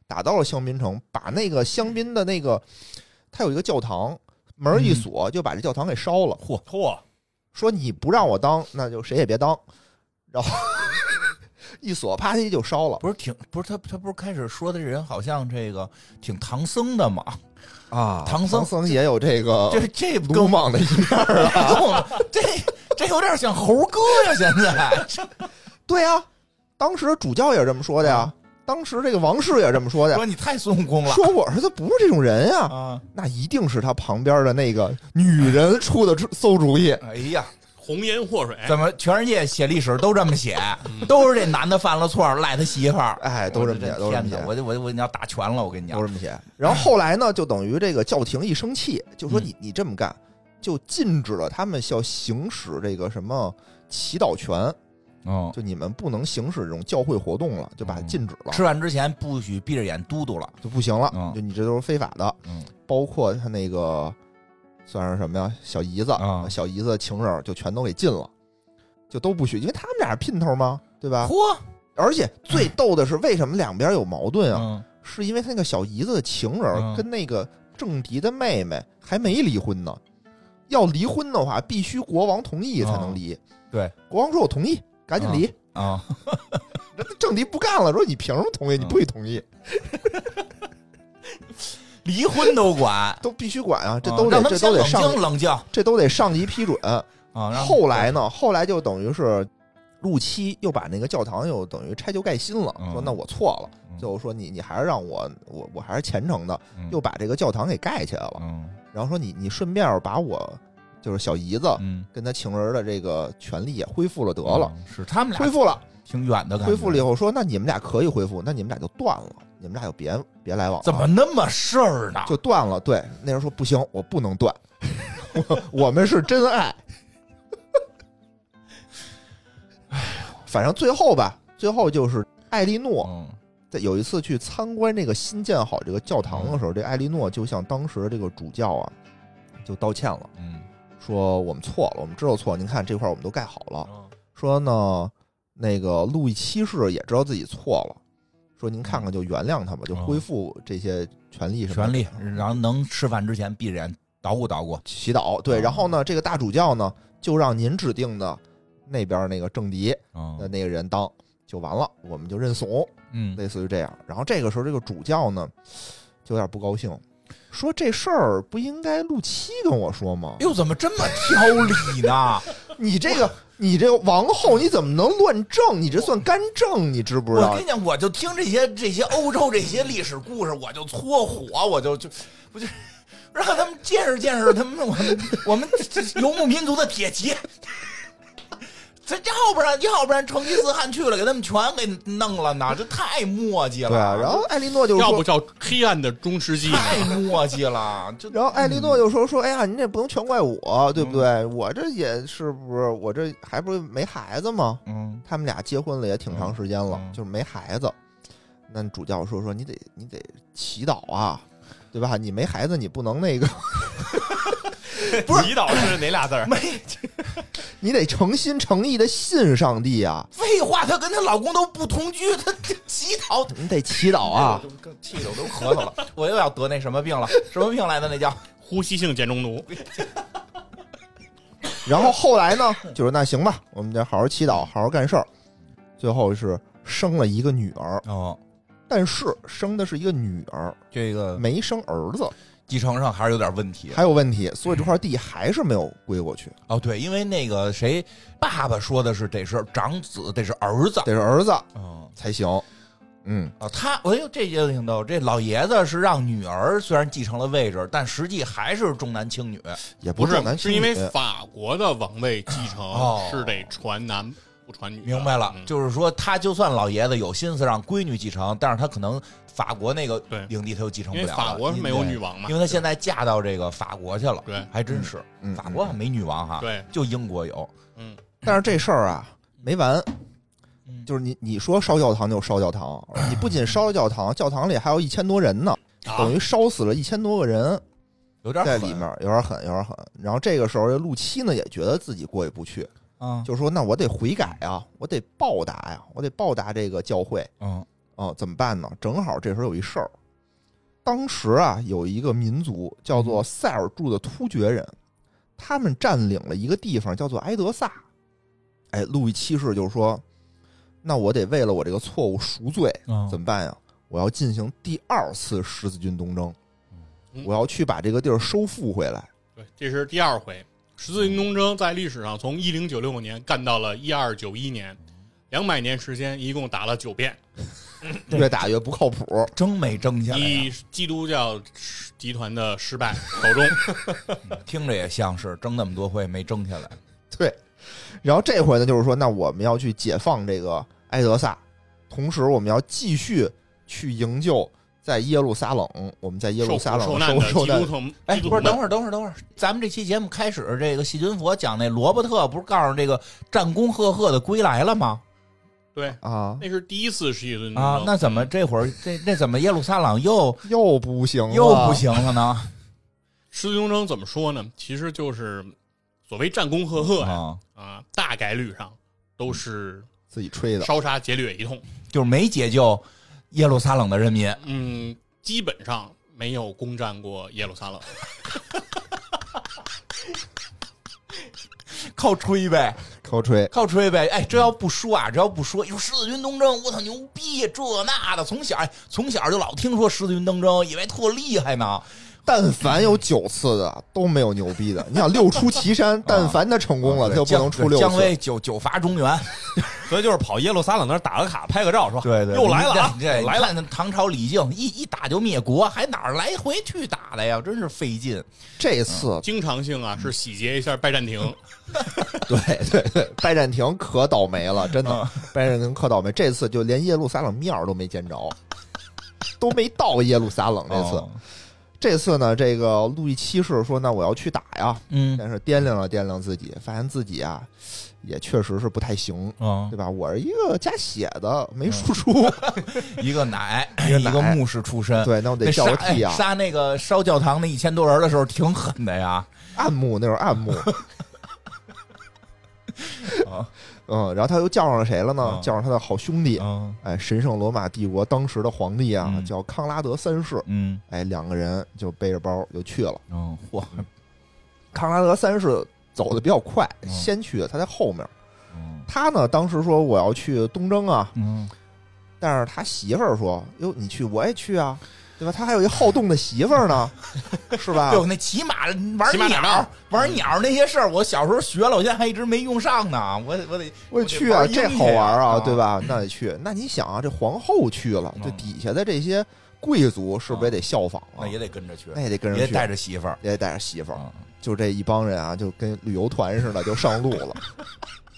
[SPEAKER 3] 打到了香槟城，把那个香槟的那个，它有一个教堂，门儿一
[SPEAKER 1] 嗯
[SPEAKER 3] 锁就把这教堂给烧了。
[SPEAKER 1] 嚯
[SPEAKER 2] 嚯，
[SPEAKER 3] 说你不让我当，那就谁也别当。然后 [laughs] 一锁，啪叽就烧了。
[SPEAKER 1] 不是挺不是他他不是开始说的人好像这个挺唐僧的嘛？
[SPEAKER 3] 啊
[SPEAKER 1] 唐僧
[SPEAKER 3] 僧也有这个
[SPEAKER 1] 这这跟
[SPEAKER 3] 鲁莽的一面。 [laughs]
[SPEAKER 1] 我这这有点像猴哥呀！现在
[SPEAKER 3] 对啊，当时主教也是这么说的呀，当时这个王室也是这么说的
[SPEAKER 1] 啊
[SPEAKER 3] 呀
[SPEAKER 1] 说，你太孙悟空了
[SPEAKER 3] 说我儿子不是这种人呀，
[SPEAKER 1] 啊！
[SPEAKER 3] 那一定是他旁边的那个女人出的馊主意。
[SPEAKER 1] 哎呀，
[SPEAKER 2] 红颜祸水，
[SPEAKER 1] 怎么全世界写历史都这么写？都是这男的犯了错，赖他媳妇儿。
[SPEAKER 3] 哎，都这么写，
[SPEAKER 1] 我
[SPEAKER 3] 都这
[SPEAKER 1] 天
[SPEAKER 3] 么写
[SPEAKER 1] 哪，我就我就我你要打拳了，我跟你
[SPEAKER 3] 都
[SPEAKER 1] 讲
[SPEAKER 3] 这么写。 [laughs] 然后后来呢，就等于这个教廷一生气，就说
[SPEAKER 1] 嗯
[SPEAKER 3] 你你这么干，就禁止了他们要行使这个什么祈祷权，
[SPEAKER 1] 嗯，
[SPEAKER 3] 就你们不能行使这种教会活动了，就把它禁止了。
[SPEAKER 1] 吃饭之前不许闭着眼嘟嘟了。
[SPEAKER 3] 就不行了，
[SPEAKER 1] 嗯
[SPEAKER 3] 就你这都是非法的，
[SPEAKER 1] 嗯
[SPEAKER 3] 包括他那个算是什么呀，小姨子，呃
[SPEAKER 1] 啊
[SPEAKER 3] 小姨子的情人就全都给禁了，就都不许，因为他们俩是姘头嘛，对吧？
[SPEAKER 1] 嚯，
[SPEAKER 3] 而且最逗的是，为什么两边有矛盾啊？
[SPEAKER 1] 嗯
[SPEAKER 3] 是因为他那个小姨子的情
[SPEAKER 1] 嗯
[SPEAKER 3] 人跟那个政敌的妹妹还没离婚呢，要离婚的话必须国王同意才能离。
[SPEAKER 1] 嗯对，
[SPEAKER 3] 国王说我同意，赶紧离。
[SPEAKER 1] 啊，
[SPEAKER 3] 人家政敌不干了，说你凭什么
[SPEAKER 1] 嗯
[SPEAKER 3] 同意？你不许同意，
[SPEAKER 1] 离婚都管，
[SPEAKER 3] 都必须管啊！这
[SPEAKER 1] 啊
[SPEAKER 3] 都得
[SPEAKER 1] 让他
[SPEAKER 3] 这
[SPEAKER 1] 们先
[SPEAKER 3] 都得
[SPEAKER 1] 冷
[SPEAKER 3] 上
[SPEAKER 1] 静冷静啊！
[SPEAKER 3] 这都得上级批准。
[SPEAKER 1] 让
[SPEAKER 3] 后来呢，后来就等于是陆七又把那个教堂又等于拆旧盖新了，
[SPEAKER 1] 嗯
[SPEAKER 3] 说那我错了，
[SPEAKER 1] 嗯
[SPEAKER 3] 就说你你还是让我我我还是虔诚的，
[SPEAKER 1] 嗯
[SPEAKER 3] 又把这个教堂给盖起来了。
[SPEAKER 1] 嗯
[SPEAKER 3] 然后说你你顺便把我就是小姨子
[SPEAKER 1] 嗯
[SPEAKER 3] 跟他情人的这个权利也恢复了得了，
[SPEAKER 1] 嗯是他们
[SPEAKER 3] 恢
[SPEAKER 1] 俩
[SPEAKER 3] 复了。
[SPEAKER 1] 挺远的感觉。
[SPEAKER 3] 恢复了以后说，那你们俩可以恢复，那你们俩就断了，你们俩就别别来往了，
[SPEAKER 1] 怎么那么事儿呢？
[SPEAKER 3] 就断了？对，那人说不行，我不能断， [laughs] 我我们是真爱。反正最后吧，最后就是艾莉诺
[SPEAKER 1] 嗯
[SPEAKER 3] 在有一次去参观这个新建好这个教堂
[SPEAKER 1] 嗯
[SPEAKER 3] 的时候，这艾莉诺就向当时的这个主教啊，就道歉了，
[SPEAKER 1] 嗯
[SPEAKER 3] 说我们错了，我们知道错了。您看这块儿我们都盖好了。说呢，那个路易七世也知道自己错了，说您看看就原谅他吧，就恢复这些权利什么的
[SPEAKER 1] 哦权利，然后能吃饭之前闭着眼捣鼓捣鼓，
[SPEAKER 3] 祈祷。
[SPEAKER 1] 哦
[SPEAKER 3] 对，然后呢，这个大主教呢，就让您指定的那边那个政敌的
[SPEAKER 1] 嗯
[SPEAKER 3] 那个人当就完了，我们就认怂。
[SPEAKER 1] 嗯，
[SPEAKER 3] 类似于这样。然后这个时候，这个主教呢就有点不高兴，说这事儿不应该陆七跟我说吗？
[SPEAKER 1] 哟，怎么这么挑理呢？
[SPEAKER 3] 你这个你这个王后你怎么能乱政？你这算干政，你知不知
[SPEAKER 1] 我
[SPEAKER 3] 道
[SPEAKER 1] 跟？你讲，我就听这些这些欧洲这些历史故事，我就搓火，我就就不就让他们见识见识他们我们我们这这游牧民族的铁骑。这要不然要不然成吉思汗去了，给他们全给弄了呢，这太墨迹了。
[SPEAKER 3] 对啊，然后艾莉诺就
[SPEAKER 2] 要不
[SPEAKER 3] 说。
[SPEAKER 2] 叫黑暗的中世纪呢？
[SPEAKER 1] 太墨迹了，就
[SPEAKER 3] 然后艾莉诺就说：“说，哎呀，您这不能全怪我，对不对？
[SPEAKER 1] 嗯
[SPEAKER 3] 我这也是不是，我这还不是没孩子吗？
[SPEAKER 1] 嗯
[SPEAKER 3] 他们俩结婚了也挺长时间了，
[SPEAKER 1] 嗯嗯
[SPEAKER 3] 就是没孩子。那主教说说你得你得祈祷啊，对吧？你没孩子你不能那个， [laughs]
[SPEAKER 1] 不是
[SPEAKER 4] 祈祷是哪俩
[SPEAKER 1] [laughs]
[SPEAKER 4] 字儿？
[SPEAKER 1] 没
[SPEAKER 3] 你得诚心诚意的信上帝啊，
[SPEAKER 1] 废话，她跟她老公都不同居，她这乞讨
[SPEAKER 3] 你得祈祷
[SPEAKER 1] 啊 [laughs]
[SPEAKER 3] 啊，，
[SPEAKER 1] 我就更气的我都咳嗽了， [laughs] 我又要得那什么病了，什么病来的那叫？
[SPEAKER 2] 呼吸性碱中毒，
[SPEAKER 3] 然后后来呢，就是那行吧，我们得好好祈祷，好好干事儿。最后是生了一个女儿，
[SPEAKER 1] 哦，
[SPEAKER 3] 但是生的是一个女儿，
[SPEAKER 1] 这个
[SPEAKER 3] 没生儿子，
[SPEAKER 1] 继承上还是有点问题。
[SPEAKER 3] 还有问题，所以这块地还是没有归过去，
[SPEAKER 2] 嗯
[SPEAKER 1] 哦，对，因为那个谁，爸爸说的是得是长子，得是儿子。
[SPEAKER 3] 得是儿子
[SPEAKER 1] 嗯，
[SPEAKER 3] 才行。嗯，
[SPEAKER 1] 啊，他，哎呦，这就挺逗。这老爷子是让女儿虽然继承了位置，但实际还是重男轻女。
[SPEAKER 3] 也
[SPEAKER 2] 不
[SPEAKER 3] 是
[SPEAKER 2] 是
[SPEAKER 3] 男
[SPEAKER 2] 是因为法国的王位继
[SPEAKER 1] 哦
[SPEAKER 2] 承是得传男不传女的。
[SPEAKER 1] 明白了，
[SPEAKER 2] 嗯
[SPEAKER 1] 就是说他就算老爷子有心思让闺女继承，但是他可能法国那个
[SPEAKER 2] 对
[SPEAKER 1] 领地他又继承不
[SPEAKER 2] 因
[SPEAKER 1] 了
[SPEAKER 2] 为
[SPEAKER 1] 了
[SPEAKER 2] 法国是没有女，王
[SPEAKER 1] 因
[SPEAKER 2] 嘛
[SPEAKER 1] 为因，为他现在嫁到这个法国去了。
[SPEAKER 2] 对
[SPEAKER 1] 还真是，
[SPEAKER 3] 嗯
[SPEAKER 1] 法国还没女王哈，
[SPEAKER 2] 对，
[SPEAKER 1] 就英国有。
[SPEAKER 2] 嗯，
[SPEAKER 3] 但是这事儿啊没完，
[SPEAKER 1] 嗯
[SPEAKER 3] 就是你你说烧教堂就烧教堂，你不仅烧了教堂，教堂里还有一千多人呢，
[SPEAKER 2] 啊
[SPEAKER 3] 等于烧死了一千多个人
[SPEAKER 1] 有点
[SPEAKER 3] 在
[SPEAKER 1] 狠
[SPEAKER 3] 里面，有点狠，有点狠。然后这个时候，这陆七呢也觉得自己过意不去，
[SPEAKER 1] 啊，
[SPEAKER 3] 就说那我得悔改啊，我得报答呀、我得报答这个教会
[SPEAKER 1] 嗯
[SPEAKER 3] 啊、怎么办呢？正好这时候有一事儿，当时啊有一个民族叫做塞尔柱的突厥人，他们占领了一个地方叫做埃德萨。哎，路易七世就说：“那我得为了我这个错误赎罪，
[SPEAKER 1] 嗯
[SPEAKER 3] 怎么办呀？我要进行第二次十字军东征
[SPEAKER 2] 嗯，
[SPEAKER 3] 我要去把这个地儿收复回来。
[SPEAKER 2] 对，这是第二回十字军东征在历史上从一零九六年干到了一二九一年，两百年时间一共打了九遍，
[SPEAKER 1] 对
[SPEAKER 3] 越打越不靠谱，
[SPEAKER 1] 争没争下来呀、
[SPEAKER 2] 以基督教集团的失败告
[SPEAKER 1] [laughs]
[SPEAKER 2] 终。
[SPEAKER 1] 听着也像是争那么多回没争下来。
[SPEAKER 3] 对。然后这回呢，就是说，那我们要去解放这个埃德萨，同时我们要继续去营救在耶路撒冷，我们在耶
[SPEAKER 2] 受
[SPEAKER 3] 路
[SPEAKER 2] 苦
[SPEAKER 3] 撒冷
[SPEAKER 2] 受难
[SPEAKER 3] 受
[SPEAKER 2] 的
[SPEAKER 3] 受
[SPEAKER 2] 基督
[SPEAKER 3] 难
[SPEAKER 2] 徒，
[SPEAKER 1] 哎，
[SPEAKER 2] 基督
[SPEAKER 1] 不
[SPEAKER 2] 徒
[SPEAKER 1] 是，
[SPEAKER 2] 们
[SPEAKER 1] 等会儿，等会儿，等会儿，咱们这期节目开始，这个细菌佛讲那罗伯特不是告诉这个战功赫赫的归来了吗？
[SPEAKER 2] 对，
[SPEAKER 3] 啊，
[SPEAKER 2] 那是第一次十字军东
[SPEAKER 3] 嗯
[SPEAKER 2] 征
[SPEAKER 1] 啊，那怎么这会儿这那怎么耶路撒冷又
[SPEAKER 3] 又不行，
[SPEAKER 1] 又不，行了
[SPEAKER 3] [laughs]
[SPEAKER 1] 呢？
[SPEAKER 2] 十字军东征怎么说呢？其实就是所谓战功赫赫呀
[SPEAKER 1] 啊，嗯
[SPEAKER 2] 啊，大概率上都是
[SPEAKER 3] 自己吹的。
[SPEAKER 2] 烧杀劫掠一通。
[SPEAKER 1] 就是没解救耶路撒冷的人民。
[SPEAKER 2] 嗯，基本上没有攻占过耶路撒冷。
[SPEAKER 1] 靠吹呗，
[SPEAKER 3] 靠吹，
[SPEAKER 1] 靠吹呗！哎，这要不说啊，这要不说，有十字军东征，我操牛逼，这那的，从小哎从小就老听说十字军东征，以为特厉害呢。
[SPEAKER 3] 但凡有九次的都没有牛逼的。你想六出
[SPEAKER 1] [laughs]
[SPEAKER 3] 祁山，但凡他成功了，他
[SPEAKER 1] 啊对
[SPEAKER 3] 就不
[SPEAKER 1] 姜
[SPEAKER 3] 能出六
[SPEAKER 1] 姜
[SPEAKER 3] 次。
[SPEAKER 1] 维九九伐中原，
[SPEAKER 4] 所以就是跑耶路撒冷那儿打个卡，拍个照，说
[SPEAKER 1] 对对，
[SPEAKER 4] 又来了啊，
[SPEAKER 1] 你这
[SPEAKER 4] 又
[SPEAKER 1] 你
[SPEAKER 4] 来了。
[SPEAKER 1] 看那唐朝李靖一一打就灭国，还哪儿来回去打的呀？真是费劲。
[SPEAKER 3] 这次
[SPEAKER 2] 经常性啊是洗劫一下拜占庭，
[SPEAKER 3] 对 [laughs] 对对，拜占庭可倒霉了，真的，
[SPEAKER 1] 嗯
[SPEAKER 3] 拜占庭可倒霉。这次就连耶路撒冷面儿都没见着，都没到耶路撒冷。这次，
[SPEAKER 1] 哦
[SPEAKER 3] 这次呢，这个路易七世说：“那我要去打呀。”
[SPEAKER 1] 嗯
[SPEAKER 3] 但是掂量了掂量自己，发现自己啊，也确实是不太行，
[SPEAKER 1] 啊
[SPEAKER 3] 对，吧？我是一个加血的，没
[SPEAKER 1] 嗯
[SPEAKER 3] 输
[SPEAKER 1] [laughs]
[SPEAKER 3] 出。
[SPEAKER 1] 一个奶，
[SPEAKER 3] 一
[SPEAKER 1] 一
[SPEAKER 3] 个奶
[SPEAKER 1] 个牧师出身，
[SPEAKER 3] 对，那我
[SPEAKER 1] 那
[SPEAKER 3] 得
[SPEAKER 1] 杀
[SPEAKER 3] 叫个替
[SPEAKER 1] 哎
[SPEAKER 3] 啊，
[SPEAKER 1] 杀那个烧教堂那一千多人的时候挺狠的呀。
[SPEAKER 3] 暗幕那种
[SPEAKER 1] [laughs]
[SPEAKER 3] 暗幕。
[SPEAKER 1] 啊
[SPEAKER 3] 嗯，然后他又叫上了谁了呢
[SPEAKER 1] 啊？
[SPEAKER 3] 叫上他的好兄弟，
[SPEAKER 1] 嗯
[SPEAKER 3] 哎，神圣罗马帝国当时的皇帝啊，
[SPEAKER 1] 嗯
[SPEAKER 3] 叫康拉德三世。
[SPEAKER 1] 嗯
[SPEAKER 3] 哎，两个人就背着包就去了。
[SPEAKER 1] 嗯，嚯，
[SPEAKER 3] 康拉德三世走的比较快，
[SPEAKER 1] 嗯
[SPEAKER 3] 先去的，他在后面。
[SPEAKER 1] 嗯
[SPEAKER 3] 他呢，当时说我要去东征啊，
[SPEAKER 1] 嗯
[SPEAKER 3] 但是他媳妇儿说：“哟，你去我也去啊，对吧？他还有一好动的媳妇儿呢，是吧？
[SPEAKER 1] 哎哟，那骑马玩
[SPEAKER 2] 骑马打
[SPEAKER 1] 鸟
[SPEAKER 2] 仗
[SPEAKER 1] 玩鸟那些事儿，我小时候学了，我现在还一直没用上呢。我我得
[SPEAKER 3] 我也去啊，
[SPEAKER 1] 我得玩
[SPEAKER 3] 这
[SPEAKER 1] 英
[SPEAKER 3] 好
[SPEAKER 1] 雄
[SPEAKER 3] 玩
[SPEAKER 1] 呀
[SPEAKER 3] 啊，
[SPEAKER 1] 啊
[SPEAKER 3] 对吧？那得去。那你想啊，这皇后去了，这
[SPEAKER 1] 嗯
[SPEAKER 3] 底下的这些贵族是不是也得效仿啊
[SPEAKER 1] 那？也得跟着去，
[SPEAKER 3] 那也得跟
[SPEAKER 1] 也得
[SPEAKER 3] 着去，嗯
[SPEAKER 1] 带着媳妇儿。
[SPEAKER 3] 也得带着媳妇儿。
[SPEAKER 1] 啊
[SPEAKER 3] 就这一帮人啊，就跟旅游团似的，就上路了。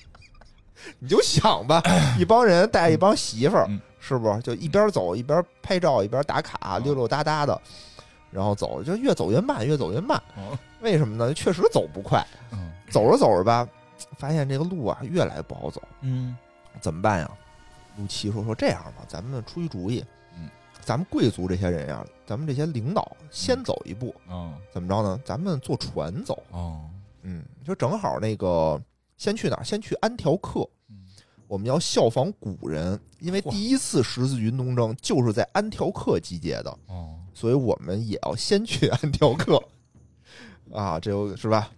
[SPEAKER 3] [laughs] 你就
[SPEAKER 1] [clears throat]
[SPEAKER 3] 想吧，一帮人带一帮媳妇儿
[SPEAKER 1] 嗯，啊
[SPEAKER 3] 是不是就一边走一边拍照一边打卡，溜溜达达的，然后走，就越走越慢，越走越慢
[SPEAKER 1] 哦。
[SPEAKER 3] 为什么呢？确实走不快，
[SPEAKER 1] 嗯
[SPEAKER 3] 走着走着吧，发现这个路啊越来越不好走，
[SPEAKER 1] 嗯
[SPEAKER 3] 怎么办呀？陆琪说：“说这样吧，咱们出一主意，
[SPEAKER 1] 嗯，
[SPEAKER 3] 咱们贵族这些人呀、咱们这些领导
[SPEAKER 1] 嗯
[SPEAKER 3] 先走一步，
[SPEAKER 1] 哦
[SPEAKER 3] 怎么着呢？咱们坐船走。”
[SPEAKER 1] 哦
[SPEAKER 3] 嗯，就正好那个先去哪儿？先去安条克。
[SPEAKER 1] 嗯
[SPEAKER 3] 我们要效仿古人，因为
[SPEAKER 1] 哇
[SPEAKER 3] 第一次十字军东征就是在安条克集结的，
[SPEAKER 1] 哦，
[SPEAKER 3] 所以我们也要先去安条克。啊，这有是吧？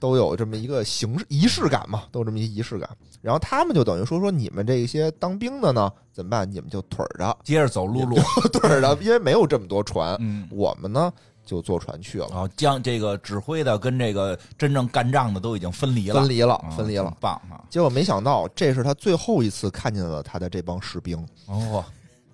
[SPEAKER 3] 都有这么一个形式仪式感嘛，都有这么一个仪式感。然后他们就等于说说你们这些当兵的呢，怎么办？你们就腿儿着 [laughs]
[SPEAKER 1] 接着走陆 [laughs] 路，
[SPEAKER 3] 腿儿着，因为没有这么多船，
[SPEAKER 1] 嗯。啊
[SPEAKER 3] 我们呢就坐船去了，
[SPEAKER 1] 然后哦将这个指挥的跟这个真正干仗的都已经分离了，
[SPEAKER 3] 分离了
[SPEAKER 1] 啊，
[SPEAKER 3] 分离了
[SPEAKER 1] 很。棒啊！
[SPEAKER 3] 结果没想到，这是他最后一次看见了他的这帮士兵
[SPEAKER 1] 哦，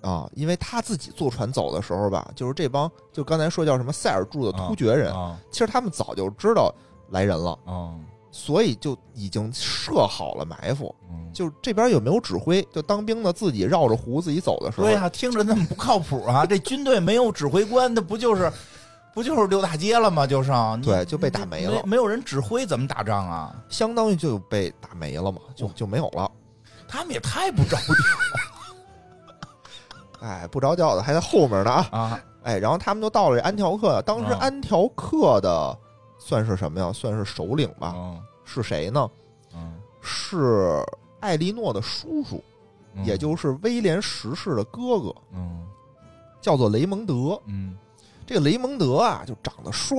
[SPEAKER 3] 啊，因为他自己坐船走的时候吧，就是这帮就刚才说叫什么塞尔柱的突厥人，
[SPEAKER 1] 啊
[SPEAKER 3] 其实他们早就知道来人了，
[SPEAKER 1] 哦，
[SPEAKER 3] 所以就已经设好了埋伏。
[SPEAKER 1] 嗯
[SPEAKER 3] 就这边有没有指挥？就当兵的自己绕着湖自己走的时候，
[SPEAKER 1] 对呀、啊听着那么不靠谱 [laughs] 啊！这军队没有指挥官，那不就是不就是溜大街了吗？就是你
[SPEAKER 3] 对就被打没了
[SPEAKER 1] 没没有人指挥怎么打仗啊？
[SPEAKER 3] 相当于就被打没了嘛，
[SPEAKER 1] 哦
[SPEAKER 3] 就就没有了。
[SPEAKER 1] 他们也太不着调
[SPEAKER 3] 哎，不着调的还在后面呢啊！
[SPEAKER 1] [laughs] 啊！
[SPEAKER 3] 哎，然后他们就到了这安条克，当时
[SPEAKER 1] 啊
[SPEAKER 3] 安条克的算是什么呀？算是首领吧。
[SPEAKER 1] 嗯
[SPEAKER 3] 是谁呢？
[SPEAKER 1] 嗯，
[SPEAKER 3] 是艾莉诺的叔叔，
[SPEAKER 1] 嗯
[SPEAKER 3] 也就是威廉十世的哥哥，
[SPEAKER 1] 嗯
[SPEAKER 3] 叫做雷蒙德。
[SPEAKER 1] 嗯，
[SPEAKER 3] 这个雷蒙德啊，就长得帅，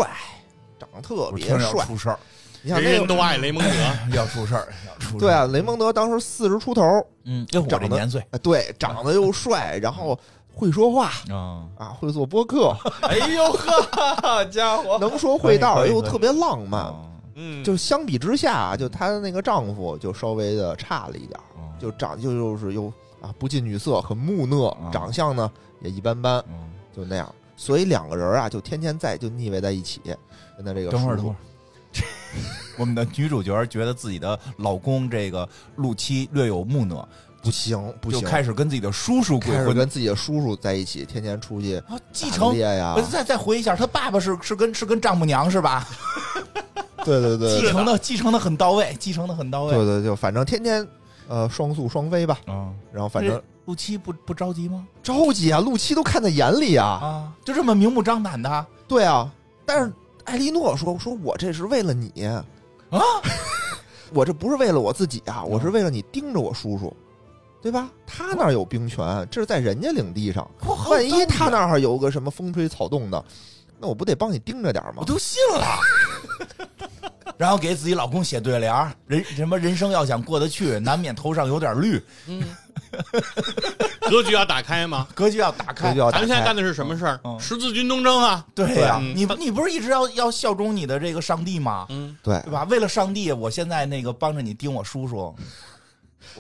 [SPEAKER 3] 长得特
[SPEAKER 1] 我
[SPEAKER 3] 别
[SPEAKER 1] 听着要
[SPEAKER 3] 帅。
[SPEAKER 1] 出事儿，
[SPEAKER 3] 你想
[SPEAKER 2] 人
[SPEAKER 3] 那
[SPEAKER 2] 人
[SPEAKER 3] 个，
[SPEAKER 2] 都爱雷蒙德。
[SPEAKER 1] [laughs] 要出事儿，要出事儿
[SPEAKER 3] 对，啊，雷蒙德当时四十出头，
[SPEAKER 1] 嗯，跟我这
[SPEAKER 3] 长得
[SPEAKER 1] 年岁
[SPEAKER 3] 哎对，长得
[SPEAKER 1] [laughs]
[SPEAKER 3] 又帅，然后会说话
[SPEAKER 1] 啊，
[SPEAKER 3] 啊，会做
[SPEAKER 1] [laughs]
[SPEAKER 3] 播客，
[SPEAKER 4] 哎呦呵，家伙，
[SPEAKER 3] 能说会道，
[SPEAKER 1] 可以可以
[SPEAKER 3] 又
[SPEAKER 1] 可以
[SPEAKER 3] 特别浪漫。
[SPEAKER 1] 哦
[SPEAKER 4] 嗯，
[SPEAKER 3] 就相比之下，就她的那个丈夫就稍微的差了一点儿，
[SPEAKER 1] 哦
[SPEAKER 3] 就长就就是又啊不近女色，很木讷
[SPEAKER 1] 啊，
[SPEAKER 3] 长相呢也一般般。
[SPEAKER 1] 嗯
[SPEAKER 3] 就那样。所以两个人啊，就天天在就腻歪在一起，跟他这个
[SPEAKER 1] 等会儿， [laughs]
[SPEAKER 3] 叔
[SPEAKER 1] 等
[SPEAKER 3] 叔
[SPEAKER 1] 会儿。我们的女主角觉得自己的老公这个陆七略有木讷，
[SPEAKER 3] 不行不
[SPEAKER 1] 就
[SPEAKER 3] 行，
[SPEAKER 1] 开始跟自己的叔叔鬼
[SPEAKER 3] 开始
[SPEAKER 1] 混
[SPEAKER 3] 跟自己的叔叔在一起，天天出去
[SPEAKER 1] 啊，继
[SPEAKER 3] 打
[SPEAKER 1] 承
[SPEAKER 3] 猎呀
[SPEAKER 1] 呃，再再回忆一下，他爸爸是是跟是跟丈母娘是吧？
[SPEAKER 3] 对对
[SPEAKER 1] 继
[SPEAKER 3] 对
[SPEAKER 1] 承的继承的很到位，继承的很到
[SPEAKER 3] 对
[SPEAKER 1] 位。
[SPEAKER 3] 对，就反正天天呃双宿双飞吧，
[SPEAKER 1] 嗯，
[SPEAKER 3] 然后反正
[SPEAKER 1] 陆七不不着急吗？
[SPEAKER 3] 着急啊，陆七都看在眼里啊，
[SPEAKER 1] 啊，就这么明目张胆的啊？
[SPEAKER 3] 对啊，但是艾莉诺说说我这是为了你啊，我这不是为了我自己啊，我是为了你盯着我叔叔。对吧？他那儿有兵权，这是在人家领地上。
[SPEAKER 1] 我好
[SPEAKER 3] 万一
[SPEAKER 1] 有道理
[SPEAKER 3] 他那儿有个什么风吹草动的，那我不得帮你盯着点儿吗
[SPEAKER 1] 我？都信
[SPEAKER 3] [laughs]
[SPEAKER 1] 了。然后给自己老公写对联儿，人什么人生要想过得去，难免头上有点绿。
[SPEAKER 2] 嗯，格局要打开吗？
[SPEAKER 1] 格局要打
[SPEAKER 3] 这
[SPEAKER 1] 开
[SPEAKER 3] 就。要
[SPEAKER 2] 咱
[SPEAKER 3] 哦打
[SPEAKER 2] 们现在
[SPEAKER 3] 开
[SPEAKER 2] 干。的是什么事儿
[SPEAKER 1] 嗯？
[SPEAKER 2] 十字军东征啊！
[SPEAKER 1] 对呀、
[SPEAKER 2] 嗯
[SPEAKER 1] 你你不是一直要要效忠你的这个上帝吗？
[SPEAKER 2] 嗯，
[SPEAKER 3] 对
[SPEAKER 1] 对，吧？为了上帝，我现在那个帮着你盯我叔叔，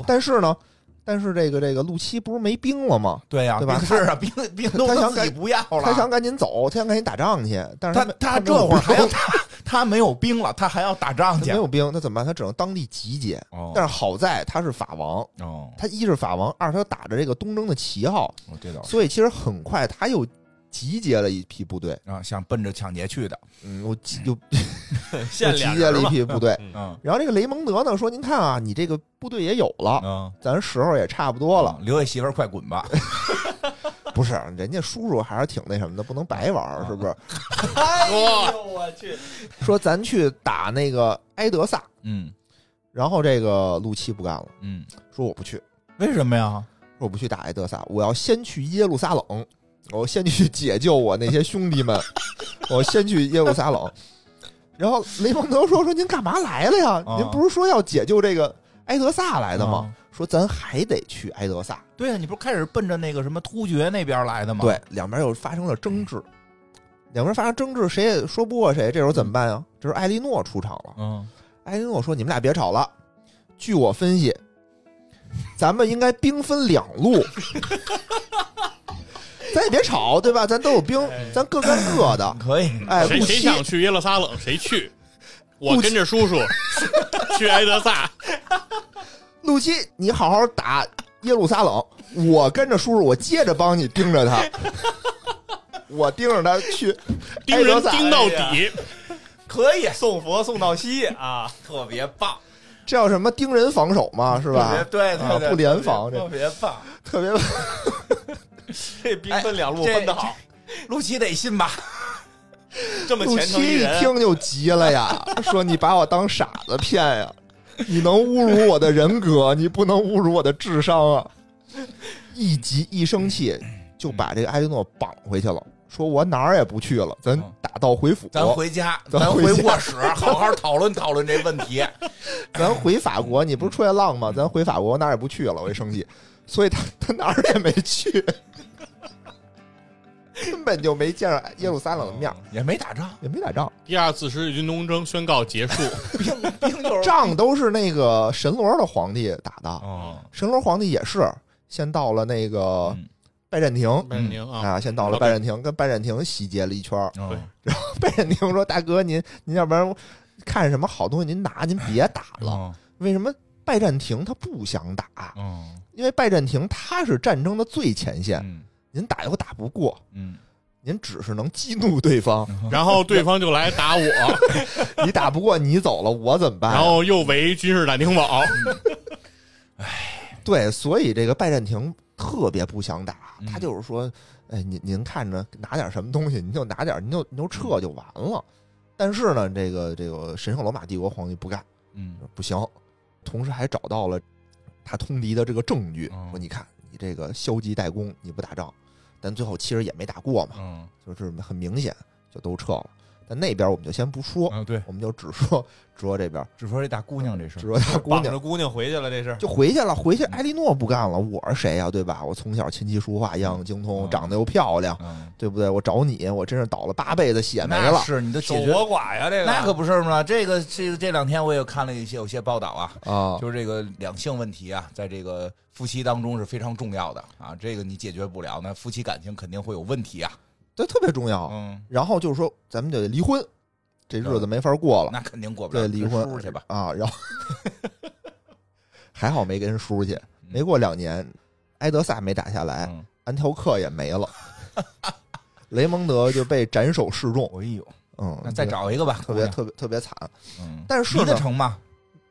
[SPEAKER 3] 但是呢，但是这个这个陆七不是没兵了吗？
[SPEAKER 1] 对呀、
[SPEAKER 3] 对吧
[SPEAKER 1] 兵是啊，兵兵都
[SPEAKER 3] 他
[SPEAKER 1] 他
[SPEAKER 3] 想
[SPEAKER 1] 自己
[SPEAKER 3] 改
[SPEAKER 1] 不要了，啊
[SPEAKER 3] 他想赶紧走，他想赶紧打仗去，但是
[SPEAKER 1] 他
[SPEAKER 3] 他没
[SPEAKER 1] 他
[SPEAKER 3] 没
[SPEAKER 1] 这
[SPEAKER 3] 有
[SPEAKER 1] 会儿还要
[SPEAKER 3] 兵
[SPEAKER 1] 打， [laughs] 他没有兵了，他还要打仗
[SPEAKER 3] 他
[SPEAKER 1] 去
[SPEAKER 3] 没。有兵，他怎么办？他只能当地集结。
[SPEAKER 1] 哦
[SPEAKER 3] 但是好在他是法王，
[SPEAKER 1] 哦，
[SPEAKER 3] 他一是法王，二他打着这个东征的旗号，
[SPEAKER 1] 我这倒是
[SPEAKER 3] 所以其实很快他又集结了一批部队。
[SPEAKER 1] 啊，想奔着抢劫去的。
[SPEAKER 3] 嗯，我集又
[SPEAKER 4] 现
[SPEAKER 3] 又集
[SPEAKER 4] 俩
[SPEAKER 3] 结了
[SPEAKER 4] 人
[SPEAKER 3] 一
[SPEAKER 4] 嘛，
[SPEAKER 3] 批部
[SPEAKER 1] [laughs]
[SPEAKER 3] 队。
[SPEAKER 1] 嗯
[SPEAKER 3] 然后这个雷蒙德呢说：“您看啊，你这个部队也有了，
[SPEAKER 1] 嗯，
[SPEAKER 3] 咱时候也差不多
[SPEAKER 1] 多
[SPEAKER 3] 了
[SPEAKER 1] 了，。留下媳妇儿快滚吧。
[SPEAKER 3] 不是，人家叔叔还是挺那什么的，不能白玩儿，是不是？
[SPEAKER 2] 哇，
[SPEAKER 4] 哎我去，
[SPEAKER 3] 说咱去打那个埃德萨。”
[SPEAKER 1] 嗯
[SPEAKER 3] 然后这个陆七不干了，
[SPEAKER 1] 嗯，
[SPEAKER 3] 说我不去，
[SPEAKER 1] 为什么呀？
[SPEAKER 3] 我不去打埃德萨，我要先去耶路撒冷，我先去解救我那些兄
[SPEAKER 4] [laughs]
[SPEAKER 3] 弟们，我先去耶路撒冷。然后雷蒙德说：“说您干嘛来了呀？
[SPEAKER 1] 啊
[SPEAKER 3] 您不是说要解救这个埃德萨来
[SPEAKER 1] 来
[SPEAKER 3] 的吗？”？
[SPEAKER 4] 啊
[SPEAKER 3] 说咱还得去埃德萨。
[SPEAKER 1] 嗯对啊呀、你不是开始奔着那个什么突厥那边来的吗？
[SPEAKER 3] 对，，两边又发生了
[SPEAKER 2] 嗯
[SPEAKER 3] 争执，两边发生争执，谁也说不过谁，这时候怎么办呀？这时候艾莉诺出场了。
[SPEAKER 1] 嗯，
[SPEAKER 3] 艾莉诺说：“你们俩别吵了，据我分析，咱们应该兵分两路，咱也别吵，对吧？咱都有兵，咱各干各的。
[SPEAKER 1] 可以。
[SPEAKER 3] 哎，
[SPEAKER 2] 哎嗯谁
[SPEAKER 3] 陆
[SPEAKER 2] 谁
[SPEAKER 3] 七，
[SPEAKER 2] 想去耶路撒冷谁去，我
[SPEAKER 3] 不
[SPEAKER 2] 跟着叔叔去埃德萨。
[SPEAKER 3] 陆七，你好好打耶路撒冷，我跟着叔叔，我接着帮你盯着他，我盯着他去
[SPEAKER 2] 盯
[SPEAKER 3] 埃德
[SPEAKER 2] 人
[SPEAKER 3] 萨哎
[SPEAKER 2] 盯到底，
[SPEAKER 4] 可以送佛送到西啊，
[SPEAKER 1] 特别棒，
[SPEAKER 3] 这叫什么盯人防守嘛，是
[SPEAKER 1] 是
[SPEAKER 3] 吧？
[SPEAKER 1] 对
[SPEAKER 3] 啊不联防这
[SPEAKER 1] 别棒。
[SPEAKER 3] 特别
[SPEAKER 4] 这兵分两路
[SPEAKER 1] 哎这
[SPEAKER 4] 分的好，
[SPEAKER 1] 陆琪得信吧？哎
[SPEAKER 4] 这么
[SPEAKER 3] 陆
[SPEAKER 4] 虔诚
[SPEAKER 3] 七
[SPEAKER 4] 一
[SPEAKER 3] 一
[SPEAKER 4] 人，
[SPEAKER 3] 听就急了
[SPEAKER 1] [laughs]
[SPEAKER 3] 呀，说你把我当傻子骗呀！你能侮辱我的人格，你不能侮辱我的智商啊！一急一生气，就把这个埃莉诺绑回去了，说我哪儿也不去了，咱打道回府，
[SPEAKER 1] 嗯咱回家，
[SPEAKER 3] 咱
[SPEAKER 1] 咱
[SPEAKER 3] 回
[SPEAKER 1] 回
[SPEAKER 3] 家
[SPEAKER 4] 啊
[SPEAKER 1] 卧室，好好讨论讨论这问题。
[SPEAKER 3] [laughs] 咱回法国，你不是出来浪
[SPEAKER 1] 嗯
[SPEAKER 3] 吗？咱回法国，我哪儿也不去了，我一生气，所以他他哪儿也没去，根本就没见着耶路撒冷的面儿，
[SPEAKER 1] 哦也没打仗，
[SPEAKER 3] 也没打仗，
[SPEAKER 2] 第二次十字军东征宣告结束。
[SPEAKER 1] 兵兵就是
[SPEAKER 3] 仗都是那个神罗的皇帝打的，
[SPEAKER 1] 哦，
[SPEAKER 3] 神罗皇帝也是先到了那个
[SPEAKER 1] 嗯
[SPEAKER 3] 拜占庭、
[SPEAKER 2] 拜占庭啊，
[SPEAKER 3] 啊，先到了拜占庭，跟拜占庭洗劫了一圈儿。
[SPEAKER 1] 对
[SPEAKER 3] 拜占庭说：“大哥，您您要不然看什么好东西您拿，您别打了。
[SPEAKER 1] 了，
[SPEAKER 3] 为什么？”拜占庭他不想打，
[SPEAKER 1] 嗯
[SPEAKER 3] 因为拜占庭他是战争的最前线，
[SPEAKER 1] 嗯
[SPEAKER 3] 您打又打不过，
[SPEAKER 1] 嗯，
[SPEAKER 3] 您只是能激怒对方。
[SPEAKER 2] 然后对方就来打我，
[SPEAKER 1] 嗯
[SPEAKER 3] 你打不过，你走了，我怎么办？
[SPEAKER 1] [laughs]
[SPEAKER 2] [laughs] 然后又围君士坦丁堡。
[SPEAKER 3] 对，所以这个拜占庭特别不想打，
[SPEAKER 1] 嗯
[SPEAKER 3] 他就是说，哎，您您看着拿点什么东西，您就拿点，您就您就撤就完了。但是呢，这个这个神圣罗马帝国皇帝不干，
[SPEAKER 1] 嗯
[SPEAKER 3] 不行，同时还找到了他通敌的这个证据，
[SPEAKER 1] 哦
[SPEAKER 3] 说你看你这个消极怠工，你不打仗，但最后其实也没打过嘛，
[SPEAKER 1] 嗯
[SPEAKER 3] 就是很明显就都撤了。但那边我们就先不说，
[SPEAKER 1] 嗯，对，
[SPEAKER 3] 我们就只说只说这边，
[SPEAKER 1] 只说这大 [laughs] 姑娘这事
[SPEAKER 3] 只
[SPEAKER 1] 儿，
[SPEAKER 3] 说他姑
[SPEAKER 4] 绑
[SPEAKER 3] 娘
[SPEAKER 4] 着姑娘回去了，这是
[SPEAKER 3] 就回去了，回去埃莉诺不干了，我是谁呀、对吧？我从小琴棋书画样样精通，
[SPEAKER 1] 嗯
[SPEAKER 3] 长得又漂亮，
[SPEAKER 1] 嗯，
[SPEAKER 3] 对不对？我找你，我真是倒了八辈子血霉
[SPEAKER 1] 那
[SPEAKER 3] 了
[SPEAKER 1] 是你的
[SPEAKER 4] 守
[SPEAKER 1] 解决
[SPEAKER 4] 活。寡呀，这个
[SPEAKER 1] 那可不是嘛，这个这这两天我也看了一些有些报道啊，
[SPEAKER 3] 啊！
[SPEAKER 1] 就是这个两性问题啊，在这个夫妻当中是非常重要的啊，这个你解决不了，那夫妻感情肯定会有问题啊。
[SPEAKER 3] 这特别重要。
[SPEAKER 1] 嗯，
[SPEAKER 3] 然后就是说，咱们就得离婚，这日子没法过了
[SPEAKER 1] 那肯定过不了，
[SPEAKER 3] 对离婚
[SPEAKER 1] 出去吧。
[SPEAKER 3] 啊。
[SPEAKER 1] [laughs]
[SPEAKER 3] 然后还好没跟人叔去，没过两年，埃德萨没打下来，
[SPEAKER 1] 嗯，
[SPEAKER 3] 安条克也
[SPEAKER 1] [laughs]
[SPEAKER 3] 没了，雷蒙德就被斩首示众。
[SPEAKER 1] 哎呦，
[SPEAKER 3] 嗯，
[SPEAKER 1] 那再找一个吧，
[SPEAKER 3] 特别特别特别惨，
[SPEAKER 1] 姑娘，嗯，
[SPEAKER 3] 但是
[SPEAKER 1] 离
[SPEAKER 3] 呢
[SPEAKER 1] 得。成吗？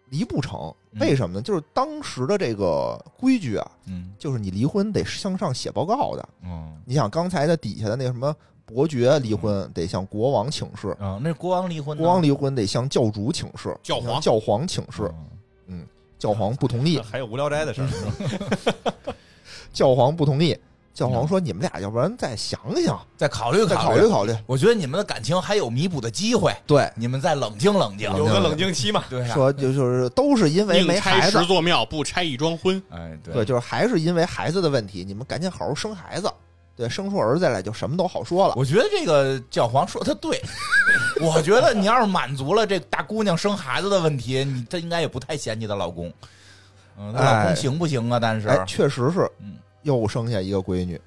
[SPEAKER 3] 离不成，
[SPEAKER 1] 嗯
[SPEAKER 3] 为什么呢？就是当时的这个规矩啊，
[SPEAKER 1] 嗯
[SPEAKER 3] 就是你离婚得向上写报告的。
[SPEAKER 1] 嗯
[SPEAKER 3] 你想刚才的底下的那个什么伯爵离婚得向国王请示，
[SPEAKER 1] 啊，那国王离婚呢，
[SPEAKER 3] 国王离婚得向教主请示，
[SPEAKER 2] 教皇
[SPEAKER 3] 向教皇请示，
[SPEAKER 1] 嗯
[SPEAKER 3] 教皇不同意，
[SPEAKER 4] 嗯还有无聊斋的事儿，
[SPEAKER 3] 教皇不同意，教皇说：“你们俩要不然再想想，
[SPEAKER 1] 再考虑
[SPEAKER 3] 再
[SPEAKER 1] 考
[SPEAKER 3] 考虑考虑。
[SPEAKER 1] 我觉得你们的感情还有弥补的机会，”
[SPEAKER 3] 对，
[SPEAKER 1] 你们再冷静冷静。
[SPEAKER 4] 有个冷静期嘛。
[SPEAKER 1] 对呀、啊
[SPEAKER 3] 说就就是都是因为
[SPEAKER 2] 宁
[SPEAKER 3] 没
[SPEAKER 2] 拆
[SPEAKER 3] 孩子
[SPEAKER 2] 十，座庙，不拆一桩婚。
[SPEAKER 1] 哎，
[SPEAKER 3] 对，，就是还是因为孩子的问题，你们赶紧好好生孩子。对，生出儿子来就什么都好说了。
[SPEAKER 1] 我觉得这个教皇说的对， [laughs] 我觉得你要是满足了这大姑娘生孩子的问题，你她应该也不太嫌弃她老公。嗯，她老
[SPEAKER 3] 哎
[SPEAKER 1] 公行不行啊？但是，
[SPEAKER 3] 哎，
[SPEAKER 1] 哎
[SPEAKER 3] 确实是
[SPEAKER 1] 嗯，
[SPEAKER 3] 又生下一个闺女。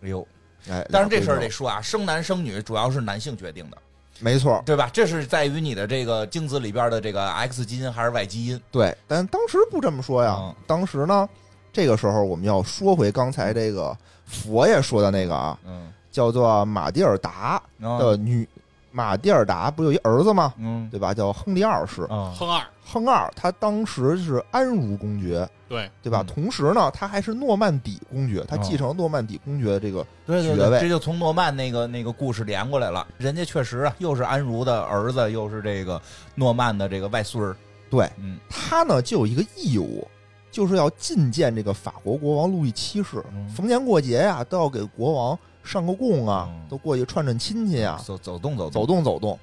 [SPEAKER 1] 呦，
[SPEAKER 3] 哎，
[SPEAKER 1] 但是这
[SPEAKER 3] 俩闺
[SPEAKER 1] 事儿
[SPEAKER 3] 女
[SPEAKER 1] 得说啊，生男生女主要是男性决定的，
[SPEAKER 3] 没错，
[SPEAKER 1] 对吧？这是在于你的这个精子里边的这个 X 基因还是 Y 基因？
[SPEAKER 3] 对。但当时不这么说呀，
[SPEAKER 1] 嗯
[SPEAKER 3] 当时呢，这个时候我们要说回刚才这个佛爷说的那个啊，
[SPEAKER 1] 嗯，
[SPEAKER 3] 叫做马蒂尔达
[SPEAKER 1] 然后
[SPEAKER 3] 的女、马蒂尔达，不有一儿子吗？
[SPEAKER 1] 嗯
[SPEAKER 3] 对吧？叫亨利二世，
[SPEAKER 1] 啊
[SPEAKER 2] 亨二，
[SPEAKER 3] 亨二他当时是安茹公爵，
[SPEAKER 2] 对，
[SPEAKER 3] 对吧？
[SPEAKER 1] 嗯
[SPEAKER 3] 同时呢，他还是诺曼底公爵，他
[SPEAKER 1] 哦
[SPEAKER 3] 继承诺曼底公爵的这个
[SPEAKER 1] 对对
[SPEAKER 3] 爵
[SPEAKER 1] 对，
[SPEAKER 3] 位
[SPEAKER 1] 这就从诺曼那个那个故事连过来了。人家确实啊，又是安茹的儿子，又是这个诺曼的这个外孙儿。
[SPEAKER 3] 对
[SPEAKER 1] 嗯，
[SPEAKER 3] 他呢就有一个义务，就是要觐见这个法国国王路易七世，
[SPEAKER 1] 嗯
[SPEAKER 3] 逢年过节呀、都要给国王上个供啊，
[SPEAKER 1] 嗯
[SPEAKER 3] 都过去串串亲戚呀、
[SPEAKER 1] 走走动走
[SPEAKER 3] 啊走动走动。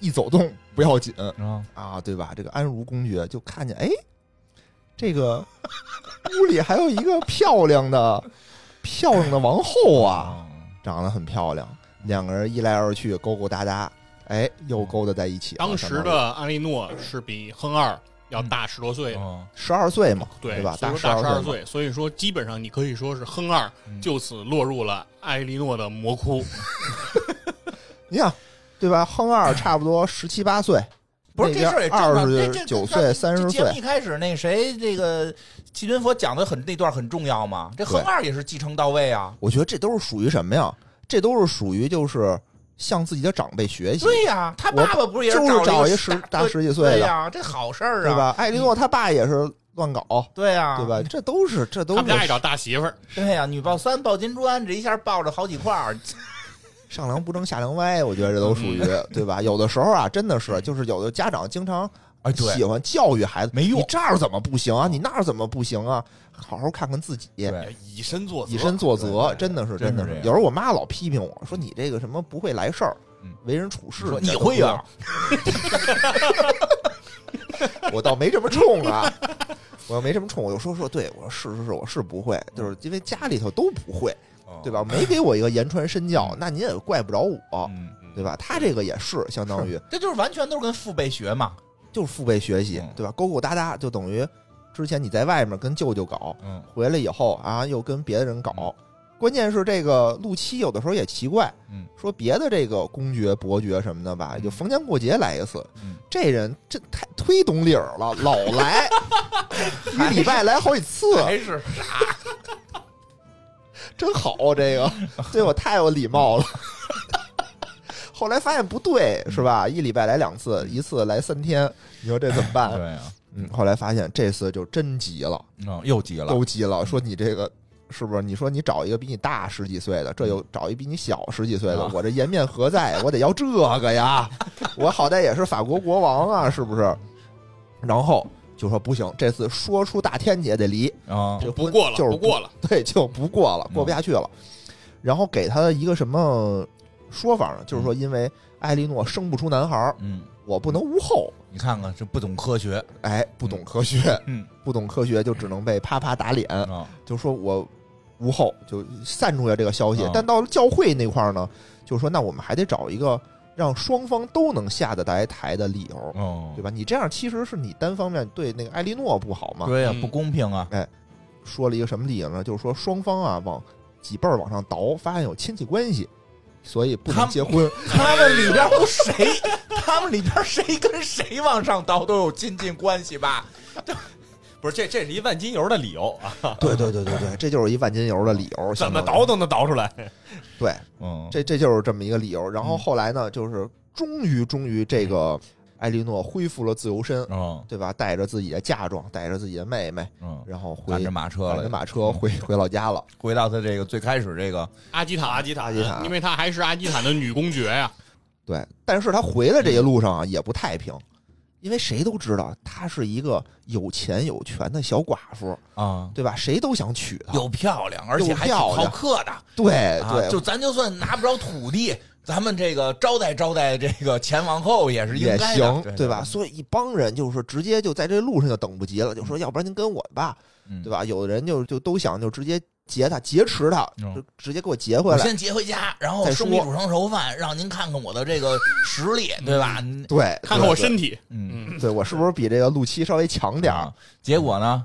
[SPEAKER 3] 一走动不要紧
[SPEAKER 1] 啊，
[SPEAKER 3] 啊，对吧？这个安茹公爵就看见，哎，这个屋里还有一个漂亮的、漂亮的王后啊，长得很漂亮。两个人一来二去，勾勾搭搭，哎，又勾搭在一起了。
[SPEAKER 2] 当时的阿莉诺是比亨二要大十多岁的，
[SPEAKER 1] 嗯，
[SPEAKER 3] 十二岁嘛，
[SPEAKER 2] 对
[SPEAKER 3] 吧？
[SPEAKER 2] 所以说
[SPEAKER 3] 十
[SPEAKER 2] 大十
[SPEAKER 3] 二
[SPEAKER 2] 二
[SPEAKER 3] 嘛，
[SPEAKER 2] 岁，所以说基本上你可以说是亨二
[SPEAKER 1] 嗯
[SPEAKER 2] 就此落入了艾莉诺的魔窟。
[SPEAKER 3] 你想，对吧？亨二差不多十七八岁，
[SPEAKER 1] 不是
[SPEAKER 3] 那
[SPEAKER 1] 这
[SPEAKER 3] 边
[SPEAKER 1] 事儿也正常
[SPEAKER 3] 二
[SPEAKER 1] 这
[SPEAKER 3] 十
[SPEAKER 1] 这
[SPEAKER 3] 九
[SPEAKER 1] 咱
[SPEAKER 3] 岁、
[SPEAKER 1] 们
[SPEAKER 3] 三
[SPEAKER 1] 这
[SPEAKER 3] 十
[SPEAKER 1] 节目
[SPEAKER 3] 岁，
[SPEAKER 1] 一开始那谁这个齐云佛讲的很那段很重要嘛，这亨
[SPEAKER 3] 对
[SPEAKER 1] 二也是继承到位啊。
[SPEAKER 3] 我觉得这都是属于什么呀？这都是属于就是向自己的长辈学习，
[SPEAKER 1] 对呀、他
[SPEAKER 3] 我
[SPEAKER 1] 爸爸不是也
[SPEAKER 3] 就是
[SPEAKER 1] 找
[SPEAKER 3] 找
[SPEAKER 1] 了
[SPEAKER 3] 一
[SPEAKER 1] 个
[SPEAKER 3] 十
[SPEAKER 1] 大
[SPEAKER 3] 大十几岁
[SPEAKER 1] 对
[SPEAKER 3] 的，
[SPEAKER 1] 呀、这好事儿啊，啊
[SPEAKER 3] 对？吧？艾莉诺他爸也是乱搞，
[SPEAKER 1] 对呀、
[SPEAKER 3] 对吧？这都是这
[SPEAKER 2] 他
[SPEAKER 3] 都
[SPEAKER 2] 们家爱
[SPEAKER 3] 是
[SPEAKER 2] 找大媳妇儿，
[SPEAKER 1] 对呀、女抱三抱金砖，这一下抱着好几块儿。
[SPEAKER 3] 上梁不正下梁歪，我觉得这都属于
[SPEAKER 1] 嗯
[SPEAKER 3] 对吧？有的时候啊，真的是就是有的家长经常
[SPEAKER 1] 哎
[SPEAKER 3] 喜欢教育孩子，
[SPEAKER 1] 没用
[SPEAKER 3] 你这儿怎么不行啊？你那儿怎么不行啊？好好看看自己，
[SPEAKER 1] 对，
[SPEAKER 4] 以身作则，
[SPEAKER 3] 以身作
[SPEAKER 1] 对对
[SPEAKER 3] 则，
[SPEAKER 1] 对
[SPEAKER 3] 真的是
[SPEAKER 1] 真是
[SPEAKER 3] 的
[SPEAKER 1] 这样
[SPEAKER 3] 有时候我妈老批评我说你这个什么不会来事儿
[SPEAKER 1] 嗯，
[SPEAKER 3] 为人处事
[SPEAKER 1] 说
[SPEAKER 3] 这
[SPEAKER 1] 你
[SPEAKER 3] 都
[SPEAKER 1] 会
[SPEAKER 3] 不
[SPEAKER 1] 啊，
[SPEAKER 3] 会，我倒没这么冲啊，我要没这么冲，我就说说对，我说是是是，我是不会，就是因为家里头都不会，
[SPEAKER 1] 哦
[SPEAKER 3] 对吧？没给我一个言传身教，那您也怪不着我，
[SPEAKER 1] 嗯，
[SPEAKER 3] 对吧？他这个也是相
[SPEAKER 1] [laughs]
[SPEAKER 3] 当于
[SPEAKER 1] 这就是完全都是跟父辈学嘛。
[SPEAKER 3] 就是父辈学习
[SPEAKER 1] 嗯，
[SPEAKER 3] 对吧？勾勾搭搭就等于之前你在外面跟舅舅搞，
[SPEAKER 1] 嗯，
[SPEAKER 3] 回来以后啊，又跟别的人搞。关键是这个陆七有的时候也奇怪，
[SPEAKER 1] 嗯
[SPEAKER 3] 说别的这个公爵、伯爵什么的吧，
[SPEAKER 1] 嗯
[SPEAKER 3] 就逢年过节来一次。
[SPEAKER 1] 嗯
[SPEAKER 3] 这人这太忒懂理儿了，老来，一礼拜来好几次，
[SPEAKER 1] 还是
[SPEAKER 3] 真好、啊这个对我太有礼貌了。 [laughs] 后来发现不对，
[SPEAKER 1] 嗯
[SPEAKER 3] 是吧？一礼拜来两次，一次来三天，你说这怎么办？
[SPEAKER 1] 对啊，
[SPEAKER 3] 嗯，后来发现这次就真急了。
[SPEAKER 1] 嗯，又急了。
[SPEAKER 3] 都急了，说你这个是不是？你说你找一个比你大十几岁的，这又找一比你小十几岁的
[SPEAKER 1] 嗯啊，
[SPEAKER 3] 我这颜面何在？我得要这
[SPEAKER 1] [laughs]
[SPEAKER 3] 个呀！我好歹也是法国国王啊，是不是？然后就说不行，这次说出大天姐得离，
[SPEAKER 1] 啊
[SPEAKER 3] 这
[SPEAKER 2] 不
[SPEAKER 3] 婚
[SPEAKER 2] 过了，
[SPEAKER 3] 就是
[SPEAKER 2] 不过了，
[SPEAKER 3] 对，就不过了，过不下去了。
[SPEAKER 1] 嗯
[SPEAKER 3] 然后给他的一个什么说法呢？就是说，因为艾莉诺生不出男孩儿，
[SPEAKER 1] 嗯，
[SPEAKER 3] 我不能无后，
[SPEAKER 1] 你看看这不懂科学，
[SPEAKER 3] 哎，不懂科学，
[SPEAKER 1] 嗯
[SPEAKER 3] 不懂科学就只能被啪啪打脸。
[SPEAKER 1] 啊，
[SPEAKER 3] 就说我无后，就散出来这个消息。
[SPEAKER 1] 啊
[SPEAKER 3] 但到了教会那块儿呢，就说那我们还得找一个让双方都能下得来台的理由，
[SPEAKER 1] 哦
[SPEAKER 3] 对吧？你这样其实是你单方面对那个艾莉诺不好嘛。
[SPEAKER 1] 对呀、
[SPEAKER 2] 嗯
[SPEAKER 1] 不公平啊！
[SPEAKER 3] 说了一个什么理由呢？就是说双方啊往几辈儿往上倒，发现有亲戚关系，所以不
[SPEAKER 1] 他
[SPEAKER 3] 能
[SPEAKER 1] 们
[SPEAKER 3] 结婚。
[SPEAKER 1] 他们里边不谁，他们里边谁跟谁往上倒都有亲近关系吧？
[SPEAKER 4] 不是这这是一万金油的理由啊，
[SPEAKER 3] 对对对对对，这就是一万金油的理由。
[SPEAKER 4] 怎
[SPEAKER 3] 相
[SPEAKER 4] 么
[SPEAKER 3] 当于
[SPEAKER 4] 倒？都能倒出来。
[SPEAKER 3] 对，
[SPEAKER 1] 嗯，
[SPEAKER 3] 这这就是这么一个理由。然后后来呢，就是终于终于这个艾莉诺恢复了自由身，
[SPEAKER 1] 嗯
[SPEAKER 3] 对吧？带着自己的嫁妆，带着自己的妹妹，
[SPEAKER 1] 嗯，
[SPEAKER 3] 然后回
[SPEAKER 1] 赶着马车
[SPEAKER 3] 赶
[SPEAKER 1] 了，嗯
[SPEAKER 3] 着马车回回老家了。
[SPEAKER 1] 回到他这个最开始这个
[SPEAKER 2] 阿基坦，阿基
[SPEAKER 3] 阿基坦
[SPEAKER 2] 因为她
[SPEAKER 3] [laughs]
[SPEAKER 2] 还是阿基坦的女公爵呀、
[SPEAKER 1] 嗯
[SPEAKER 3] 对，但是他回来这一路上啊，也不太平，因为谁都知道她是一个有钱有权的小寡妇，
[SPEAKER 1] 啊，
[SPEAKER 3] 对吧？谁都想娶她。
[SPEAKER 1] 又漂亮，而且还挺
[SPEAKER 3] 又漂亮
[SPEAKER 1] 好客的。
[SPEAKER 3] 对
[SPEAKER 1] 啊
[SPEAKER 3] 对，
[SPEAKER 1] 就咱就算拿不着土地，咱们这个招待招待这个前王后也是应
[SPEAKER 3] 也
[SPEAKER 1] 该的，
[SPEAKER 3] 行，
[SPEAKER 1] 对
[SPEAKER 3] 吧？？所以一帮人就是直接就在这路上就等不及了，就说要不然您跟我吧，
[SPEAKER 1] 嗯
[SPEAKER 3] 对吧？有的人就就都想就直接劫他，劫持他，
[SPEAKER 1] 嗯
[SPEAKER 3] 就直接给我劫回
[SPEAKER 1] 我
[SPEAKER 3] 来。
[SPEAKER 1] 先劫回家，然后
[SPEAKER 3] 再说
[SPEAKER 1] 生米煮成熟饭，让您看看我的这个实力，对吧？嗯
[SPEAKER 3] 对，
[SPEAKER 2] 看看我身
[SPEAKER 3] 体，
[SPEAKER 2] 体，
[SPEAKER 1] 嗯，
[SPEAKER 2] 嗯，
[SPEAKER 3] 对我是不是比这个陆七稍微强点儿
[SPEAKER 1] 啊？结果呢？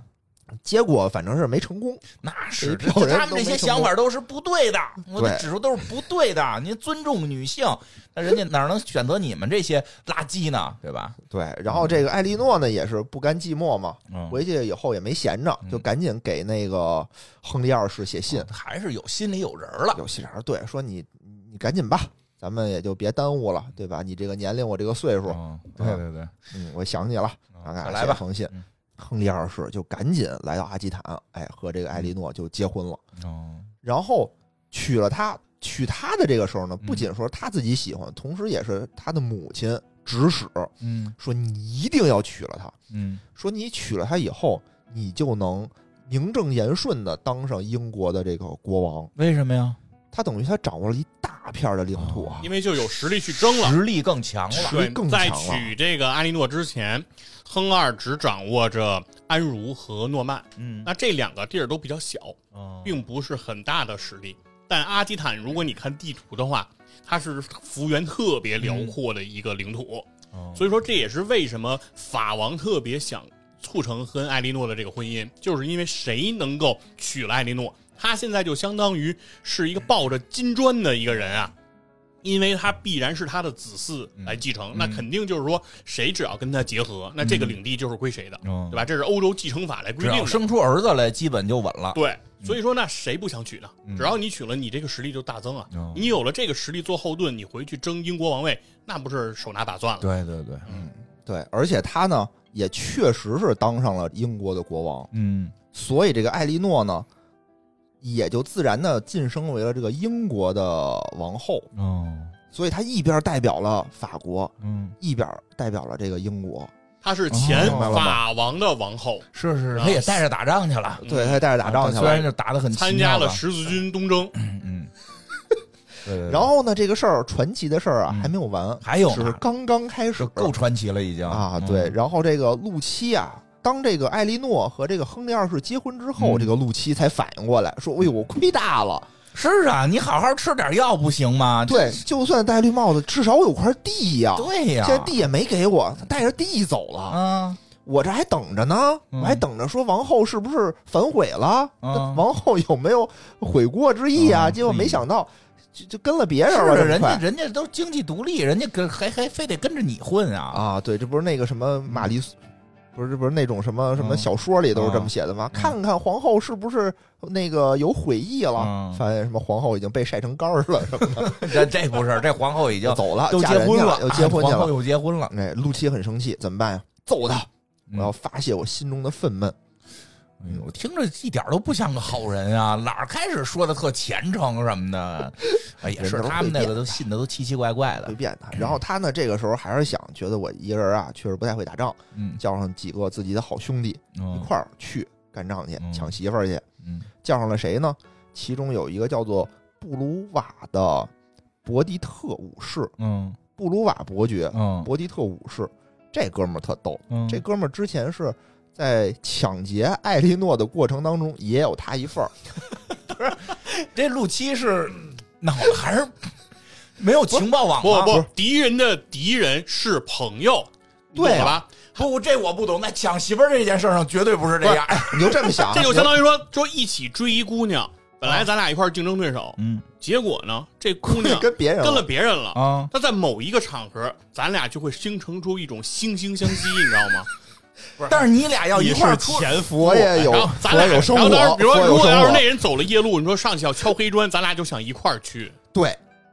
[SPEAKER 3] 结果反正是没成功。
[SPEAKER 1] 那是
[SPEAKER 3] 有人
[SPEAKER 1] 他们这些想法都是不对的，我的
[SPEAKER 3] 对
[SPEAKER 1] 指出都是不对的。您尊重女性，那人家哪能选择你们这些垃圾呢？对吧？
[SPEAKER 3] 对，然后这个艾莉诺呢也是不甘寂寞嘛，
[SPEAKER 1] 嗯，
[SPEAKER 3] 回去以后也没闲着，就
[SPEAKER 1] 嗯
[SPEAKER 3] 赶紧给那个亨利二世写信，
[SPEAKER 1] 啊还是有心里有人了。
[SPEAKER 3] 有信儿，对，说你你赶紧吧，咱们也就别耽误了，对吧？你这个年龄，我这个岁数，
[SPEAKER 1] 嗯，
[SPEAKER 3] 对
[SPEAKER 1] 对对，
[SPEAKER 3] 嗯，我想你了，大概
[SPEAKER 1] 快来吧
[SPEAKER 3] 写封信
[SPEAKER 1] 嗯。
[SPEAKER 3] 亨利二世就赶紧来到阿基坦，哎，和这个艾莉诺就结婚了，
[SPEAKER 1] 哦，
[SPEAKER 3] 然后娶了她。娶她的这个时候呢，
[SPEAKER 1] 嗯
[SPEAKER 3] 不仅说她自己喜欢，同时也是她的母亲指使，
[SPEAKER 1] 嗯
[SPEAKER 3] 说你一定要娶了她。
[SPEAKER 1] 嗯
[SPEAKER 3] 说你娶了她以后，你就能名正言顺的当上英国的这个国王。
[SPEAKER 1] 为什么呀？
[SPEAKER 3] 他等于他掌握了一大片的领土啊
[SPEAKER 1] 哦
[SPEAKER 2] 因，为就有实力去争了。
[SPEAKER 1] 实力更强了。
[SPEAKER 2] 对
[SPEAKER 3] 力更，
[SPEAKER 2] 在
[SPEAKER 3] 强了
[SPEAKER 2] 娶这个阿莉诺之前，亨二只掌握着安茹和诺曼，
[SPEAKER 1] 嗯
[SPEAKER 2] 那这两个地儿都比较小，
[SPEAKER 1] 哦
[SPEAKER 2] 并不是很大的实力。但阿基坦，如果你看地图的话，它是幅员特别辽阔的一个领土，
[SPEAKER 1] 哦
[SPEAKER 2] 所以说这也是为什么法王特别想促成跟艾莉诺的这个婚姻，就是因为谁能够娶了艾莉诺，他现在就相当于是一个抱着金砖的一个人啊。因为他必然是他的子嗣来继承，
[SPEAKER 1] 嗯
[SPEAKER 2] 那肯定就是说，谁只要跟他结合，那这个领地就是归谁的，
[SPEAKER 1] 嗯
[SPEAKER 2] 对吧？这是欧洲继承法来规
[SPEAKER 1] 只
[SPEAKER 2] 定
[SPEAKER 1] 要
[SPEAKER 2] 的。
[SPEAKER 1] 生出儿子来，基本就稳了。
[SPEAKER 2] 对，所以说那谁不想娶呢？
[SPEAKER 1] 嗯
[SPEAKER 2] 只要你娶了，你这个实力就大增啊！
[SPEAKER 1] 哦
[SPEAKER 2] 你有了这个实力做后盾，你回去争英国王位，那不是手拿把攥了？
[SPEAKER 1] 对对对，
[SPEAKER 3] 对，而且他呢也确实是当上了英国的国王，
[SPEAKER 1] 嗯
[SPEAKER 3] 所以这个艾莉诺呢也就自然的晋升为了这个英国的王后，
[SPEAKER 1] 哦
[SPEAKER 2] 嗯
[SPEAKER 3] 所以他一边代表了法国，
[SPEAKER 1] 嗯，
[SPEAKER 3] 一边代表了这个英国，
[SPEAKER 2] 她是前
[SPEAKER 1] 哦明白
[SPEAKER 3] 了
[SPEAKER 2] 法王的王后，
[SPEAKER 1] 是是，
[SPEAKER 2] 啊
[SPEAKER 1] 他也带着打仗去了，
[SPEAKER 3] 对，他带着打仗去
[SPEAKER 1] 嗯啊虽然
[SPEAKER 3] 了。
[SPEAKER 1] 就打得很
[SPEAKER 2] 参
[SPEAKER 1] 奇
[SPEAKER 2] 加
[SPEAKER 1] 妙
[SPEAKER 2] 了
[SPEAKER 1] 吧
[SPEAKER 2] 十字军东征。
[SPEAKER 1] 嗯嗯，对对对
[SPEAKER 3] 然后呢，这个事儿传奇的事儿啊
[SPEAKER 1] 嗯
[SPEAKER 3] 还没有完，
[SPEAKER 1] 还有
[SPEAKER 3] 只是
[SPEAKER 1] 呢，
[SPEAKER 3] 刚刚开始
[SPEAKER 1] 这，够传奇了已经
[SPEAKER 3] 啊，
[SPEAKER 1] 嗯
[SPEAKER 3] 对。然后这个陆七啊，当这个艾莉诺和这个亨利二世结婚之
[SPEAKER 1] 嗯
[SPEAKER 3] 后，这个陆七才反应过来，说：“哎呦，我亏大了。
[SPEAKER 1] 是啊，你好好吃点药不行吗？”
[SPEAKER 3] 对，就算戴绿帽子，至少我有块地呀、
[SPEAKER 1] 对呀，
[SPEAKER 3] 现在地也没给我，他带着地走了，
[SPEAKER 1] 啊，
[SPEAKER 3] 我这还等着呢，
[SPEAKER 1] 嗯
[SPEAKER 3] 我还等着说王后是不是反悔了，
[SPEAKER 1] 嗯
[SPEAKER 3] 王后有没有悔过之意啊？
[SPEAKER 1] 嗯
[SPEAKER 3] 结果没想到，就就跟了别人
[SPEAKER 1] 是
[SPEAKER 3] 了，
[SPEAKER 1] 啊
[SPEAKER 3] 这么
[SPEAKER 1] 人家
[SPEAKER 3] 快
[SPEAKER 1] 人家都经济独立，人家跟还还非得跟着你混啊
[SPEAKER 3] 啊，对，这不是那个什么玛丽苏，不是这不是那种什么什么
[SPEAKER 1] 嗯
[SPEAKER 3] 小说里都是这么写的吗？
[SPEAKER 1] 嗯
[SPEAKER 3] 看看皇后是不是那个有悔意了
[SPEAKER 1] 嗯，
[SPEAKER 3] 发现什么皇后已经被晒成干儿了，
[SPEAKER 1] [laughs]
[SPEAKER 3] 什么
[SPEAKER 1] 这这不是这皇后已经
[SPEAKER 3] 就走了，
[SPEAKER 1] 都
[SPEAKER 3] 嫁
[SPEAKER 1] 结
[SPEAKER 3] 人去
[SPEAKER 1] 婚
[SPEAKER 3] 了，又结婚
[SPEAKER 1] [laughs]
[SPEAKER 3] 去
[SPEAKER 1] 皇后
[SPEAKER 3] 了。
[SPEAKER 1] 又结婚了，
[SPEAKER 3] 哎，陆琪很生气，怎么办呀？揍他！
[SPEAKER 1] 嗯
[SPEAKER 3] 我要发泄我心中的愤懑。
[SPEAKER 1] 哎呦，听着一点都不像个好人啊！ [laughs] 哪儿开始说的特虔诚什么 [laughs] 的，哎，也是
[SPEAKER 3] 人都
[SPEAKER 1] 他们那
[SPEAKER 3] 会
[SPEAKER 1] 个
[SPEAKER 3] 变
[SPEAKER 1] 都信的都奇奇怪怪
[SPEAKER 3] 会
[SPEAKER 1] 的。
[SPEAKER 3] 变的。然后他呢，这个时候还是想，觉得我一个人啊，确实不太会打仗，
[SPEAKER 1] 嗯，
[SPEAKER 3] 叫上几个自己的好兄弟一块儿去干仗去，
[SPEAKER 1] 嗯
[SPEAKER 3] 抢媳妇儿去。
[SPEAKER 1] 嗯
[SPEAKER 3] 叫上了谁呢？其中有一个叫做布鲁瓦的伯迪特武士，
[SPEAKER 1] 嗯
[SPEAKER 3] 布鲁瓦伯爵，
[SPEAKER 1] 嗯
[SPEAKER 3] 伯迪特武士。这哥们儿特逗，
[SPEAKER 1] 嗯
[SPEAKER 3] 这哥们儿之前是在抢劫艾莉诺的过程当中也有他一份儿，
[SPEAKER 1] 这陆七是嗯脑子还是没有情报网啊
[SPEAKER 2] 不
[SPEAKER 1] 吗？
[SPEAKER 2] 不，敌人的敌人是朋友，你懂
[SPEAKER 3] 对
[SPEAKER 2] 了
[SPEAKER 3] 啊
[SPEAKER 2] 吧？
[SPEAKER 1] 不，这我不懂。在抢媳妇儿这件事上，绝对不是这样。
[SPEAKER 3] 你就这么
[SPEAKER 2] [laughs]
[SPEAKER 3] 想，
[SPEAKER 2] 这就相当于说说一起追一姑娘，本来咱俩一块儿竞争对手，
[SPEAKER 1] 啊嗯
[SPEAKER 2] 结果呢，这
[SPEAKER 1] [laughs]
[SPEAKER 2] 姑娘
[SPEAKER 3] 跟别人
[SPEAKER 2] 跟了
[SPEAKER 3] 了
[SPEAKER 2] 别人了。
[SPEAKER 1] 啊，
[SPEAKER 2] 那在某一个场合，咱俩就会形成出一种惺惺相惜，你知道吗？
[SPEAKER 1] 但是你俩要一块儿出，
[SPEAKER 4] 前夫
[SPEAKER 3] 佛也有
[SPEAKER 2] 然后咱
[SPEAKER 3] 哎佛
[SPEAKER 2] 俩，
[SPEAKER 3] 有生
[SPEAKER 2] 然后当时
[SPEAKER 3] 活，
[SPEAKER 2] 比如
[SPEAKER 3] 佛
[SPEAKER 2] 说，如
[SPEAKER 3] 有
[SPEAKER 2] 果
[SPEAKER 3] 生
[SPEAKER 2] 要是那
[SPEAKER 3] 活，
[SPEAKER 2] 人走了夜路，你说上去要敲黑砖，咱俩就想一块儿去。
[SPEAKER 3] 对，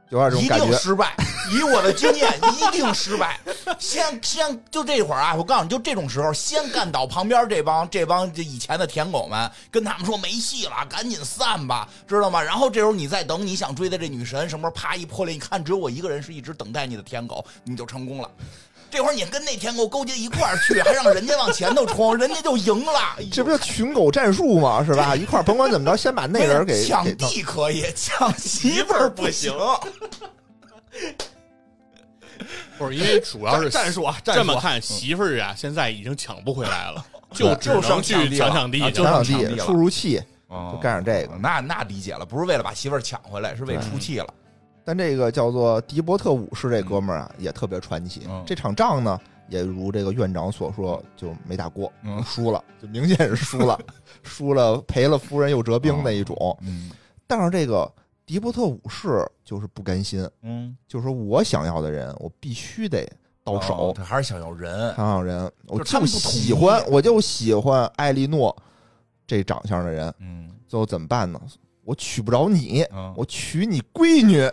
[SPEAKER 3] 有点这种
[SPEAKER 1] 一
[SPEAKER 3] 感
[SPEAKER 1] 定
[SPEAKER 3] 觉。
[SPEAKER 1] 失败。以我的经验，一定失败。先先就这会儿啊，我告诉你，就这种时候，先干倒旁边这帮这帮这以前的舔狗们，跟他们说没戏了，赶紧散吧，知道吗？然后这时候你再等你想追的这女神，什么时候啪一破裂，你看只有我一个人是一直等待你的舔狗，你就成功了。这会儿你跟那天狗勾结一块儿去，还让人家往前头冲，人家就赢了。哎呦
[SPEAKER 3] 这不叫群狗战术吗？是吧？一块儿甭管怎么着，先把那人给
[SPEAKER 1] 抢
[SPEAKER 3] 给弄
[SPEAKER 1] 地可以，抢媳妇儿不行。
[SPEAKER 2] 不是因为主要是
[SPEAKER 4] 战术啊，战术
[SPEAKER 2] 这
[SPEAKER 4] 啊
[SPEAKER 2] 么看，媳妇儿啊，现在已经抢不回来了，
[SPEAKER 1] 对
[SPEAKER 2] 只
[SPEAKER 1] 就
[SPEAKER 2] 能
[SPEAKER 1] 剩
[SPEAKER 2] 去抢抢
[SPEAKER 1] 抢地
[SPEAKER 2] 地
[SPEAKER 1] 了啊
[SPEAKER 2] 去
[SPEAKER 1] 就
[SPEAKER 3] 抢
[SPEAKER 2] 了。
[SPEAKER 3] 抢
[SPEAKER 1] 抢
[SPEAKER 3] 地
[SPEAKER 1] 地了
[SPEAKER 3] 出出气，就
[SPEAKER 1] 哦
[SPEAKER 3] 干上这个。
[SPEAKER 1] 那那理解了，不是为了把媳妇儿抢回来，是为出气了。
[SPEAKER 3] 但这个叫做迪伯特武士这哥们儿啊，也特别传奇
[SPEAKER 1] 嗯。
[SPEAKER 3] 这场仗呢，也如这个院长所说，就没打过，
[SPEAKER 1] 嗯
[SPEAKER 3] 输了，就明显是输
[SPEAKER 1] [laughs]
[SPEAKER 3] 了，输了赔了夫人又折兵那一种。
[SPEAKER 1] 嗯
[SPEAKER 3] 但是这个迪伯特武士就是不甘心，
[SPEAKER 1] 嗯，
[SPEAKER 3] 就是说我想要的人，我必须得到手
[SPEAKER 1] 哦。他还是想要人。
[SPEAKER 3] 想要人，我
[SPEAKER 1] 就是他
[SPEAKER 3] 就
[SPEAKER 1] 们不同意
[SPEAKER 3] 喜欢，我就喜欢艾莉诺这长相的人。
[SPEAKER 1] 嗯
[SPEAKER 3] 最后怎么办呢？我娶不着你，
[SPEAKER 1] 嗯，
[SPEAKER 3] 我娶你闺女。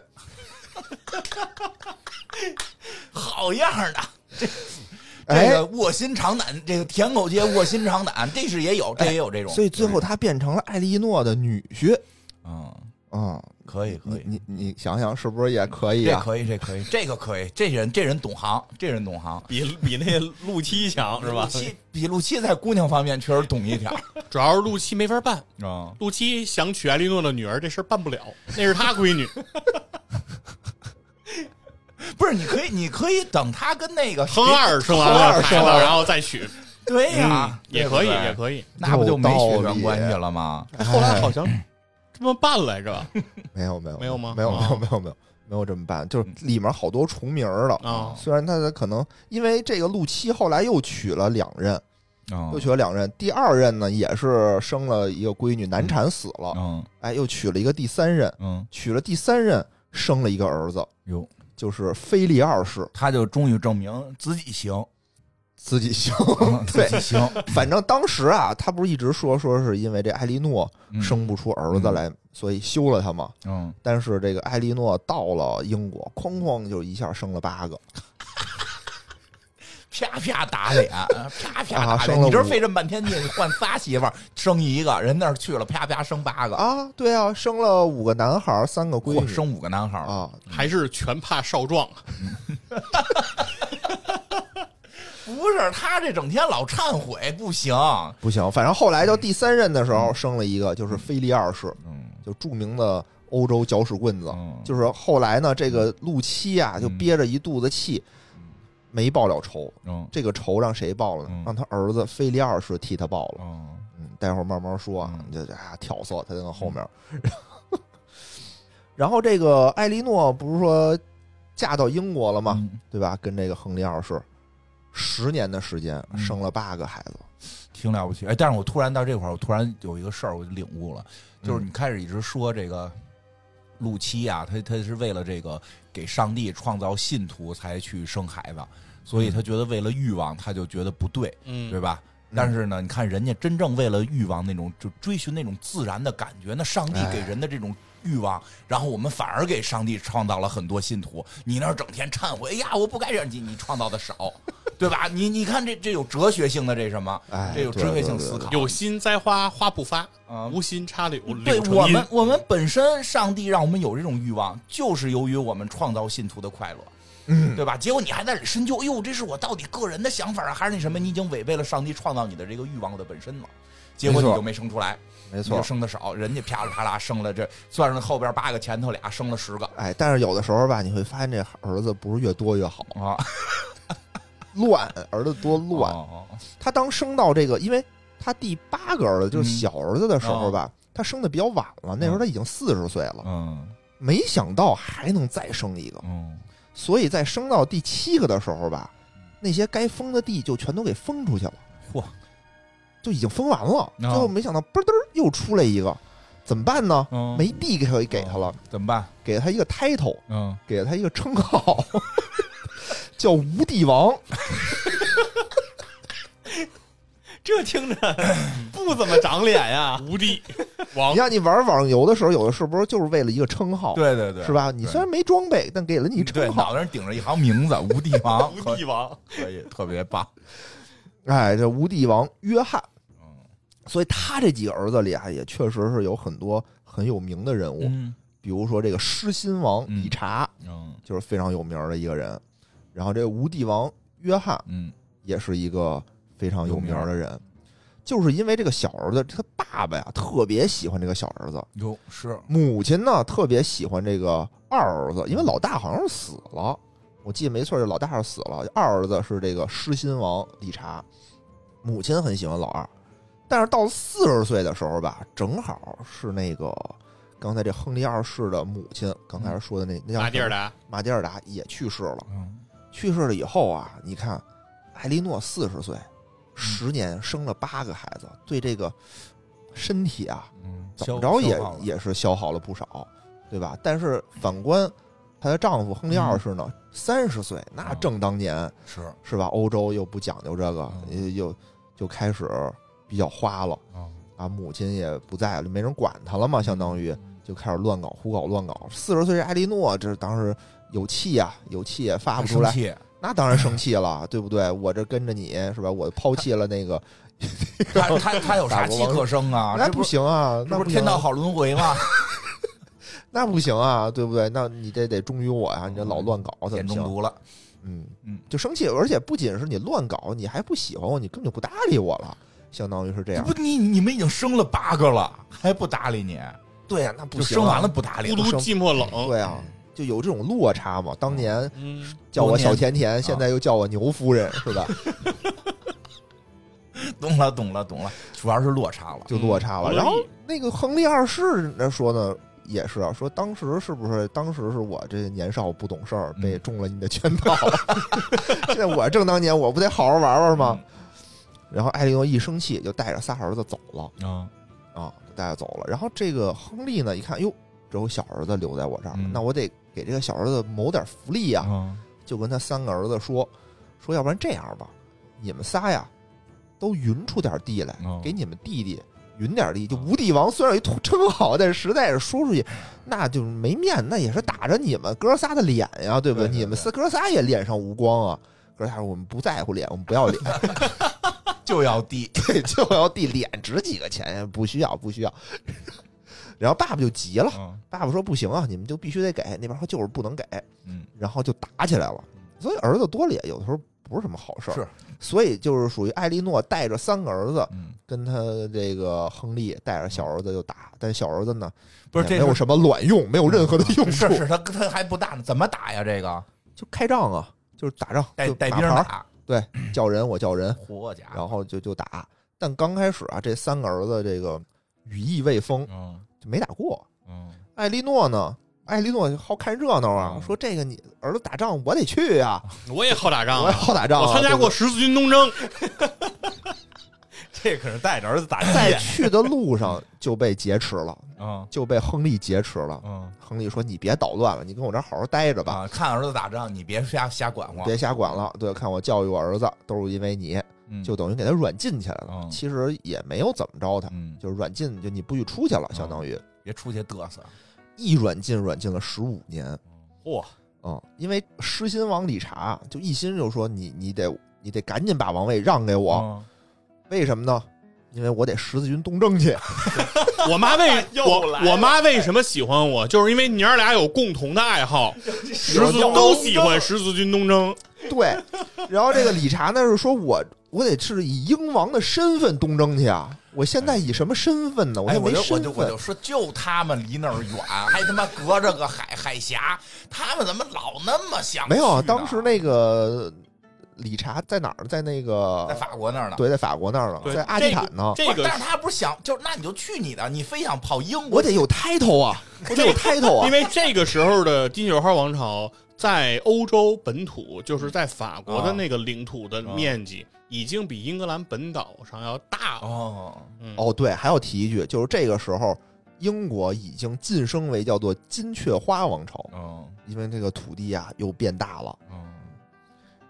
[SPEAKER 1] 好样儿的！这
[SPEAKER 3] 哎，
[SPEAKER 1] 个卧薪尝胆，这个舔狗界卧薪尝胆，这是也有，这也有这种。
[SPEAKER 3] 哎所以最后他变成了艾莉诺的女婿
[SPEAKER 1] 嗯，
[SPEAKER 3] 啊、
[SPEAKER 1] 可以可
[SPEAKER 3] 你
[SPEAKER 1] 以，
[SPEAKER 3] 你你想想是不是也可以
[SPEAKER 1] 这
[SPEAKER 3] 啊？
[SPEAKER 1] 可以这可以，这个可以，这人这人懂行，这人懂行。
[SPEAKER 4] 比比那陆七强是吧
[SPEAKER 1] 陆？七比陆七在姑娘方面确实懂一点
[SPEAKER 3] [laughs]
[SPEAKER 1] 儿
[SPEAKER 2] 主要是陆七没法办，
[SPEAKER 1] 啊。
[SPEAKER 2] 陆七想娶艾莉诺的女儿这事儿办不了，那是他闺女，
[SPEAKER 1] 不是，你可以，你可以等他跟那个
[SPEAKER 2] 亨二生完
[SPEAKER 3] 亨
[SPEAKER 2] 了
[SPEAKER 3] 二
[SPEAKER 2] 孩
[SPEAKER 3] 生
[SPEAKER 2] 子，
[SPEAKER 3] 完了
[SPEAKER 2] 然后再娶，
[SPEAKER 1] 对呀、
[SPEAKER 3] 嗯
[SPEAKER 1] 对
[SPEAKER 2] 也
[SPEAKER 1] 不
[SPEAKER 2] 可以，
[SPEAKER 1] 对
[SPEAKER 2] 也可以。
[SPEAKER 1] 那不就没血
[SPEAKER 3] 有道
[SPEAKER 1] 缘
[SPEAKER 3] 理
[SPEAKER 1] 关系了吗？
[SPEAKER 3] 哎
[SPEAKER 2] 后来好像这么办来着
[SPEAKER 3] 没有没有
[SPEAKER 2] 没有吗
[SPEAKER 3] 没有没
[SPEAKER 2] 啊
[SPEAKER 3] 有没有没有没有这么办，就是里面好多重名儿了。
[SPEAKER 2] 啊，
[SPEAKER 3] [laughs] 虽然他的可能因为这个陆七后来又娶了两任，
[SPEAKER 1] 嗯
[SPEAKER 3] 又娶了两任，第二任呢也是生了一个闺女，难产死了，
[SPEAKER 1] 嗯
[SPEAKER 3] 哎，又娶了一个第三任，
[SPEAKER 1] 嗯，
[SPEAKER 3] 娶了第三任生了一个儿子，
[SPEAKER 1] 哟，
[SPEAKER 3] 就是菲利二世
[SPEAKER 1] 他就终于证明自己行，
[SPEAKER 3] 自己姓。
[SPEAKER 1] 嗯自
[SPEAKER 3] [laughs] 对
[SPEAKER 1] 己行，
[SPEAKER 3] 反正当时啊，他不是一直说说是因为这艾莉诺
[SPEAKER 1] 嗯
[SPEAKER 3] 生不出儿子来，所以休了他嘛。
[SPEAKER 1] 嗯，
[SPEAKER 3] 但是这个艾莉诺到了英国，哐哐就一下生了八个，
[SPEAKER 1] 啪啪打
[SPEAKER 3] [laughs]
[SPEAKER 1] 脸，啪啪
[SPEAKER 3] 啊
[SPEAKER 1] 打
[SPEAKER 3] 生
[SPEAKER 1] 脸。
[SPEAKER 3] 了
[SPEAKER 1] 你这
[SPEAKER 3] 五
[SPEAKER 1] 费这么半天劲，你换仨媳妇儿，生一个人那儿去了，啪啪生八个，
[SPEAKER 3] 啊，对啊，生了五个男孩，三个闺
[SPEAKER 1] 嚯，
[SPEAKER 3] 女，
[SPEAKER 1] 生五个男孩儿，
[SPEAKER 3] 啊，
[SPEAKER 2] 还是全怕少壮，
[SPEAKER 1] 不是他这整天老忏悔，不行，
[SPEAKER 3] 不行。反正后来到第三任的时候，生了一个，就是菲利二世，
[SPEAKER 1] 嗯
[SPEAKER 3] 就著名的欧洲搅屎棍子。
[SPEAKER 1] 嗯
[SPEAKER 3] 就是后来呢，这个陆七啊，就憋着一肚子气，没报了仇。
[SPEAKER 1] 嗯
[SPEAKER 3] 这个仇让谁报了呢
[SPEAKER 1] 嗯？
[SPEAKER 3] 让他儿子菲利二世替他报了。
[SPEAKER 1] 嗯，
[SPEAKER 3] 嗯，待会儿慢慢说啊
[SPEAKER 1] 嗯，
[SPEAKER 3] 你就啊挑唆他在那后面儿。 [laughs] 然后这个艾莉诺不是说嫁到英国了吗？
[SPEAKER 1] 嗯
[SPEAKER 3] 对吧？跟这个亨利二世十年的时间
[SPEAKER 1] 嗯
[SPEAKER 3] 生了八个孩子，
[SPEAKER 1] 挺了不起。哎，但是我突然到这块儿，我突然有一个事儿，我就领悟了，就是
[SPEAKER 3] 嗯
[SPEAKER 1] 你开始一直说这个陆七啊，他他是为了这个给上帝创造信徒才去生孩子，所以他觉得为了欲望，他就觉得不对，
[SPEAKER 2] 嗯，
[SPEAKER 1] 对吧？
[SPEAKER 3] 嗯
[SPEAKER 1] 但是呢，你看人家真正为了欲望那种，就追寻那种自然的感觉，那上帝给人的这种欲望，然后我们反而给上帝创造了很多信徒。你那儿整天忏悔，哎呀，我不该让你你创造的 [laughs] 少，对吧？你你看这这有哲学性的这什么？
[SPEAKER 3] 哎
[SPEAKER 1] 这有
[SPEAKER 3] 对
[SPEAKER 1] 智慧
[SPEAKER 3] 对
[SPEAKER 1] 性
[SPEAKER 3] 对
[SPEAKER 1] 思
[SPEAKER 3] 对
[SPEAKER 1] 考。
[SPEAKER 2] 有心栽花花不发，
[SPEAKER 1] 啊
[SPEAKER 2] 无心插柳
[SPEAKER 1] 对
[SPEAKER 2] 柳成
[SPEAKER 1] 我
[SPEAKER 2] 荫
[SPEAKER 1] 们，。我们本身上帝让我们有这种欲望，就是由于我们创造信徒的快乐，
[SPEAKER 3] 嗯，
[SPEAKER 1] 对吧？结果你还在里深究，哎呦，这是我到底个人的想法啊，还是那什么？你已经违背了上帝创造你的这个欲望的本身了，结果你
[SPEAKER 3] 没错
[SPEAKER 1] 就没生出来，
[SPEAKER 3] 没
[SPEAKER 1] 你就
[SPEAKER 3] 错。
[SPEAKER 1] 生的少，人家啪啦啪啦生了这，算上后边八个，前头俩生了十个
[SPEAKER 3] 哎，但是有的时候吧，你会发现这儿子不是越多越好，
[SPEAKER 1] 啊，
[SPEAKER 3] 乱儿子多乱。
[SPEAKER 1] 哦哦
[SPEAKER 3] 他当生到这个，因为他第八个儿子就是
[SPEAKER 1] 嗯哦
[SPEAKER 3] 小儿子的时候吧，他生的比较晚了，那时候他已经四十岁了，
[SPEAKER 1] 嗯
[SPEAKER 3] 没想到还能再生一个，
[SPEAKER 1] 嗯，
[SPEAKER 3] 所以在生到第七个的时候吧，那些该封的地就全都给封出去了，
[SPEAKER 1] 嚯，啊
[SPEAKER 3] 就已经封完了，最后没想到嘣噔儿又出来一个，怎么办呢？
[SPEAKER 1] 嗯
[SPEAKER 3] 没地给给他了，
[SPEAKER 1] 怎么办？
[SPEAKER 3] 给他一个 title，
[SPEAKER 1] 嗯，
[SPEAKER 3] 给他一个称号， [laughs] 叫无地王。
[SPEAKER 4] [laughs]
[SPEAKER 1] 哦
[SPEAKER 4] 这听着不怎么长脸呀。
[SPEAKER 2] 无地王
[SPEAKER 3] 你，看你玩网游的时候，有的是不是就是为了一个称号？
[SPEAKER 1] 对对对，
[SPEAKER 3] 是？吧？你
[SPEAKER 1] 对嗯
[SPEAKER 3] 虽然没装备，但给了你一
[SPEAKER 1] 对，
[SPEAKER 3] 称号。
[SPEAKER 1] 脑袋上顶着一行名字，无地
[SPEAKER 3] [laughs]
[SPEAKER 1] 王，
[SPEAKER 2] 无地王，
[SPEAKER 1] 可以，特别棒。
[SPEAKER 3] 哎，这无地王约翰，
[SPEAKER 1] 嗯
[SPEAKER 3] 所以他这几个儿子里啊，也确实是有很多很有名的人物，
[SPEAKER 1] 嗯
[SPEAKER 3] 比如说这个狮心王
[SPEAKER 1] 嗯
[SPEAKER 3] 理查，
[SPEAKER 1] 嗯
[SPEAKER 3] 就是非常有名的一个人。然后这个无地王约翰
[SPEAKER 1] 嗯
[SPEAKER 3] 也是一个非常有名
[SPEAKER 1] 有名
[SPEAKER 3] 的人，就是因为这个小儿子，他爸爸呀特别喜欢这个小儿子，
[SPEAKER 1] 哟是
[SPEAKER 3] 母亲呢特别喜欢这个二儿子，因为老大好像是死了，我记得没错，就老大是死了，二儿子是这个狮心王理查，母亲很喜欢老二，但是到四十岁的时候吧，正好是那个刚才这亨利二世的母亲，刚才说的那那叫
[SPEAKER 2] 马蒂尔
[SPEAKER 3] 达，
[SPEAKER 4] 啊
[SPEAKER 2] 达
[SPEAKER 3] 马蒂尔达也去世了。
[SPEAKER 1] 嗯
[SPEAKER 3] 去世了以后啊，你看艾莉诺四十岁，十年生了八个孩子，对这个身体啊，
[SPEAKER 1] 嗯，
[SPEAKER 3] 怎
[SPEAKER 1] 消
[SPEAKER 3] 么着也
[SPEAKER 1] 消耗了
[SPEAKER 3] 也是消耗了不少，对吧？但是反观她的丈夫亨利二世呢，
[SPEAKER 1] 嗯
[SPEAKER 3] 三十岁那
[SPEAKER 1] 啊
[SPEAKER 3] 正当年，
[SPEAKER 1] 是
[SPEAKER 3] 是吧？欧洲又不讲究这个，
[SPEAKER 1] 嗯
[SPEAKER 3] 又就开始比较花了
[SPEAKER 1] 啊
[SPEAKER 3] 啊，母亲也不在了，没人管他了嘛，相当
[SPEAKER 1] 嗯
[SPEAKER 3] 于就开始乱搞、胡搞、乱搞。四十岁这艾莉诺，这当时有气呀、有气也发不出来
[SPEAKER 1] 生，气
[SPEAKER 3] 那当然
[SPEAKER 1] [laughs]
[SPEAKER 3] 生气了，对不对？我这跟着你是吧？我抛弃了那个，
[SPEAKER 1] 他他他有啥气可生啊？
[SPEAKER 3] 那
[SPEAKER 1] 这
[SPEAKER 3] 不
[SPEAKER 1] 不是
[SPEAKER 3] 行啊，
[SPEAKER 1] 这
[SPEAKER 3] 那
[SPEAKER 1] 不
[SPEAKER 3] 不
[SPEAKER 1] 是天
[SPEAKER 3] 行
[SPEAKER 1] 道
[SPEAKER 3] 啊，
[SPEAKER 1] 好轮回
[SPEAKER 3] [laughs]
[SPEAKER 1] 吗？
[SPEAKER 3] 那不行啊，对不对？那你这得忠于我呀、你这老乱搞怎
[SPEAKER 1] 点
[SPEAKER 3] 么
[SPEAKER 1] 中
[SPEAKER 3] 行？
[SPEAKER 1] 毒了，
[SPEAKER 3] 嗯
[SPEAKER 1] 嗯
[SPEAKER 3] 就生气，而且不仅是你乱搞，你还不喜欢我，你根本就不搭理我了，相当于是这样
[SPEAKER 1] 不。你你们已经生了八个了，还不搭理你，
[SPEAKER 3] 对呀、那不
[SPEAKER 1] 就
[SPEAKER 3] 行、啊，
[SPEAKER 1] 生完了不搭理
[SPEAKER 2] 孤
[SPEAKER 1] 了
[SPEAKER 2] 独寂寞冷，
[SPEAKER 3] 对啊，就有这种落差嘛。当年
[SPEAKER 2] 嗯，
[SPEAKER 3] 叫我
[SPEAKER 1] 多年
[SPEAKER 3] 小甜甜，现在又叫我牛夫人，是吧？
[SPEAKER 1] [laughs] 懂了懂了懂了，主要是落差了。
[SPEAKER 3] 就落差了。
[SPEAKER 2] 嗯
[SPEAKER 3] 然后
[SPEAKER 2] 所以
[SPEAKER 3] 那个亨利二世那说呢，也是啊，说当时是不是当时是我这年少不懂事儿，
[SPEAKER 1] 嗯
[SPEAKER 3] 被中了你的圈套， [laughs] 现在我正当年，我不得好好玩玩吗？然后艾莉诺一生气，就带着仨儿子走了
[SPEAKER 1] 嗯？
[SPEAKER 3] 啊，就带着走了。然后这个亨利呢，一看哟，只有小儿子留在我这儿了，
[SPEAKER 1] 嗯
[SPEAKER 3] 那我得给这个小儿子谋点福利呀、
[SPEAKER 1] 啊啊，
[SPEAKER 3] 就跟他三个儿子说，说要不然这样吧，你们仨呀，都匀出点地来，
[SPEAKER 1] 哦
[SPEAKER 3] 给你们弟弟匀点地。
[SPEAKER 1] 嗯
[SPEAKER 3] 就无地王虽然有一称号，但实在是说出去，那就没面，那也是打着你们哥仨的脸呀，对不
[SPEAKER 1] 对对对
[SPEAKER 3] 你们仨哥仨也脸上无光啊。哥仨说我们不在乎脸，我们不要脸，
[SPEAKER 1] 就要
[SPEAKER 3] [laughs]
[SPEAKER 1] 低，
[SPEAKER 3] 对，就要地脸值几个钱，不需要，不需要。然后爸爸就急了，
[SPEAKER 1] 嗯
[SPEAKER 3] 爸爸说不行啊，你们就必须得给。那边说就是不能给，
[SPEAKER 1] 嗯，
[SPEAKER 3] 然后就打起来了。所以儿子多了也有的时候不是什么好事儿。
[SPEAKER 1] 是，
[SPEAKER 3] 所以就是属于艾莉诺带着三个儿子，
[SPEAKER 1] 嗯，
[SPEAKER 3] 跟他这个亨利带着小儿子就打，但小儿子呢，
[SPEAKER 1] 不是
[SPEAKER 3] 也
[SPEAKER 1] 这
[SPEAKER 3] 哎
[SPEAKER 1] 嗯
[SPEAKER 3] 没有什么卵用，没有任何的用处
[SPEAKER 1] 是，是他他还不大呢，怎么打呀？这个
[SPEAKER 3] 就开仗啊，就是打仗，
[SPEAKER 1] 带
[SPEAKER 3] 就
[SPEAKER 1] 带
[SPEAKER 3] 打
[SPEAKER 1] 兵
[SPEAKER 3] 牌儿，
[SPEAKER 1] 打，
[SPEAKER 3] 叫人我叫人，
[SPEAKER 1] 好家伙，
[SPEAKER 3] 然后就就打。但刚开始啊，这三个儿子这个羽翼未丰，
[SPEAKER 1] 嗯
[SPEAKER 3] 就没打过。
[SPEAKER 1] 嗯，
[SPEAKER 3] 艾莉诺呢，艾莉诺好看热闹啊，
[SPEAKER 1] 嗯
[SPEAKER 3] 说这个你儿子打仗我得去呀、
[SPEAKER 2] 我也好打仗
[SPEAKER 3] 我也
[SPEAKER 2] 啊，
[SPEAKER 3] 好打仗、啊，
[SPEAKER 2] 我参加
[SPEAKER 3] 对不对
[SPEAKER 2] 过十字军东
[SPEAKER 3] [laughs]
[SPEAKER 2] 征，
[SPEAKER 1] 这可是带着儿子打
[SPEAKER 3] 在去的路上就被劫持了，
[SPEAKER 1] 嗯
[SPEAKER 3] 就被亨利劫持了。
[SPEAKER 1] 嗯
[SPEAKER 3] 亨利说：“你别捣乱了，你跟我这儿好好待着吧，
[SPEAKER 1] 啊，看儿子打仗，你别瞎瞎管
[SPEAKER 2] 啊
[SPEAKER 1] 我，
[SPEAKER 3] 别瞎管了。对，看我教育我儿子，都是因为你，
[SPEAKER 1] 嗯
[SPEAKER 3] 就等于给他软禁起来了。
[SPEAKER 1] 嗯
[SPEAKER 3] 其实也没有怎么着他，
[SPEAKER 1] 嗯，
[SPEAKER 3] 就是软禁，就你不许出去了，
[SPEAKER 2] 嗯
[SPEAKER 3] 相当于、
[SPEAKER 1] 别出去嘚瑟，
[SPEAKER 3] 一软禁软禁了十五年。
[SPEAKER 2] 哇，
[SPEAKER 3] 嗯，因为狮心王理查就一心就说你你得你得赶紧把王位让给我，
[SPEAKER 1] 嗯
[SPEAKER 3] 为什么呢？因为我得十字军东
[SPEAKER 1] [laughs]
[SPEAKER 3] 征去。
[SPEAKER 2] 我妈为
[SPEAKER 3] [laughs]
[SPEAKER 1] 又来了
[SPEAKER 2] 我我妈为什么喜欢我，就是因为娘儿俩有共同的爱好，
[SPEAKER 3] [laughs]
[SPEAKER 2] 十字
[SPEAKER 3] 有
[SPEAKER 2] 都喜欢十字军东
[SPEAKER 3] 哦
[SPEAKER 2] 征，
[SPEAKER 3] 对，然后这个理查呢是说我我得是以英王的身份东征去啊，我现在以什么身份呢？我
[SPEAKER 1] 哎，
[SPEAKER 3] 也
[SPEAKER 1] 我
[SPEAKER 3] 没
[SPEAKER 1] 就我
[SPEAKER 3] 身
[SPEAKER 1] 就我
[SPEAKER 3] 份
[SPEAKER 1] 就。说，就他们离那儿远，还他妈隔着个海海峡，他们怎么老那么想去
[SPEAKER 3] 没
[SPEAKER 1] 呢？
[SPEAKER 3] 有啊，当时那个理查在哪儿？在那个
[SPEAKER 1] 在法国那儿呢。
[SPEAKER 3] 对，在法国那儿呢，
[SPEAKER 2] 对
[SPEAKER 3] 在阿基坦呢。
[SPEAKER 1] 不
[SPEAKER 2] 这
[SPEAKER 1] 是，
[SPEAKER 2] 个
[SPEAKER 1] 但是他不是想，就是那你就去你的，你非想跑英国
[SPEAKER 3] 我得有 title 啊，我得有 title 啊
[SPEAKER 2] 因。为这个时候的金九号王朝在欧洲本土，就是在法国
[SPEAKER 3] 啊
[SPEAKER 2] 的那个领土的面积，已经比英格兰本岛上要大了。
[SPEAKER 1] 哦，
[SPEAKER 2] 嗯，
[SPEAKER 3] 哦，对，还要提一句，就是这个时候。英国已经晋升为叫做金雀花王朝，
[SPEAKER 1] 嗯
[SPEAKER 3] 因为这个土地啊又变大了。
[SPEAKER 1] 嗯，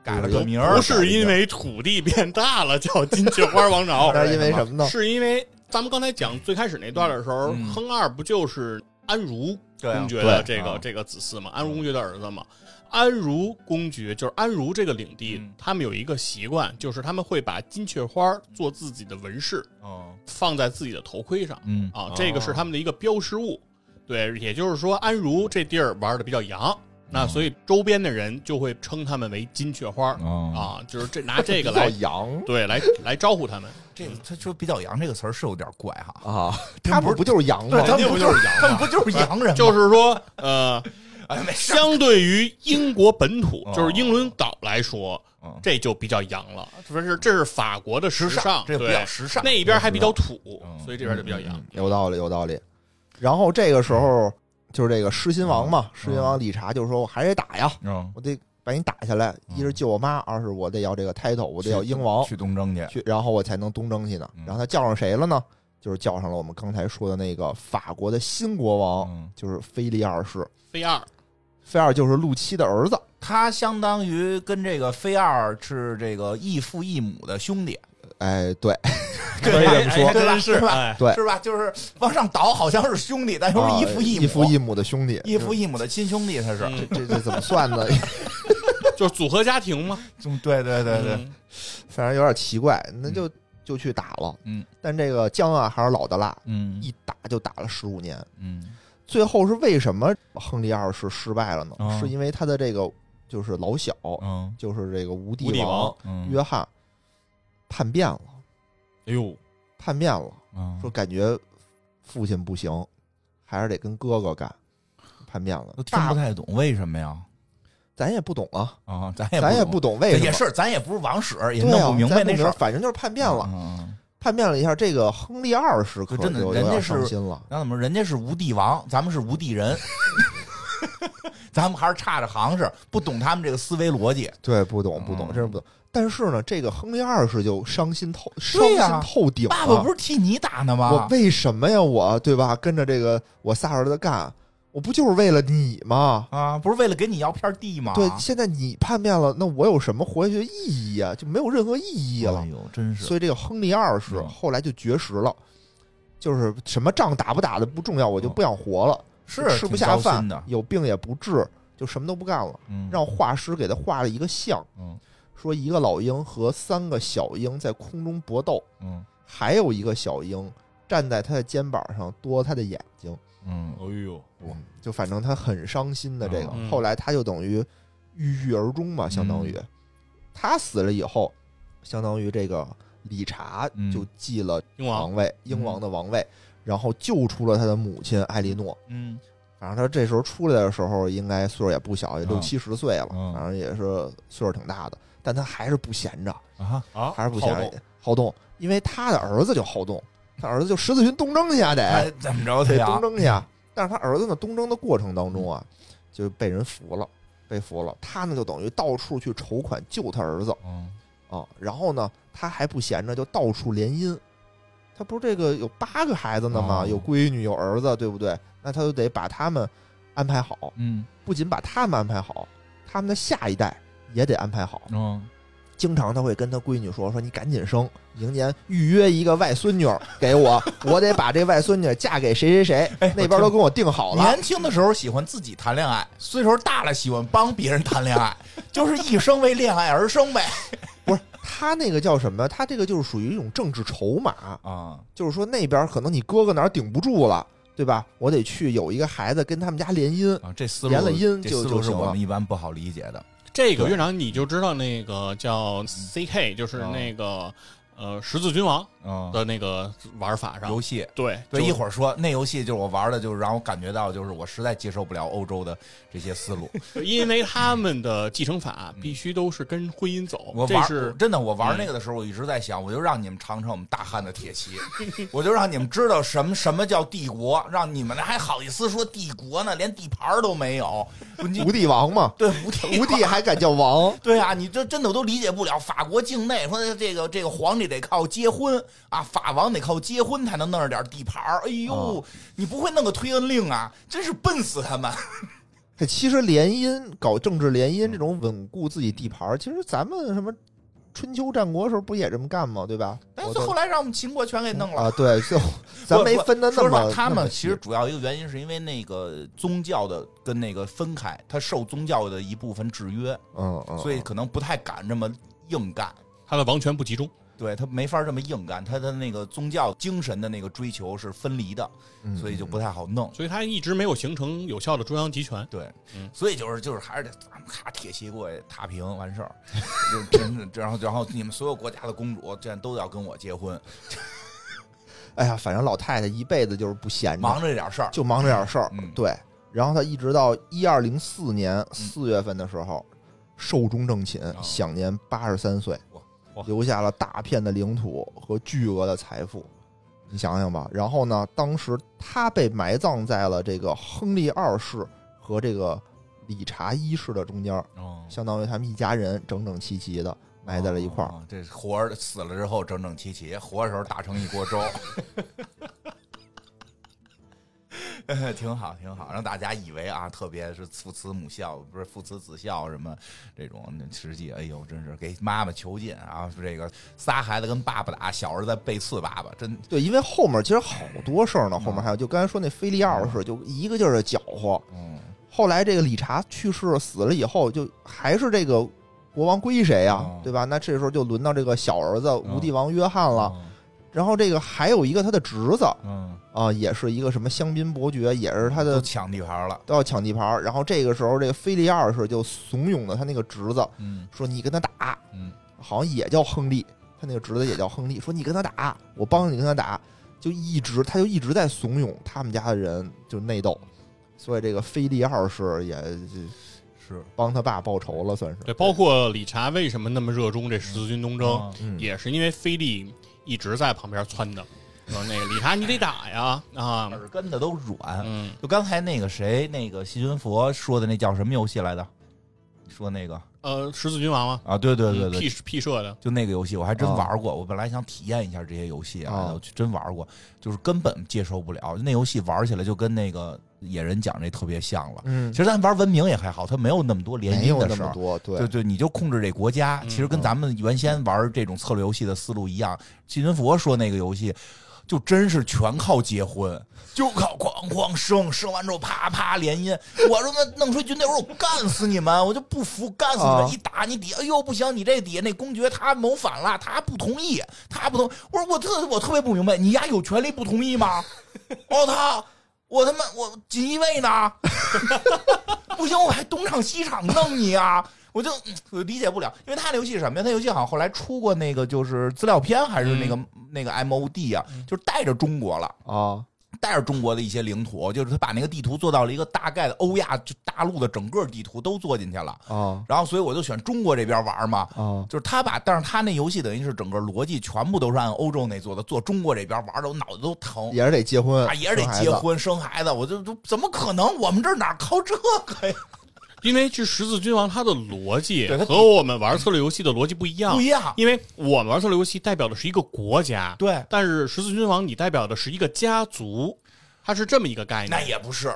[SPEAKER 1] 改了
[SPEAKER 3] 有
[SPEAKER 1] 个名儿
[SPEAKER 2] 不，
[SPEAKER 3] 哦
[SPEAKER 2] 是因为土地变大了叫金雀花王
[SPEAKER 3] [laughs]
[SPEAKER 2] 朝，
[SPEAKER 3] 那是因为什么呢？
[SPEAKER 2] 哦是因为咱们刚才讲最开始那段的时候，
[SPEAKER 1] 嗯
[SPEAKER 2] 亨二不就是安茹
[SPEAKER 1] 对啊
[SPEAKER 2] 公爵的
[SPEAKER 1] 对
[SPEAKER 2] 这个、
[SPEAKER 1] 啊
[SPEAKER 2] 这个子嗣嘛，安茹公爵的儿子嘛。安茹公爵就是安茹这个领地，
[SPEAKER 1] 嗯
[SPEAKER 2] 他们有一个习惯，就是他们会把金雀花做自己的纹饰，
[SPEAKER 1] 嗯
[SPEAKER 2] 放在自己的头盔上
[SPEAKER 1] 嗯
[SPEAKER 2] 啊，这个是他们的一个标识物。对，也就是说，安茹这地儿玩的比较洋，
[SPEAKER 1] 哦
[SPEAKER 2] 那所以周边的人就会称他们为金雀花儿
[SPEAKER 1] 啊，
[SPEAKER 2] 啊，就是这拿这个
[SPEAKER 3] 叫
[SPEAKER 1] [laughs]
[SPEAKER 2] 来
[SPEAKER 3] 羊
[SPEAKER 2] 对来来招呼他们。
[SPEAKER 1] 这个他说比较洋这个词儿是有点怪哈，
[SPEAKER 3] 啊，他们不就是羊吗
[SPEAKER 1] 对，？他们不就是
[SPEAKER 2] 洋吗
[SPEAKER 1] 他们不就是洋人吗？
[SPEAKER 2] [laughs] 就是说，呃，
[SPEAKER 1] 哎，没事儿，
[SPEAKER 2] 相对于英国本土，
[SPEAKER 1] 哦
[SPEAKER 2] 就是英伦岛来说
[SPEAKER 1] 嗯，
[SPEAKER 2] 这就比较洋了。不是，这是法国的时
[SPEAKER 1] 时
[SPEAKER 2] 尚，
[SPEAKER 1] 这个比
[SPEAKER 2] 对
[SPEAKER 1] 较时尚。
[SPEAKER 2] 那边还比较土
[SPEAKER 1] 嗯，
[SPEAKER 2] 所以这边就比较洋。
[SPEAKER 3] 有道理，有道理。然后这个时候就是这个狮心王嘛，狮心王理查就说：“我还是得打呀，
[SPEAKER 1] 嗯，
[SPEAKER 3] 我得把你打下来。
[SPEAKER 1] 嗯
[SPEAKER 3] 一是救我妈，二是我得要这个 title，我得要英王，
[SPEAKER 1] 去东征去，
[SPEAKER 3] 去，然后我才能东征去呢。
[SPEAKER 1] 嗯
[SPEAKER 3] 然后他叫上谁了呢？就是叫上了我们刚才说的那个法国的新国王，
[SPEAKER 1] 嗯，
[SPEAKER 3] 就是菲利二世。
[SPEAKER 2] 菲二
[SPEAKER 3] 菲二就是陆七的儿子，
[SPEAKER 1] 他相当于跟这个菲二是这个异父异母的兄弟，
[SPEAKER 3] 哎，对，
[SPEAKER 1] 对
[SPEAKER 3] 可以这么
[SPEAKER 1] 哎哎
[SPEAKER 3] 说，
[SPEAKER 1] 对吧？
[SPEAKER 4] 真是
[SPEAKER 1] 是吧？
[SPEAKER 4] 哎，
[SPEAKER 3] 对
[SPEAKER 1] 是吧？就是往上倒，好像是兄弟，但又是
[SPEAKER 3] 啊
[SPEAKER 1] 异父异母，
[SPEAKER 3] 异父异母的兄弟，
[SPEAKER 1] 异父异母的亲兄弟，他是，
[SPEAKER 2] 嗯
[SPEAKER 3] 这这怎么算呢？ [laughs]
[SPEAKER 2] 就是组合家庭嘛。
[SPEAKER 1] 嗯对对对对，
[SPEAKER 2] 嗯
[SPEAKER 3] 反正有点奇怪，那就就去打了。
[SPEAKER 1] 嗯，
[SPEAKER 3] 但这个姜啊还是老的辣，
[SPEAKER 1] 嗯
[SPEAKER 3] 一打就打了十五年。
[SPEAKER 1] 嗯
[SPEAKER 3] 最后是为什么亨利二世失败了呢？
[SPEAKER 1] 哦
[SPEAKER 3] 是因为他的这个就是老小，
[SPEAKER 1] 嗯
[SPEAKER 3] 就是这个无
[SPEAKER 4] 无
[SPEAKER 3] 地
[SPEAKER 4] 地
[SPEAKER 3] 王
[SPEAKER 4] 王
[SPEAKER 1] 嗯
[SPEAKER 3] 约翰叛变了，
[SPEAKER 4] 哎呦，
[SPEAKER 3] 叛变了，
[SPEAKER 1] 嗯
[SPEAKER 3] 说感觉父亲不行，还是得跟哥哥干，叛变了
[SPEAKER 1] 都。听不
[SPEAKER 3] 爸，
[SPEAKER 1] 太懂为什么呀？
[SPEAKER 3] 咱也不懂啊，
[SPEAKER 1] 啊，咱也
[SPEAKER 3] 咱也
[SPEAKER 1] 不
[SPEAKER 3] 不
[SPEAKER 1] 懂
[SPEAKER 3] 懂为什么，
[SPEAKER 1] 也是，咱也不是王室，也
[SPEAKER 3] 对
[SPEAKER 1] 弄
[SPEAKER 3] 啊
[SPEAKER 1] 不明白
[SPEAKER 3] 咱也
[SPEAKER 1] 那
[SPEAKER 3] 不
[SPEAKER 1] 事儿
[SPEAKER 3] 反正就是叛变了，
[SPEAKER 1] 嗯嗯嗯
[SPEAKER 3] 叛变了一下，这个亨利二世可
[SPEAKER 1] 真的
[SPEAKER 3] 就有
[SPEAKER 1] 人家
[SPEAKER 3] 点
[SPEAKER 1] 是
[SPEAKER 3] 伤心了。
[SPEAKER 1] 那怎么人家是无地王，咱们是无地人？ [laughs] 咱们还是差着行是，不懂他们这个思维逻辑。
[SPEAKER 3] 对，不懂不懂，
[SPEAKER 1] 嗯
[SPEAKER 3] 真是不懂。但是呢，这个亨利二世就伤心透，伤
[SPEAKER 1] 对呀
[SPEAKER 3] 心透顶了。
[SPEAKER 1] 爸爸不是替你打呢
[SPEAKER 3] 我
[SPEAKER 1] 吗？
[SPEAKER 3] 为什么呀？我对吧？跟着这个我仨儿子干，我不就是为了你吗？
[SPEAKER 1] 啊，不是为了给你要片地吗？
[SPEAKER 3] 对，现在你叛变了，那我有什么活下去的意义啊？就没有任何意义了。
[SPEAKER 1] 哎呦，真是
[SPEAKER 3] 所以这个亨利二世
[SPEAKER 1] 嗯
[SPEAKER 3] 后来就绝食了，就是什么仗打不打的不重要，我就不想活了，
[SPEAKER 1] 嗯是
[SPEAKER 3] 吃不
[SPEAKER 1] 挺
[SPEAKER 3] 下
[SPEAKER 1] 糟
[SPEAKER 3] 饭
[SPEAKER 1] 心的，，
[SPEAKER 3] 有病也不治，就什么都不干了。
[SPEAKER 1] 嗯
[SPEAKER 3] 让画师给他画了一个像，
[SPEAKER 1] 嗯
[SPEAKER 3] 说一个老鹰和三个小鹰在空中搏斗，
[SPEAKER 1] 嗯
[SPEAKER 3] 还有一个小鹰站在他的肩膀上多他的眼睛。
[SPEAKER 1] 嗯
[SPEAKER 4] 哎呦，
[SPEAKER 3] 嗯，就反正他很伤心的这个。
[SPEAKER 2] 嗯
[SPEAKER 3] 后来他就等于郁郁而终嘛，相当于、他死了以后，相当于这个理查
[SPEAKER 1] 嗯
[SPEAKER 3] 就继了
[SPEAKER 2] 英王
[SPEAKER 3] 王位，英王的王位，然后救出了他的母亲艾莉诺。
[SPEAKER 1] 嗯
[SPEAKER 3] 反正他这时候出来的时候，应该岁数也不小，也
[SPEAKER 1] 嗯
[SPEAKER 3] 六七十岁了，
[SPEAKER 1] 嗯
[SPEAKER 3] 反正也是岁数挺大的，但他还是不闲着，
[SPEAKER 1] 啊，
[SPEAKER 2] 啊
[SPEAKER 3] 还是不
[SPEAKER 2] 好
[SPEAKER 3] 闲
[SPEAKER 2] 懂
[SPEAKER 3] 着，好动，因为他的儿子就好动，他儿子就十字军东征去啊，得、
[SPEAKER 1] 哎，怎么着他
[SPEAKER 3] 对，
[SPEAKER 1] 呀
[SPEAKER 3] 东？征去啊。但是他儿子呢，东征的过程当中啊，就被人俘了，被俘了。他呢就等于到处去筹款救他儿子
[SPEAKER 1] 嗯
[SPEAKER 3] 啊。然后呢，他还不闲着，就到处联姻。他不是这个有八个孩子呢吗？
[SPEAKER 1] 哦
[SPEAKER 3] 有闺女，有儿子，对不对？那他就得把他们安排好，
[SPEAKER 1] 嗯
[SPEAKER 3] 不仅把他们安排好，他们的下一代也得安排好。
[SPEAKER 1] 嗯，
[SPEAKER 3] 经常他会跟他闺女说：“说你赶紧生，明年预约一个外孙女儿给 [laughs] 我，我得把这外孙女儿嫁给谁谁谁，
[SPEAKER 1] 哎
[SPEAKER 3] 那边都跟我定好了。”
[SPEAKER 1] 年轻的时候喜欢自己谈恋爱，岁数大了喜欢帮别人谈恋爱，就是一生为恋爱而生呗。
[SPEAKER 3] 不是他那个叫什么？他这个就是属于一种政治筹码，
[SPEAKER 1] 啊，
[SPEAKER 3] 就是说那边可能你哥哥哪儿顶不住了，对吧？我得去有一个孩子跟他们家联姻，
[SPEAKER 1] 啊，这思路
[SPEAKER 3] 连了音
[SPEAKER 1] 这
[SPEAKER 3] 就
[SPEAKER 1] 思路
[SPEAKER 3] 就是行
[SPEAKER 1] 我
[SPEAKER 3] 了
[SPEAKER 1] 们一般不好理解的。
[SPEAKER 2] 这个
[SPEAKER 3] 对
[SPEAKER 2] 院长你就知道那个叫 CK，就是那个呃十字军王
[SPEAKER 1] 嗯，
[SPEAKER 2] 的那个玩法上
[SPEAKER 1] 游，戏。
[SPEAKER 2] 对
[SPEAKER 1] 对，
[SPEAKER 2] 就
[SPEAKER 1] 一会儿说那游戏就是我玩的，就是让我感觉到，就是我实在接受不了欧洲的这些思路。
[SPEAKER 2] 因为他们的继承法必须都是跟婚姻走
[SPEAKER 1] 嗯我，
[SPEAKER 2] 这
[SPEAKER 1] 玩
[SPEAKER 2] 是嗯
[SPEAKER 1] 真的，我玩那个的时候，我一直在想，我就让你们尝尝我们大汉的铁骑，我就让你们知道什么什么叫帝国，让你们还好意思说帝国呢，连地盘都没有。你
[SPEAKER 3] 无地王嘛，
[SPEAKER 1] 对无地
[SPEAKER 3] [laughs] 无地还敢叫王？
[SPEAKER 1] 对啊，你这真的我都理解不了。法国境内说这个这个皇帝得靠结婚啊，法王得靠结婚才能弄着点地盘儿。哎呦，
[SPEAKER 3] 哦
[SPEAKER 2] 啊
[SPEAKER 1] 你不会弄个推恩令啊？真是笨死他们！
[SPEAKER 3] 哎 [laughs] 其实联姻搞政治联姻这种稳固自己地盘儿，其实咱们什么春秋战国时候不也这么干吗？对吧？
[SPEAKER 1] 但
[SPEAKER 3] 我
[SPEAKER 1] 是
[SPEAKER 3] 都
[SPEAKER 1] 哎后来让我们秦国全给弄了。
[SPEAKER 3] 啊，对，
[SPEAKER 1] [laughs]
[SPEAKER 3] 就咱没分的那
[SPEAKER 1] 说实话，
[SPEAKER 3] 么。
[SPEAKER 1] 他
[SPEAKER 3] 那
[SPEAKER 1] 们
[SPEAKER 3] 么
[SPEAKER 1] 其实主要一个原因是因为那个宗教的跟那个分开，他受宗教的一部分制约，
[SPEAKER 3] 嗯嗯，
[SPEAKER 1] 所以可能不太敢这么硬干。
[SPEAKER 2] 他的王权不集中。
[SPEAKER 1] 对他没法这么硬干，他的那个宗教精神的那个追求是分离的，
[SPEAKER 3] 嗯
[SPEAKER 1] 所以就不太好弄。
[SPEAKER 2] 所以他一直没有形成有效的中央集权。
[SPEAKER 1] 对
[SPEAKER 2] 嗯，
[SPEAKER 1] 所以就是就是还是得咱们咔铁鞋柜踏平完事儿， [laughs] 就真的，然后然后你们所有国家的公主这样都要跟我结婚，
[SPEAKER 3] 哎呀，反正老太太一辈子就是不闲着
[SPEAKER 1] 忙，着这点事儿，
[SPEAKER 3] 就忙这点事儿
[SPEAKER 1] 嗯。
[SPEAKER 3] 对，然后她一直到一二零四年四月份的时候，寿终正寝，享年八十三岁
[SPEAKER 1] 啊哇
[SPEAKER 4] 哇，
[SPEAKER 3] 留下了大片的领土和巨额的财富。你想想吧，然后呢？当时她被埋葬在了这个亨利二世和这个理查一世的中间儿，
[SPEAKER 1] 哦
[SPEAKER 3] 相当于他们一家人整整齐齐的埋在了一块儿。
[SPEAKER 1] 哦这活儿死了之后整整齐齐，活的时候打成一锅粥， [laughs] 哎挺好挺好，让大家以为啊，特别是父慈母孝，不是父慈子孝什么这种，实际哎呦，真是给妈妈囚禁啊！这个仨孩子跟爸爸打，小儿子背刺爸爸，真
[SPEAKER 3] 对，因为后面其实好多事儿呢，后面还有就刚才说那菲利二世，就一个劲儿的搅和。
[SPEAKER 1] 嗯
[SPEAKER 3] 后来这个理查去世死了以后，就还是这个国王归谁呀、
[SPEAKER 1] 哦嗯
[SPEAKER 3] 对吧？那这时候就轮到这个小儿子无地王约翰了。，然后这个还有一个他的侄子
[SPEAKER 1] 嗯，
[SPEAKER 3] 啊，也是一个什么香槟伯爵，也是他
[SPEAKER 1] 都
[SPEAKER 3] 的
[SPEAKER 1] 抢地盘了，
[SPEAKER 3] 都要抢地盘儿。然后这个时候，这个菲利二世就怂恿了他那个侄子
[SPEAKER 1] 嗯
[SPEAKER 3] 说：“你跟他打。”
[SPEAKER 1] 嗯，
[SPEAKER 3] 好像也叫亨利，他那个侄子也叫亨利，说你跟他打，我帮你跟他打，就一直他就一直在怂恿他们家的人就内斗，所以这个菲利二世也
[SPEAKER 1] 是
[SPEAKER 3] 帮他爸报仇了，算是。
[SPEAKER 2] 对，包括理查为什么那么热衷这十字军东征，
[SPEAKER 3] 嗯
[SPEAKER 2] 也是因为菲利一直在旁边撺掇，说那个理查你得打呀啊，
[SPEAKER 1] 耳根子都软，
[SPEAKER 2] 嗯，
[SPEAKER 1] 就刚才那个谁，那个细菌佛说的那叫什么游戏来着？你说那个
[SPEAKER 2] 呃，十字军王嘛，
[SPEAKER 1] 啊，对对对
[SPEAKER 2] 嗯
[SPEAKER 1] 对，
[SPEAKER 2] 屁屁社的，
[SPEAKER 1] 就那个游戏，我还
[SPEAKER 3] 哦
[SPEAKER 1] 真玩过。我本来想体验一下这些游戏啊，
[SPEAKER 3] 啊
[SPEAKER 1] 我去真玩过，就是根本接受不了。那游戏玩起来就跟那个野人讲这特别像了。
[SPEAKER 3] 嗯
[SPEAKER 1] 其，实咱玩文明也还好，它没有那么多联
[SPEAKER 3] 没
[SPEAKER 1] 姻
[SPEAKER 3] 有
[SPEAKER 1] 的
[SPEAKER 3] 那
[SPEAKER 1] 事
[SPEAKER 3] 么
[SPEAKER 1] 儿。
[SPEAKER 3] 多，
[SPEAKER 1] 对
[SPEAKER 3] 对，
[SPEAKER 1] 对，你就控制这国家，
[SPEAKER 2] 嗯
[SPEAKER 1] 其实跟咱们原先玩这种策略游戏的思路一样。季云佛说那个游戏，就真是全靠结婚，就靠哐哐生，生完之后啪啪联姻。我说那弄出一军队，我说我干死你们，我就不服，干死你们！
[SPEAKER 3] 啊
[SPEAKER 1] 一打你底，哎呦不行，你这底下那公爵他谋反了，他不同意，他不同。我说我特我特别不明白，你丫有权利不同意吗？我操！我他妈我锦衣卫呢？ [laughs] 不行，我还东厂西厂弄你啊！我就嗯我理解不了，因为他那游戏是什么呀？他游戏好像后来出过那个就是资料片，还是那个、那个 MOD 啊，就是带着中国了。
[SPEAKER 3] 啊，
[SPEAKER 1] 带着中国的一些领土，就是他把那个地图做到了一个大概的欧亚就大陆的整个地图都做进去了，
[SPEAKER 3] 啊
[SPEAKER 1] 然后所以我就选中国这边玩嘛，
[SPEAKER 3] 啊，
[SPEAKER 1] 就是他把，但是他那游戏等于是整个逻辑全部都是按欧洲那做的，做中国这边玩的我脑子都疼，
[SPEAKER 3] 也是得结婚
[SPEAKER 1] 啊，，也是得
[SPEAKER 3] 生孩
[SPEAKER 1] 结
[SPEAKER 3] 子，
[SPEAKER 1] 婚生孩子，我就就怎么可能？我们这儿哪靠这个呀？
[SPEAKER 2] 因为这十字军王他的逻辑
[SPEAKER 1] 对他
[SPEAKER 2] 和我们玩策略游戏的逻辑不一样
[SPEAKER 1] 不，一样，
[SPEAKER 2] 因为我们玩策略游戏代表的是一个国家，
[SPEAKER 1] 对，
[SPEAKER 2] 但是十字军王你代表的是一个家族，它是这么一个概
[SPEAKER 1] 那
[SPEAKER 2] 念。
[SPEAKER 1] 也不是，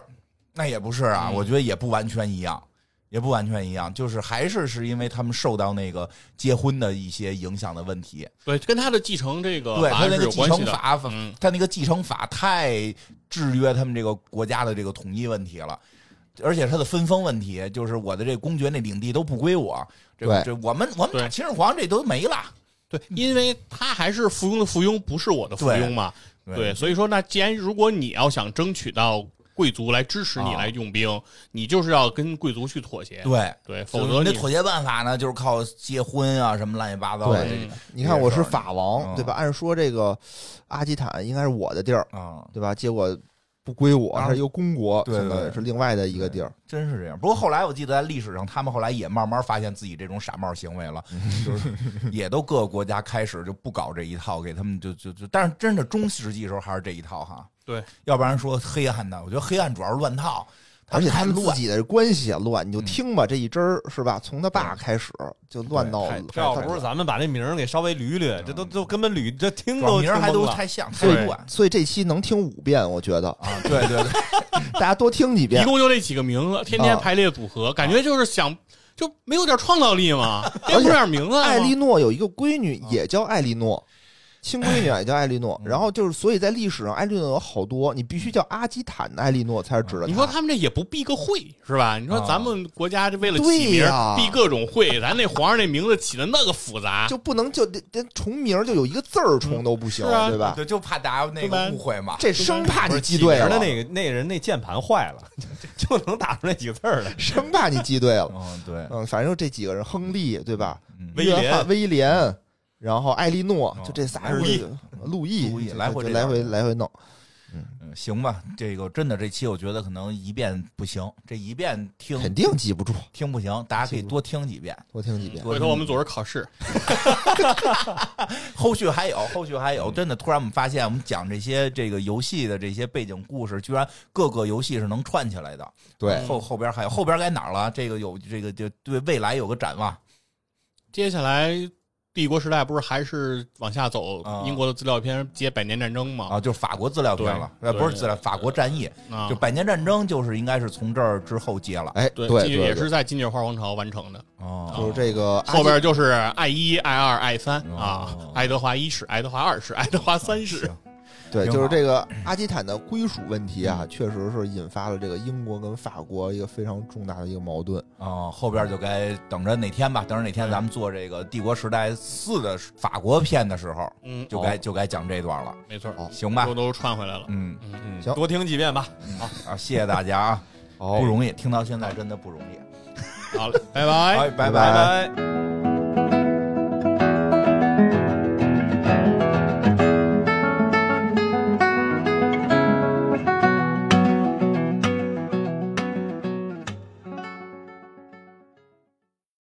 [SPEAKER 1] 那也不是啊，
[SPEAKER 2] 嗯
[SPEAKER 1] 我觉得也不完全一样，也不完全一样，就是还是是因为他们受到那个结婚的一些影响的问题，
[SPEAKER 2] 对，跟他的继承这个
[SPEAKER 1] 对
[SPEAKER 2] 呃法
[SPEAKER 1] 他
[SPEAKER 2] 案
[SPEAKER 1] 那
[SPEAKER 2] 是
[SPEAKER 1] 个
[SPEAKER 2] 有
[SPEAKER 1] 继
[SPEAKER 2] 关系
[SPEAKER 1] 承
[SPEAKER 2] 的。
[SPEAKER 1] 法，法
[SPEAKER 2] 嗯，
[SPEAKER 1] 他那个继承法太制约他们这个国家的这个统一问题了。而且他的分封问题，就是我的这公爵那领地都不归我，这
[SPEAKER 3] 对
[SPEAKER 1] 这我们我们打
[SPEAKER 2] 对
[SPEAKER 1] 秦始皇这都没了，
[SPEAKER 2] 对，因为他还是附庸的附庸，不是我的附庸嘛。
[SPEAKER 1] 对
[SPEAKER 2] 对，所以说，那既然如果你要想争取到贵族来支持你
[SPEAKER 1] 啊
[SPEAKER 2] 来用兵，你就是要跟贵族去妥协。
[SPEAKER 1] 对，
[SPEAKER 2] 对，
[SPEAKER 1] 就是
[SPEAKER 2] 否则
[SPEAKER 1] 那
[SPEAKER 2] 你
[SPEAKER 1] 妥协办法呢，就是靠结婚啊什么乱七八糟的
[SPEAKER 3] 对
[SPEAKER 1] 这
[SPEAKER 2] 嗯
[SPEAKER 3] 你看我是
[SPEAKER 1] 这事儿
[SPEAKER 3] 法
[SPEAKER 1] 嗯
[SPEAKER 3] 王，对吧？按说这个阿基坦应该是我的地儿，
[SPEAKER 1] 啊，
[SPEAKER 3] 对吧？结果不归我，
[SPEAKER 1] 啊
[SPEAKER 3] 它是一个公国，
[SPEAKER 1] 对对
[SPEAKER 3] 相当于
[SPEAKER 1] 对
[SPEAKER 3] 是另外的一个地儿。
[SPEAKER 1] 真是这样。不过后来我记得在历史上，他们后来也慢慢发现自己这种傻帽行为了，就是也都各个国家开始就不搞这一套，给他们就就就，但是真的中世纪时候还是这一套哈。
[SPEAKER 2] 对，
[SPEAKER 1] 要不然说黑暗呢，我觉得黑暗主要是乱套，
[SPEAKER 3] 而且
[SPEAKER 1] 太
[SPEAKER 3] 他们自
[SPEAKER 1] 乱。
[SPEAKER 3] 己的关系也乱，你就
[SPEAKER 1] 嗯
[SPEAKER 3] 听吧，这一支儿是吧？从他爸开始就乱到
[SPEAKER 1] 太太
[SPEAKER 4] 这要
[SPEAKER 3] 他
[SPEAKER 4] 不是咱们把这名儿给稍微捋捋，这都都根本捋这听都
[SPEAKER 1] 名儿还
[SPEAKER 4] 听懵
[SPEAKER 1] 都
[SPEAKER 4] 了
[SPEAKER 1] 太像太
[SPEAKER 3] 所以
[SPEAKER 1] 乱
[SPEAKER 3] 所以这期能听五遍，我觉得
[SPEAKER 1] 啊！对对对，
[SPEAKER 3] 大家多听几
[SPEAKER 2] 一
[SPEAKER 3] 遍。
[SPEAKER 2] 共就这几个名额，天天
[SPEAKER 3] 啊
[SPEAKER 2] 排列组合，感觉就是想就没有点创造力嘛，编不出点名字来
[SPEAKER 3] 艾莉
[SPEAKER 2] 吗？
[SPEAKER 3] 诺有一个闺女也叫艾莉诺，亲闺女啊也叫艾莉诺，
[SPEAKER 1] 嗯
[SPEAKER 3] [laughs] 然后就是，所以在历史上，艾莉诺有好多，你必须叫阿基坦的艾莉诺才是指的她。
[SPEAKER 2] 嗯你说他们这也不避个讳是吧？你说
[SPEAKER 1] 啊
[SPEAKER 2] 咱们国家这为了
[SPEAKER 3] 对
[SPEAKER 2] 起名
[SPEAKER 3] 呀
[SPEAKER 2] 避各种讳，咱那皇上那名字起的那个复杂，
[SPEAKER 3] 就不能就连连重名儿就有一个字儿重都不行，
[SPEAKER 2] 是啊
[SPEAKER 3] 对吧？
[SPEAKER 1] 对，就怕大家那
[SPEAKER 2] 对吧
[SPEAKER 1] 个误会嘛。
[SPEAKER 3] 这生怕你
[SPEAKER 4] 不是
[SPEAKER 3] 记
[SPEAKER 4] 起
[SPEAKER 3] 对
[SPEAKER 4] 名
[SPEAKER 3] 了，
[SPEAKER 4] 的那个那人那键盘坏了， [laughs] 就就能打出那几个字儿来。
[SPEAKER 3] 生怕你记对
[SPEAKER 1] [laughs]
[SPEAKER 3] 了。
[SPEAKER 1] 嗯，对，
[SPEAKER 3] 嗯，反正就这几个人，亨利对吧？
[SPEAKER 1] 嗯
[SPEAKER 4] 威廉
[SPEAKER 3] 约翰威廉，然后艾莉诺，就这仨人，
[SPEAKER 1] 路易
[SPEAKER 3] 路易，
[SPEAKER 1] 路易
[SPEAKER 3] 就
[SPEAKER 1] 来回
[SPEAKER 3] 就
[SPEAKER 1] 这
[SPEAKER 3] 来回
[SPEAKER 1] 点儿
[SPEAKER 3] 来回弄。
[SPEAKER 1] 嗯行吧，这个真的这期我觉得可能一遍不行，这一遍听
[SPEAKER 3] 肯定记不住，
[SPEAKER 1] 听不行，大家可以多听几遍。
[SPEAKER 3] 多听几遍。
[SPEAKER 2] 回头我们组织考试，
[SPEAKER 1] 后续还有，后续还
[SPEAKER 2] 嗯
[SPEAKER 1] 有，真的突然我们发现，我们讲这些这个游戏的这些背景故事，居然各个游戏是能串起来的。
[SPEAKER 3] 对，
[SPEAKER 1] 后后边还有，后边该哪儿了？这个有这个就对未来有个展望。
[SPEAKER 2] 接下来帝国时代不是还是往下走
[SPEAKER 1] 啊？
[SPEAKER 2] 英国的资料片接百年战争嘛？
[SPEAKER 1] 啊，就是法国资料片了，
[SPEAKER 2] 对
[SPEAKER 1] 呃，不是
[SPEAKER 2] 对
[SPEAKER 1] 资料，法国战役，
[SPEAKER 2] 啊
[SPEAKER 1] 就，百年战争，就是应该是从这儿之后接了。
[SPEAKER 3] 哎，
[SPEAKER 2] 对，
[SPEAKER 3] 对
[SPEAKER 2] 金
[SPEAKER 3] 对，
[SPEAKER 2] 也
[SPEAKER 3] 对
[SPEAKER 2] 是在金九花王朝完成的。
[SPEAKER 1] 哦，
[SPEAKER 3] 就是这个阿基
[SPEAKER 2] 后边就是 I 一、I 二、I 三
[SPEAKER 1] 哦
[SPEAKER 2] 啊，爱德华一世、爱德华二世、爱德华三世
[SPEAKER 1] 行。
[SPEAKER 3] 对，
[SPEAKER 1] 挺
[SPEAKER 3] 就是
[SPEAKER 1] 好
[SPEAKER 3] 这个阿基坦的归属问题啊，确实是引发了这个英国跟法国一个非常重大的一个矛盾。
[SPEAKER 1] 哦，后边就该等着哪天吧，等着哪天咱们做这个《帝国时代四》的法国片的时候，
[SPEAKER 2] 嗯，
[SPEAKER 1] 就该就该讲这段了，
[SPEAKER 2] 没错，
[SPEAKER 3] 好
[SPEAKER 1] 行吧
[SPEAKER 2] 都？都串回来了。
[SPEAKER 1] 嗯
[SPEAKER 2] 嗯，
[SPEAKER 4] 嗯
[SPEAKER 3] 行
[SPEAKER 4] 多听几遍吧。
[SPEAKER 1] 啊，谢谢大家啊，
[SPEAKER 3] 哦
[SPEAKER 1] 不容易，听到现在真的不容易。
[SPEAKER 2] 好嘞，拜拜。
[SPEAKER 1] 哎，拜
[SPEAKER 3] 拜
[SPEAKER 1] 拜
[SPEAKER 4] 拜。